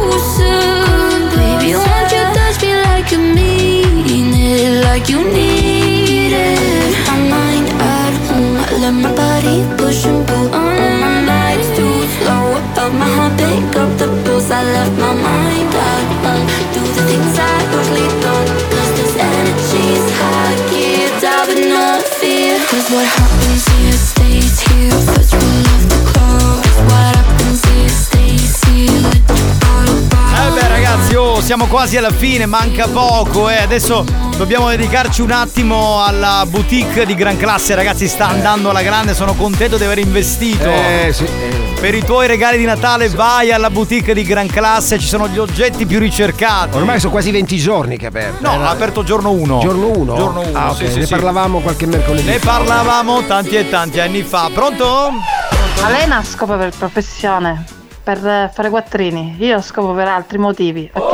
S17: closer, baby. Won't you touch me like you mean it, like you need it? My mind at home, I let my body push and pull. On my nights too slow, I felt my heart pick up the pulse. I left my mind at home, do the things I usually don't. 'Cause this energy's high, get out with no fear. 'Cause what happens here stays here. First rule of the club is what happens here stays here. Let your bottle
S8: Eh beh ragazzi, oh, siamo quasi alla fine, manca poco eh. Adesso dobbiamo dedicarci un attimo alla boutique di gran classe, ragazzi, sta andando alla grande, sono contento di aver investito.
S9: Eh, sì,
S8: Per i tuoi regali di Natale vai alla boutique di gran classe, ci sono gli oggetti più ricercati.
S9: Ormai sono quasi 20 giorni che è aperto.
S8: No, ha aperto giorno 1.
S9: Giorno 1?
S8: Giorno 1.
S9: Ah, ok,
S8: sì, sì,
S9: ne
S8: sì.
S9: parlavamo qualche mercoledì.
S8: Ne
S9: fa.
S8: parlavamo tanti e tanti anni fa. Pronto? ecco.
S14: Ma lei non ha scopo per professione, per eh, fare quattrini. Io ho scopo per altri motivi, ok?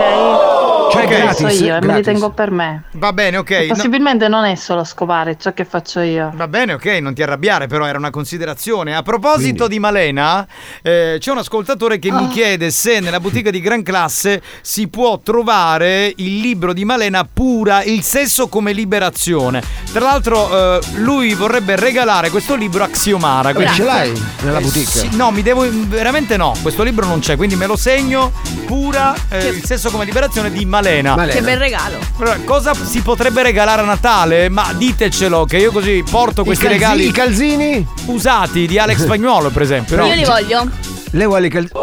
S8: Cioè,
S14: Ho
S8: gratis,
S14: deciso io e me li
S8: gratis.
S14: tengo per me.
S8: Va bene, ok.
S14: E
S8: no-
S14: possibilmente non è solo scopare ciò che faccio io.
S8: Va bene, ok, non ti arrabbiare, però era una considerazione. A proposito di Malena, eh, c'è un ascoltatore che mi chiede se nella bottega di gran classe si può trovare il libro di Malena Pura, Il sesso come liberazione. Tra l'altro, eh, lui vorrebbe regalare questo libro a Xiomara. quindi-
S9: ce l'hai nella
S8: Eh,
S9: boutique?
S8: sì, no, mi devo. Veramente no, questo libro non c'è, quindi me lo segno. Pura, eh, Il sesso come liberazione di Malena.
S10: Che bel regalo.
S8: Allora, cosa si potrebbe regalare a Natale? Ma ditecelo che io così porto questi
S9: calzi-
S8: regali.
S9: i calzini?
S8: Usati di Alex Spagnuolo, per esempio. no?
S10: Io li voglio.
S9: Lei vuole i calzini?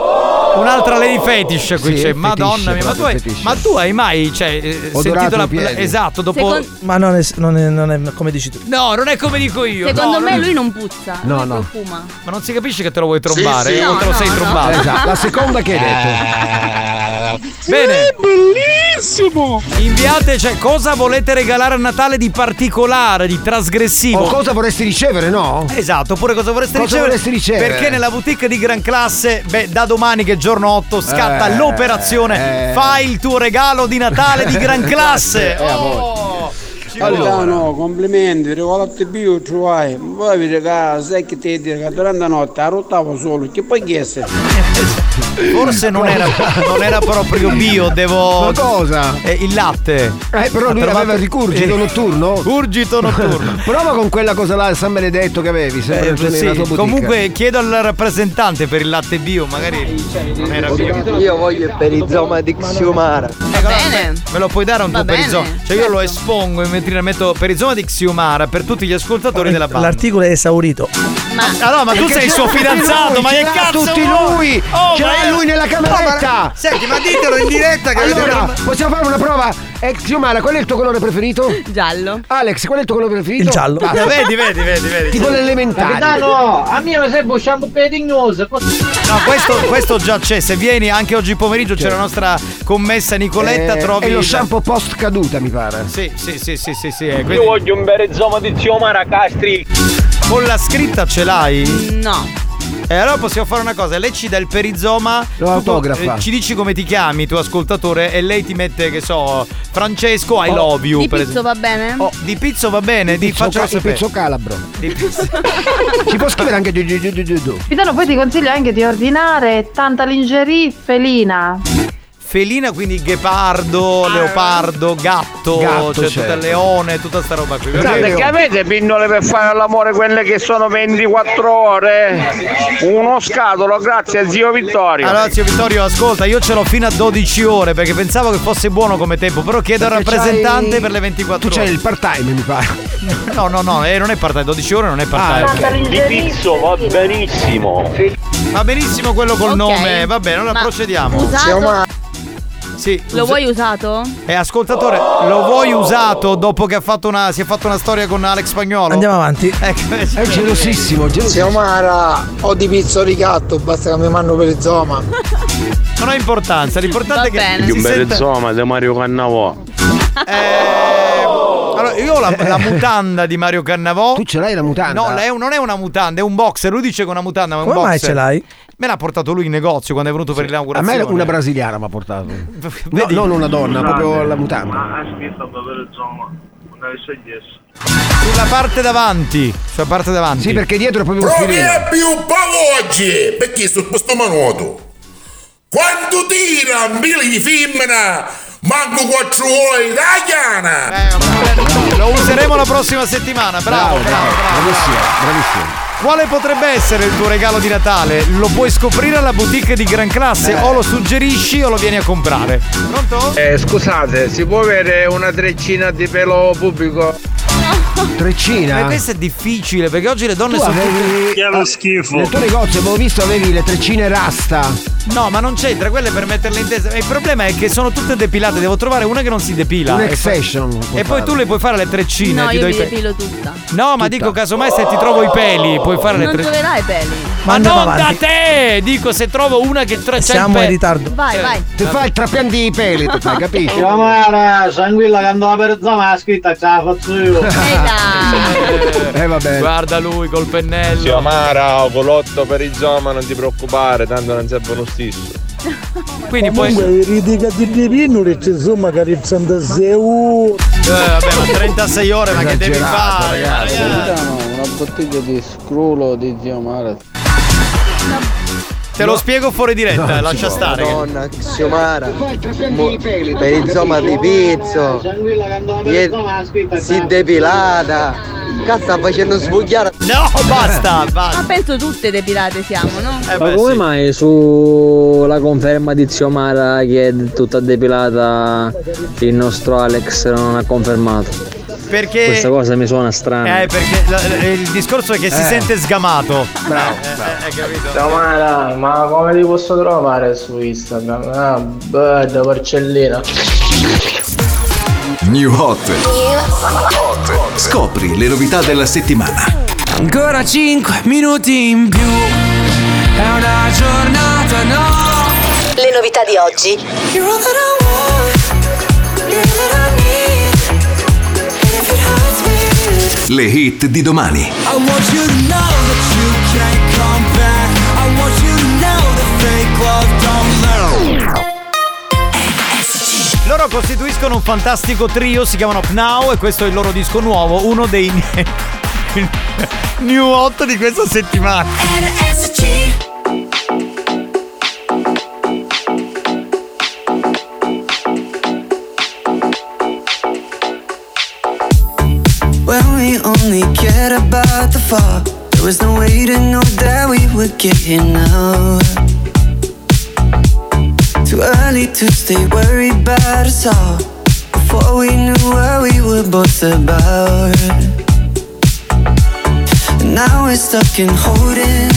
S8: Un'altra lady fetish qui c'è.
S9: Sì, fetish,
S8: Madonna mia, ma tu,
S9: proprio
S8: hai,
S9: fetish.
S8: ma tu hai mai cioè, eh, sentito
S9: Odorato
S8: la,
S9: i piedi.
S8: la- Esatto, dopo.
S4: Ma non è, non è- non è come dici tu.
S8: No, non è come dico io.
S10: Secondo
S8: no,
S10: me
S8: non-
S10: lui non puzza,
S8: No,
S10: lui
S8: no.
S10: profuma.
S8: Ma non si capisce che te lo vuoi trombare,
S9: sì.
S8: o te lo
S9: No,
S8: sei
S9: no, no.
S8: trombato. Eh.
S9: Esatto, la seconda che hai
S8: detto. Bene. bellissimo! Inviate, cioè, cosa volete regalare a Natale di particolare, di trasgressivo?
S9: O cosa vorresti ricevere, no?
S8: Esatto, oppure cosa vorreste
S9: Cosa
S8: ricevere?
S9: vorresti ricevere?
S8: Perché nella boutique di gran classe, beh, da domani che è giorno 8 scatta
S9: Eh,
S8: l'operazione.
S9: eh.
S8: Fai il tuo regalo di Natale di gran classe.
S9: Eh, a voi.
S12: Allora, no, complimenti, regolati più trovai. Voi vedete che sai che ti dico che durante la notte arrotavo solo, che poi che essere?
S8: Forse non era, non era proprio bio, devo.
S12: Ma
S9: cosa?
S8: Eh, il latte.
S9: Eh, però
S8: Ha
S9: lui
S8: trovato-
S9: aveva il ricurgito
S8: Eh.
S9: notturno.
S8: Urgito notturno.
S9: Prova con quella cosa là, San Benedetto che avevi, sempre
S8: Eh,
S9: nella
S8: sì.
S9: tua boutique.
S8: Comunque chiedo al rappresentante per il latte bio, magari non era bio.
S23: Io voglio il perizoma di Xiomara.
S8: Me lo puoi dare un
S23: Va
S8: tuo
S23: bene, certo.
S8: perizoma? Cioè io lo espongo in vetrina, metto perizoma di Xiomara per tutti gli ascoltatori della banda.
S4: L'articolo è esaurito.
S8: Ah no, ma tu
S4: Perché
S8: sei il
S4: ce
S8: suo
S4: l'ha tutti
S8: fidanzato,
S4: lui,
S8: ma
S4: ce
S8: che
S4: l'ha
S8: cazzo?
S9: tutti
S8: vuoi?
S9: lui!
S8: Oh,
S9: Ce
S8: ma-
S9: l'hai lui nella cameretta!
S8: No, ma- Senti, ma ditelo in diretta che avete
S9: Allora,
S8: prima-
S9: possiamo fare una prova? Eh, Xiomara, qual è il tuo colore preferito?
S10: Giallo.
S9: Alex, qual è il tuo colore preferito?
S4: Il giallo.
S9: Basta.
S8: Ah, Vedi, vedi, vedi, vedi.
S9: Tipo le elementari.
S40: Capitano, a me lo serve un shampoo pedignoso.
S8: No, questo, questo già c'è. Se vieni anche oggi pomeriggio c'è la nostra commessa Nicoletta.
S9: Eh,
S8: trovi.
S9: È lo
S8: il-
S9: shampoo post caduta, mi pare.
S8: Sì, sì, sì, sì, sì. sì eh,
S46: Io
S8: quindi-
S46: voglio un perizoma di Xiomara Castri.
S8: Con la scritta ce l'hai?
S10: No.
S8: E allora possiamo fare una cosa, lei ci dà il perizoma, tu,
S9: autografa.
S8: eh, ci dici come ti chiami tu ascoltatore e lei ti mette che so Francesco I love you
S10: Oh, Di
S8: per
S10: pizzo va bene?
S8: Oh, di pizzo va bene, di,
S9: Oh, Pizzo
S8: faccio
S9: ca- il
S8: sapere.
S9: pizzo calabro.
S8: Di pizzo.
S9: Ci può scrivere anche Giu- Giu- Giu- Giu- Giu- Giu.
S14: Capitano, poi ti consiglio anche di ordinare tanta lingerie felina.
S8: Felina, quindi
S9: Ah.
S8: ghepardo, leopardo, gatto,
S12: Gatto,
S8: cioè
S12: certo.
S8: tutta leone, tutta sta roba qui.
S12: Scusate, che avete pillole per fare l'amore quelle che sono 24 ore? Uno scatolo, grazie a zio Vittorio.
S8: Allora, zio Vittorio, ascolta, io ce l'ho fino a 12 ore perché pensavo che fosse buono come tempo, però chiedo al
S9: Perché
S8: rappresentante
S9: c'hai-
S8: per le 24
S9: Tu
S8: ore.
S9: c'hai il part time, mi pare.
S8: No, no, no, eh, non è part-time, 12 ore non è
S10: Ah,
S8: part-time.
S47: Di pizzo va benissimo.
S8: Va benissimo quello col
S10: Ok.
S8: nome, va bene, allora
S10: Ma
S8: procediamo.
S10: usato?
S8: Sì, usa-
S10: Lo vuoi usato?
S8: Eh, ascoltatore, lo vuoi usato dopo che ha fatto una, si è fatto una storia con Alex Spagnolo?
S48: Andiamo avanti.
S8: Ecco,
S9: È gelosissimo, gelosissimo.
S18: Mara, ho di pizzo di gatto, basta che mi mando per il zoma.
S8: non ha importanza, l'importante è che
S24: Di un
S8: si
S24: bel
S8: senta...
S24: zoma di Mario Cannavò.
S8: Allora, io ho la, la mutanda di Mario Cannavò. Tu
S9: ce l'hai la mutanda?
S8: No, lei non è una mutanda, è un boxer. Lui dice che è una mutanda, ma è un
S48: Come mai
S8: boxer.
S48: ce l'hai?
S8: Me l'ha portato lui in negozio quando è venuto per
S9: A
S8: l'inaugurazione.
S9: me una brasiliana mi ha portato. No,
S8: Vedi?
S9: non una donna, proprio la mutanda.
S49: Ma hai scritto davvero il zoma? Non ne scegliessi.
S8: Sulla parte davanti. Sulla parte davanti. Sì,
S9: perché dietro è proprio
S4: Provi più un po' oggi, perché su questo manuato. Quando tira un pilo di femmina, manco quattro ore italiana.
S8: Eh, Lo useremo la prossima settimana. Bravo, bravo, bravo.
S9: Bravissimo, bravissimo.
S8: Quale potrebbe essere il tuo regalo di Natale? Lo puoi scoprire alla boutique di Gran Classe.
S9: Eh.
S8: O lo suggerisci o lo vieni a comprare. Pronto?
S12: Eh, scusate, si può avere una treccina di pelo pubblico?
S9: Treccina?
S8: Ma questo è difficile perché oggi le donne
S9: Tu
S8: sono.
S9: avevi- Che è lo
S8: schifo.
S9: Nel tuo negozio avevo visto avevi le treccine rasta.
S8: No, ma non c'entra, quelle per metterle in testa. E Il problema è che sono tutte depilate, devo trovare una che non si depila.
S9: Un
S8: E poi-
S9: ex-fashion
S8: E
S9: puoi
S8: poi
S9: fare.
S8: tu le puoi fare le treccine.
S10: No,
S8: ti
S10: io
S8: do
S10: mi
S8: i pe-
S10: depilo tutta.
S8: No, ma dico casomai se ti trovo i peli, puoi fare le
S10: Non
S8: treccine.
S10: troverai peli.
S8: Ma non da te! Dico se trovo una che tra- c'ha il pe-
S10: Vai,
S8: Eh,
S10: vai.
S9: Ti fa il trapianto di peli, ti fai,
S50: Zio
S9: capito?
S50: Mara, tranquilla che andava per zona, la scritta ce la faccio io.
S9: Eh, vabbè.
S8: Guarda lui col pennello.
S47: Zio Mara, ho colotto per il zoma, non ti preoccupare, tanto non servono stesso.
S8: Quindi
S15: Comunque, ridica di dipinno che c'è insomma che il 66
S8: Eh, vabbè, ma 36 ore, ma che devi
S15: Esagerato,
S8: fare? Eh,
S15: ragazzi.
S8: ragazzi?
S51: Una bottiglia di scrulo di zio Mara.
S8: Te lo spiego fuori diretta,
S18: No,
S8: lascia
S18: no.
S8: stare.
S18: Madonna, Xiomara. Per il zoma di pizzo. Die- Si depilata. Cazzo sta facendo sbugliare.
S8: No, basta,
S10: Ma penso tutte depilate siamo, no?
S5: Eh,
S18: Ma come mai sulla conferma di Zio Mara che è tutta depilata il nostro Alex non ha confermato?
S8: Perché.
S18: Questa cosa mi suona strana.
S8: Eh, perché la- la- il discorso è che si
S18: Eh.
S8: sente sgamato. Eh, Bravo.
S16: Ciao Mara, ma come ti posso trovare su Instagram? Ah, bella porcellina.
S11: New Hot. Scopri le novità della settimana.
S2: Ancora 5 minuti in più. È una giornata, no? Le novità di oggi.
S11: Le hit di domani.
S5: I want you to know that you can't come back. I want you to know that fake love don't know.
S8: Loro costituiscono un fantastico trio, si chiamano Pnow e questo è il loro disco nuovo, uno dei il new hot di questa settimana.
S2: When we only cared about the fall, there was no way to know that we would get here now. Too early to stay worried about us all. Before we knew what we were both about. And now we're stuck in holding.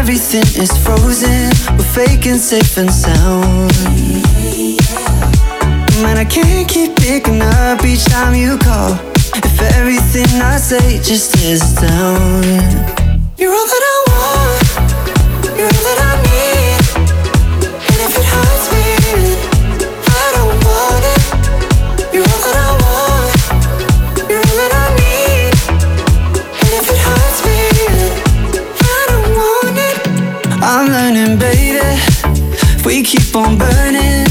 S2: Everything is frozen. We're faking safe and sound. Man, I can't keep picking up each time you call. If everything I say just is down. You're all that I want. You're all that I need. And if it hurts me, I don't want it. You're all that I want. You're all that I need. And if it hurts me, I don't want it. I'm learning, baby. We keep on burning.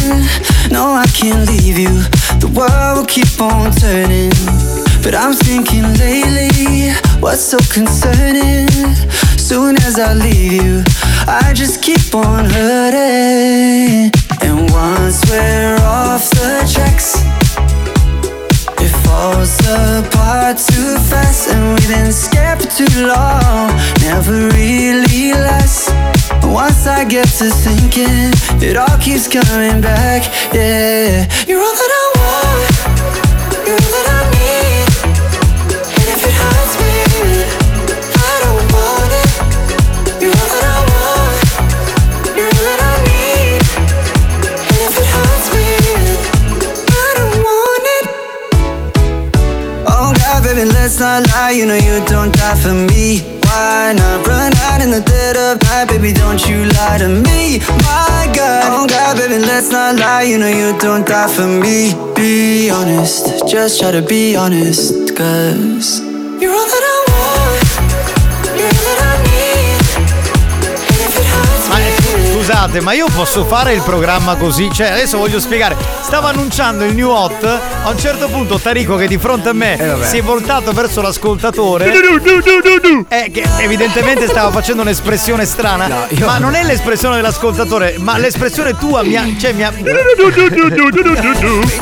S2: No, I can't leave you. The world will keep on turning. But I'm thinking lately, What's so concerning? Soon as I leave you, I just keep on hurting. And once we're off the tracks, it falls apart too fast, and we've been scared for too long. Never really lasts. Once I get to thinking, it all keeps coming back. Yeah, you're all that I want. You're all that I need. And if it hurts me, I don't want it. You're all that I want. You're all that I need. And if it hurts me, I don't want it. Oh God, baby, let's not lie. You know you don't die for me. Why not run out in the dead of night, baby? Don't you lie to me, my God. Oh God, baby, let's not lie. You know you don't die for me. Be honest, just try to be honest, cause you're all that I want. You're all that I need. And if it hurts
S8: Ma eh, scusate, ma io posso fare il programma così? Cioè, adesso voglio spiegare. Stavo annunciando il new hot. A un certo punto Tarico che di fronte a me
S42: Eh, vabbè.
S8: si è voltato verso l'ascoltatore.
S42: Du,
S8: Eh, che evidentemente stava facendo un'espressione strana.
S42: io-
S8: Ma non è l'espressione dell'ascoltatore, ma l'espressione tua mi ha. Cioè, mi ha. mi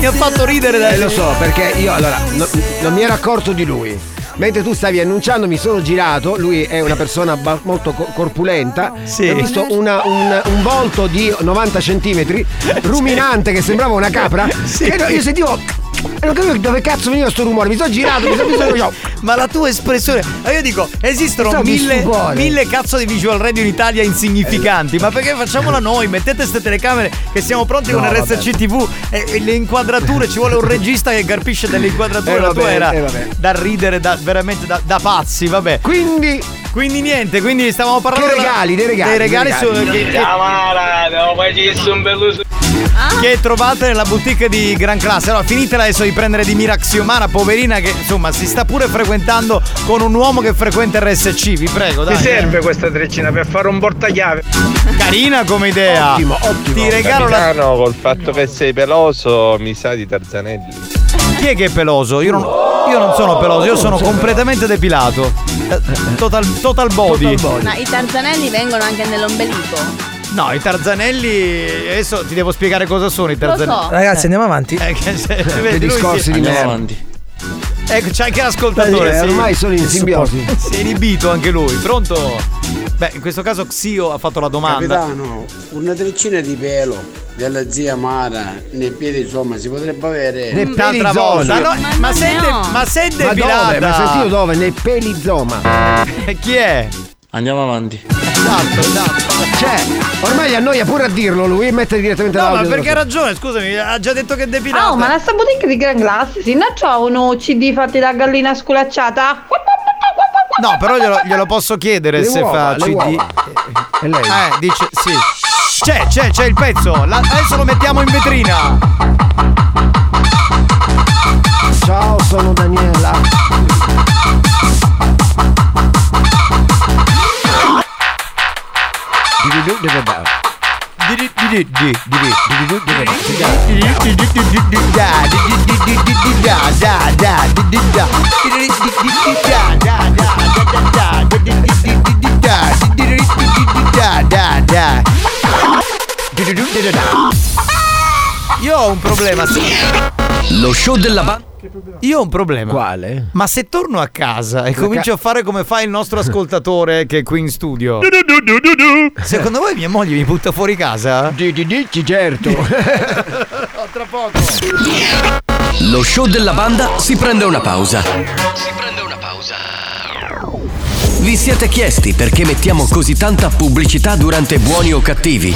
S8: ha fatto ridere da
S9: Eh, lo so, perché io allora no- non mi ero accorto di lui. Mentre tu stavi annunciando, mi sono girato. Lui è una persona ba- molto co- corpulenta. E ho visto una- un, un volto di 90 centimetri, ruminante, che sembrava una capra.
S8: Sì.
S9: E no- io sentivo. e non capivo dove cazzo veniva sto rumore. Mi sono girato, mi sono visto. io-
S8: Ma la tua espressione. Ma io dico, esistono
S9: Esatto, Mi sa, mi
S8: mille,
S9: stupore.
S8: mille cazzo di visual radio in Italia insignificanti. Ma perché facciamola noi? Mettete queste telecamere che siamo pronti
S9: No,
S8: con
S9: vabbè.
S8: RSC TV e, e le inquadrature. Ci vuole un regista che garpisce delle inquadrature.
S9: Eh,
S8: la
S9: vabbè,
S8: tua era
S9: eh, vabbè.
S8: da ridere, da, veramente da, da pazzi. Vabbè.
S9: Quindi.
S8: Quindi niente, quindi stavamo parlando.
S9: Dei regali, dei regali,
S8: Dei regali,
S9: dei regali.
S8: su- che- che-
S11: Camara, devo facessi un bello
S8: che trovate nella boutique di Gran Classe. Allora, finitela adesso di prendere di mira Xiomara, poverina, che insomma si sta pure frequentando con un uomo che frequenta RSC. Vi prego, dai.
S46: Mi serve questa treccina per fare un portachiave.
S8: Carina come idea. Ottimo, ottimo. Ti regalo la.
S46: Capitano, col fatto che sei peloso, mi sa di Tarzanelli.
S8: Chi è che è peloso? Io non, io non sono peloso, io sono completamente depilato. Eh, Total, total body.
S10: Ma i tarzanelli vengono anche nell'ombelico.
S8: No, i tarzanelli. Adesso ti devo spiegare cosa sono i tarzanelli. Eh,
S10: so.
S4: Ragazzi, andiamo avanti.
S8: Che discorsi di merda. Ecco, c'è anche l'ascoltatore.
S9: Eh,
S8: si-
S9: ormai sono in simbiosi.
S8: Si è inibito anche lui. Pronto? Beh, in questo caso Xio ha fatto la domanda.
S12: Capitano, una treccina di pelo della zia Mara nei piedi insomma si potrebbe avere
S9: Nei
S8: Mm, Un'altra volta. No, ma, se è de- ma se è
S9: Ma
S8: depilata.
S9: dove? Ma sentito dove? Nel pelizoma.
S8: Chi è?
S16: Andiamo avanti.
S9: Cioè, ormai annoia pure a dirlo lui e mette direttamente
S8: No, ma
S9: l'audio.
S8: perché ha ragione? Scusami, ha già detto che è depilata.
S14: Oh, ma la sta boutique di Gran Class, sì, non c'ho uno CD fatti da gallina sculacciata?
S8: No, però glielo, glielo posso chiedere
S14: Le
S8: se
S14: uova,
S8: fa
S14: le
S8: CD.
S14: uova.
S9: E lei?
S8: Eh, dice sì. C'è, c'è, c'è il pezzo. La- adesso lo mettiamo in vetrina.
S9: Ciao, sono Daniela.
S8: Io ho un problema.
S3: Lo show della banda.
S8: Io ho un problema. Quale? Ma se torno a casa e comincio a fare come fa il nostro ascoltatore che è qui in studio. Secondo voi mia moglie mi butta fuori casa? Eh
S9: Dici certo.
S8: Tra poco.
S3: Lo show della banda si prende una pausa.
S17: Si prende una pausa.
S3: Vi siete chiesti perché mettiamo così tanta pubblicità durante buoni o cattivi?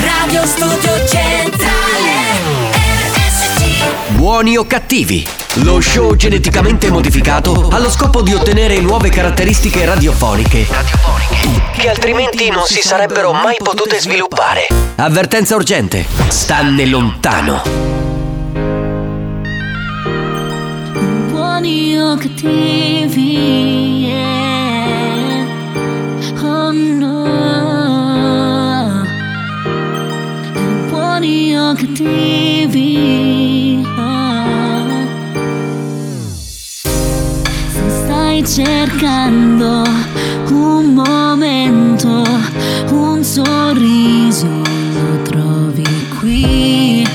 S17: Radio Studio Centrale RSC
S3: Buoni o cattivi. Lo show geneticamente modificato allo scopo di ottenere nuove caratteristiche radiofoniche. Che altrimenti non si sarebbero mai potute sviluppare. Avvertenza urgente. Stanne lontano.
S17: buoni o cattivi. yeah. Oh no, buoni o cattivi. ah. Se stai cercando un momento, un sorriso, lo trovi qui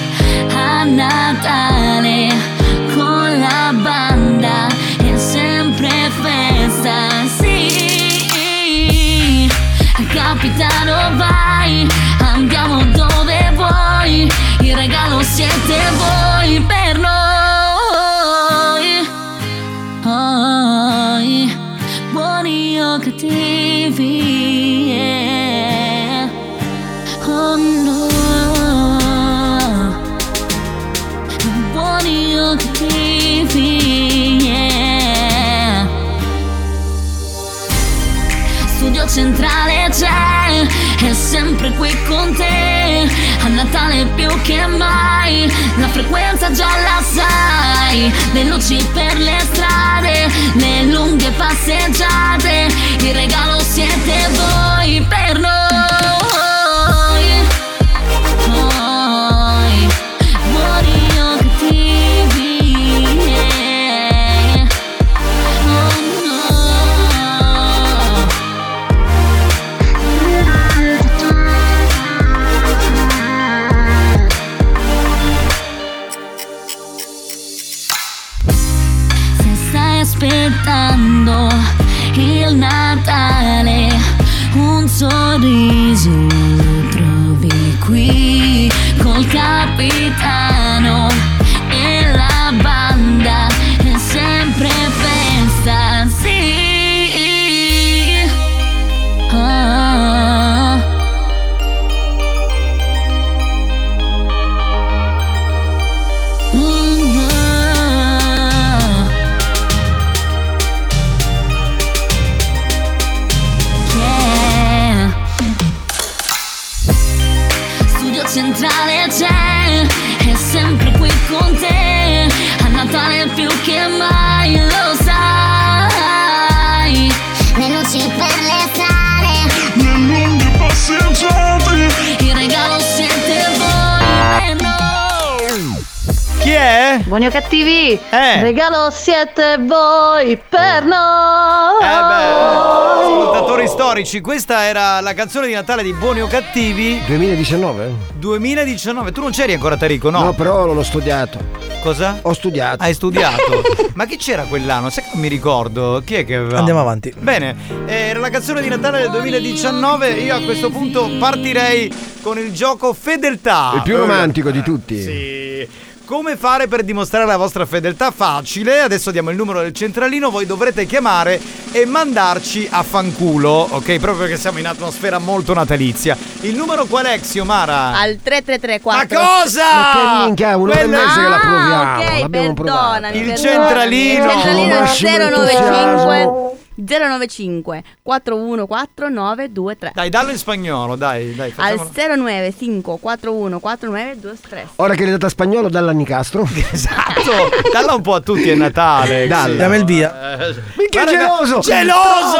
S17: a Natale con la banda è sempre festa, sì. Capitano vai, andiamo dove vuoi, il regalo siete voi per noi. Oi, buoni o cattivi, yeah. oh no buoni o cattivi, yeah. Studio centrale c'è, è sempre qui con te. A Natale più che mai, la frequenza già la sai. Le luci per le strade, le lunghe passeggiate, il regalo siete voi per noi. Noi. Buoni o cattivi, yeah. Oh no. Se stai aspettando il Natale, un sorriso lo trovi qui col capitano e la banda è sempre festa, sì. Ah. Mm, ah. Yeah. Studio centrale c'è, è sempre qui con te. A Natale più che mai lo sai. Le luci per le strade, le lunghe passeggiate. Il regalo siete voi eh e noi.
S8: Chi è? Eh.
S14: Buoni o cattivi? Regalo siete voi per noi.
S8: Eh, Ascoltatori storici, questa era la canzone di Natale di Buoni o Cattivi
S9: 2019?
S8: 2019. Tu non c'eri ancora Tarico, no?
S9: No, però l'ho studiato.
S8: Cosa?
S9: Ho studiato.
S8: Hai studiato. Ma chi c'era quell'anno? Sai che non mi ricordo. Chi è che aveva?
S4: Andiamo avanti.
S8: Bene, eh, era la canzone di Natale del 2019. Io a questo punto partirei con il gioco Fedeltà.
S9: Il più romantico di tutti.
S8: Come fare per dimostrare la vostra fedeltà? Facile, adesso diamo il numero del centralino, voi dovrete chiamare e mandarci a fanculo, ok? Proprio perché siamo in atmosfera molto natalizia. Il numero qual è, Xiomara?
S10: Al
S8: Ma
S10: 3334.
S8: cosa?
S9: Ma che minchia, un
S8: Quello-
S9: mese che la proviamo.
S10: Ok,
S9: l'abbiamo provata.
S10: perdonami.
S8: Il
S10: perdonami.
S8: centralino.
S10: Il centralino
S8: Oh,
S10: è
S8: lasciami
S10: 095 095 414923.
S8: Dai, dallo in spagnolo, dai, dai,
S10: Al
S8: facciamolo.
S10: 095 414923.
S9: Ora che l'hai data a spagnolo, dalla Nicastro.
S8: Esatto. Dalla un po' a tutti, è Natale.
S9: Dalla.
S8: Xio.
S9: Dammi il
S4: via.
S8: Eh,
S9: Minchia,
S8: guarda,
S9: geloso!
S8: Geloso!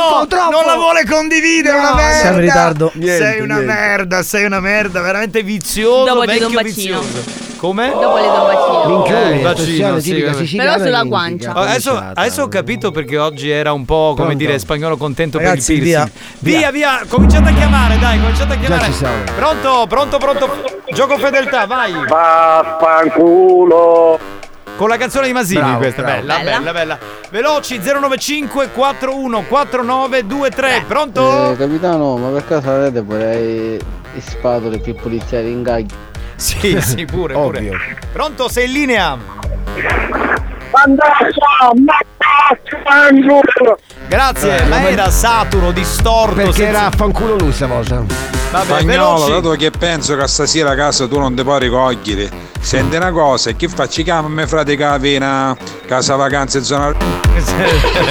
S9: Troppo, troppo!
S8: Non la vuole condividere, è una Eh, merda!
S4: Siamo in ritardo.
S8: sei
S4: Niente,
S8: una
S4: niente.
S8: merda, sei una merda, veramente vizioso,
S10: Dopo ti do un
S8: vecchio
S10: bacino.
S8: vizioso. Come?
S10: Dopo le do un bacino.
S9: Minchione,
S8: un
S9: espressione
S8: sì,
S9: tipica
S8: vabbè.
S9: siciliana
S10: Però sulla
S9: identica.
S10: guancia.
S8: Oh, Adesso, adesso ho capito perché oggi era un po' come
S9: Pronto?
S8: dire spagnolo contento
S4: Ragazzi,
S8: per il piercing. Via. via, cominciate a chiamare, dai, cominciate a chiamare.
S9: ci siamo.
S8: Pronto, pronto, pronto. Gioco fedeltà, vai.
S7: Vaffanculo.
S8: Con la canzone di Masini
S7: Bravo,
S8: questa,
S7: bravo.
S8: Bella, bella, bella, Veloci 095 41 49 23. Pronto?
S12: Eh, capitano, ma per caso avete pure i spatole più poliziari in gag?
S8: Sì, sì, pure, pure. Pronto, sei in linea?
S17: Andaccia, mattaccia!
S52: fanculo!
S9: Eh,
S8: Grazie, ma era saturo, distorto. Ah,
S9: Perché
S8: senza-
S9: era a fanculo lui stavolta.
S8: Vabbè,
S23: Spagnolo,
S8: veloci.
S23: dato che penso che stasera a casa tu non ti puoi ricogliere, senti una cosa, che facci chiamami frate che appena casa vacanze in zona...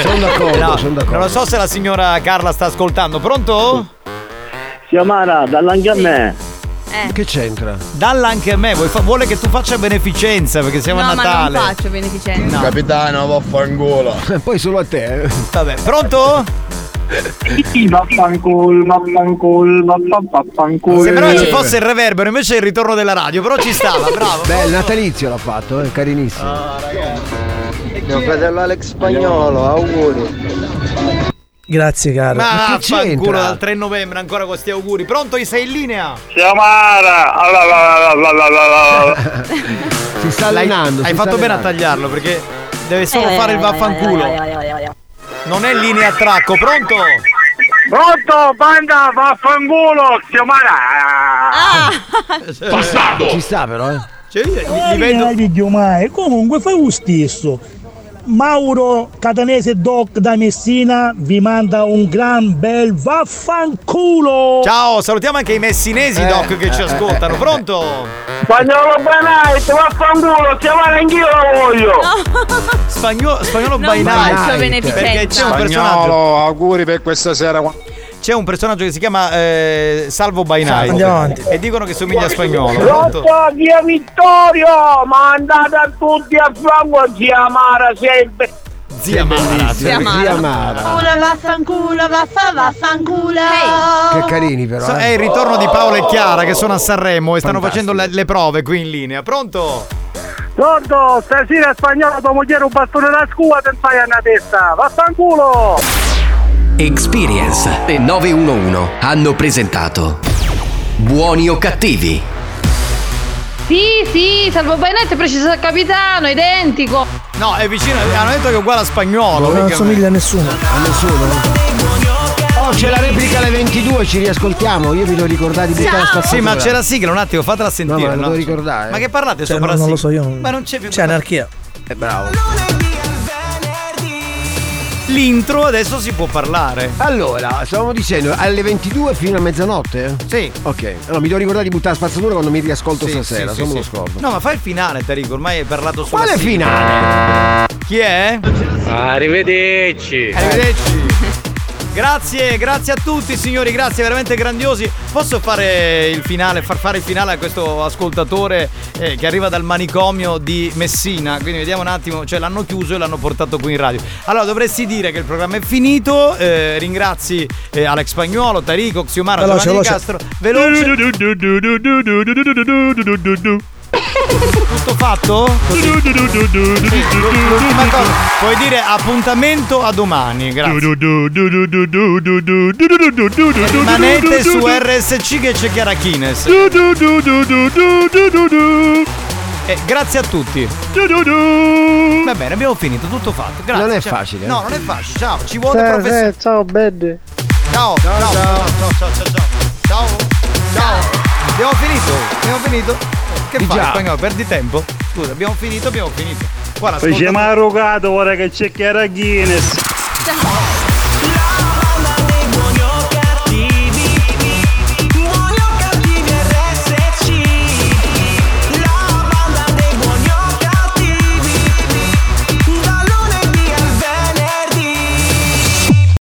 S9: Sono d'accordo,
S8: No,
S9: sono d'accordo.
S8: Non lo so se la signora Carla sta ascoltando. Pronto?
S5: Siamara, dalla anche a me.
S10: Eh.
S9: Che c'entra?
S8: Dalla anche a me, vuoi fa- vuole che tu faccia beneficenza perché siamo a
S10: no, ma
S8: Natale.
S10: non faccio beneficenza.
S8: Capitano, vaffanculo.
S9: Eh, Poi solo a te.
S8: Vabbè, pronto?
S5: Sì, vaffanculo, vaffanculo, vaffanculo.
S8: Sembrava
S9: Eh.
S8: ci fosse il reverbero, invece è il ritorno della radio, però ci stava, bravo.
S9: Beh, il natalizio l'ha fatto, è carinissimo.
S8: Ah.
S53: Mio fratello Alex Spagnolo, auguri.
S24: Grazie caro.
S8: Ma vaffanculo dal 3 novembre ancora con questi auguri. Pronto, chi sei in linea?
S5: Siamara! alla, alla, alla, alla, alla, alla.
S9: Si sta
S8: L'hai-
S9: allenando.
S8: Hai
S9: si
S8: fatto
S9: sta
S8: bene a
S9: allenando.
S8: tagliarlo perché deve
S10: Eh,
S8: solo fare il vaffanculo. Non è linea a tracco, pronto?
S5: Pronto, banda, vaffanculo, Siamara!
S8: Eh,
S9: Passato! Ci sta però, eh.
S8: Cioè, io
S12: Ah,
S8: li vedo.
S12: meraviglio, ma è- Comunque fai lo stesso. Mauro Catanese Doc da Messina vi manda un gran bel vaffanculo!
S8: Ciao, salutiamo anche i
S9: Eh.
S8: messinesi, Doc, che ci ascoltano. Pronto?
S5: Spagnolo Banai, vaffanculo, Siamara anch'io la voglio!
S8: Spagnolo, spagnolo
S5: Non
S8: by
S5: faccio
S8: night,
S5: beneficenza.
S8: Perché c'è un
S5: Spagnolo,
S8: personaggio.
S23: auguri per questa sera.
S8: C'è un personaggio che si chiama eh, Salvo by night.
S23: Andiamo avanti.
S8: E dicono che somiglia a spagnolo. Pronto?
S5: Pronto, zia Vittorio! Ma andate a tutti a fango, zia Mara, sei be-
S8: Zia Mara,
S9: Zia Mara. Zia Mara.
S17: vaffanculo, vaffa, vaffanculo.
S9: Che carini però.
S8: So-
S9: eh.
S8: è il ritorno di Paolo e Chiara che sono a Sanremo e stanno facendo le, le prove qui in linea. Pronto?
S5: Pronto, stasera spagnolo tua moglie un bastone da scuola te fai una testa, vaffanculo!
S3: Experience e 911 hanno presentato Buoni o cattivi?
S14: Sì, sì, salvo Bainette, preciso al capitano, identico.
S8: No, è vicino. Hanno detto che è uguale a spagnolo.
S24: Non
S8: mica-
S24: somiglia a nessuno.
S9: A nessuno? Oh, c'è la replica alle 22, ci riascoltiamo. Io vi l'ho ricordato di tutta sta
S8: Sì, ma c'è la sigla, un attimo, fatela sentire.
S9: No, ma lo devo ricordare.
S8: Ma che parlate
S24: Cioè,
S8: sopra
S24: non,
S8: la
S24: non lo so,
S8: sigla?
S24: io non...
S8: Ma non c'è più.
S24: C'è anarchia.
S9: È bravo.
S8: L'intro adesso si può parlare.
S9: Allora, Ah, stavamo dicendo alle 22 fino a mezzanotte?
S8: Sì.
S9: Ok. No, mi devo ricordare di buttare la spazzatura quando mi riascolto
S8: Sì,
S9: stasera,
S8: sì,
S9: se no
S8: sì,
S9: me
S8: sì.
S9: lo scordo.
S8: No, ma fai il finale, Tarico, ormai hai parlato solo.
S9: Quale finale?
S8: Chi è?
S52: Arrivederci.
S8: Arrivederci. Grazie, grazie a tutti signori, grazie, veramente grandiosi. Posso fare il finale, far fare il finale a questo ascoltatore eh, che arriva dal manicomio di Messina? Quindi vediamo un attimo, cioè l'hanno chiuso e l'hanno portato qui in radio. Allora dovresti dire che il programma è finito, eh, ringrazi eh, Alex Spagnuolo, Tarico, Xiomara,
S24: Veloce,
S8: Ah, Giovanni
S24: veloce.
S8: Castro. Veloce. Tutto fatto? Così. L'ultima cosa, puoi dire appuntamento a domani, grazie. Rimanete su RSC che c'è Chiara Kines. E grazie a tutti. Va bene, abbiamo finito, tutto fatto. Grazie.
S9: Non è
S8: ciao.
S9: facile, eh.
S8: No, non è facile. Ciao, ci vuole professionalità.
S24: ciao Bed.
S8: Ciao, ciao, ciao, ciao, ciao, ciao, ciao. Ciao. Abbiamo finito, abbiamo finito. Che
S5: Di
S8: fai?
S5: già.
S8: Spagnolo, perdi tempo? Scusa, abbiamo finito, abbiamo finito. Guarda,
S5: Poi
S8: ascolta-
S5: siamo arrogati ora che c'è Chiara Guinness.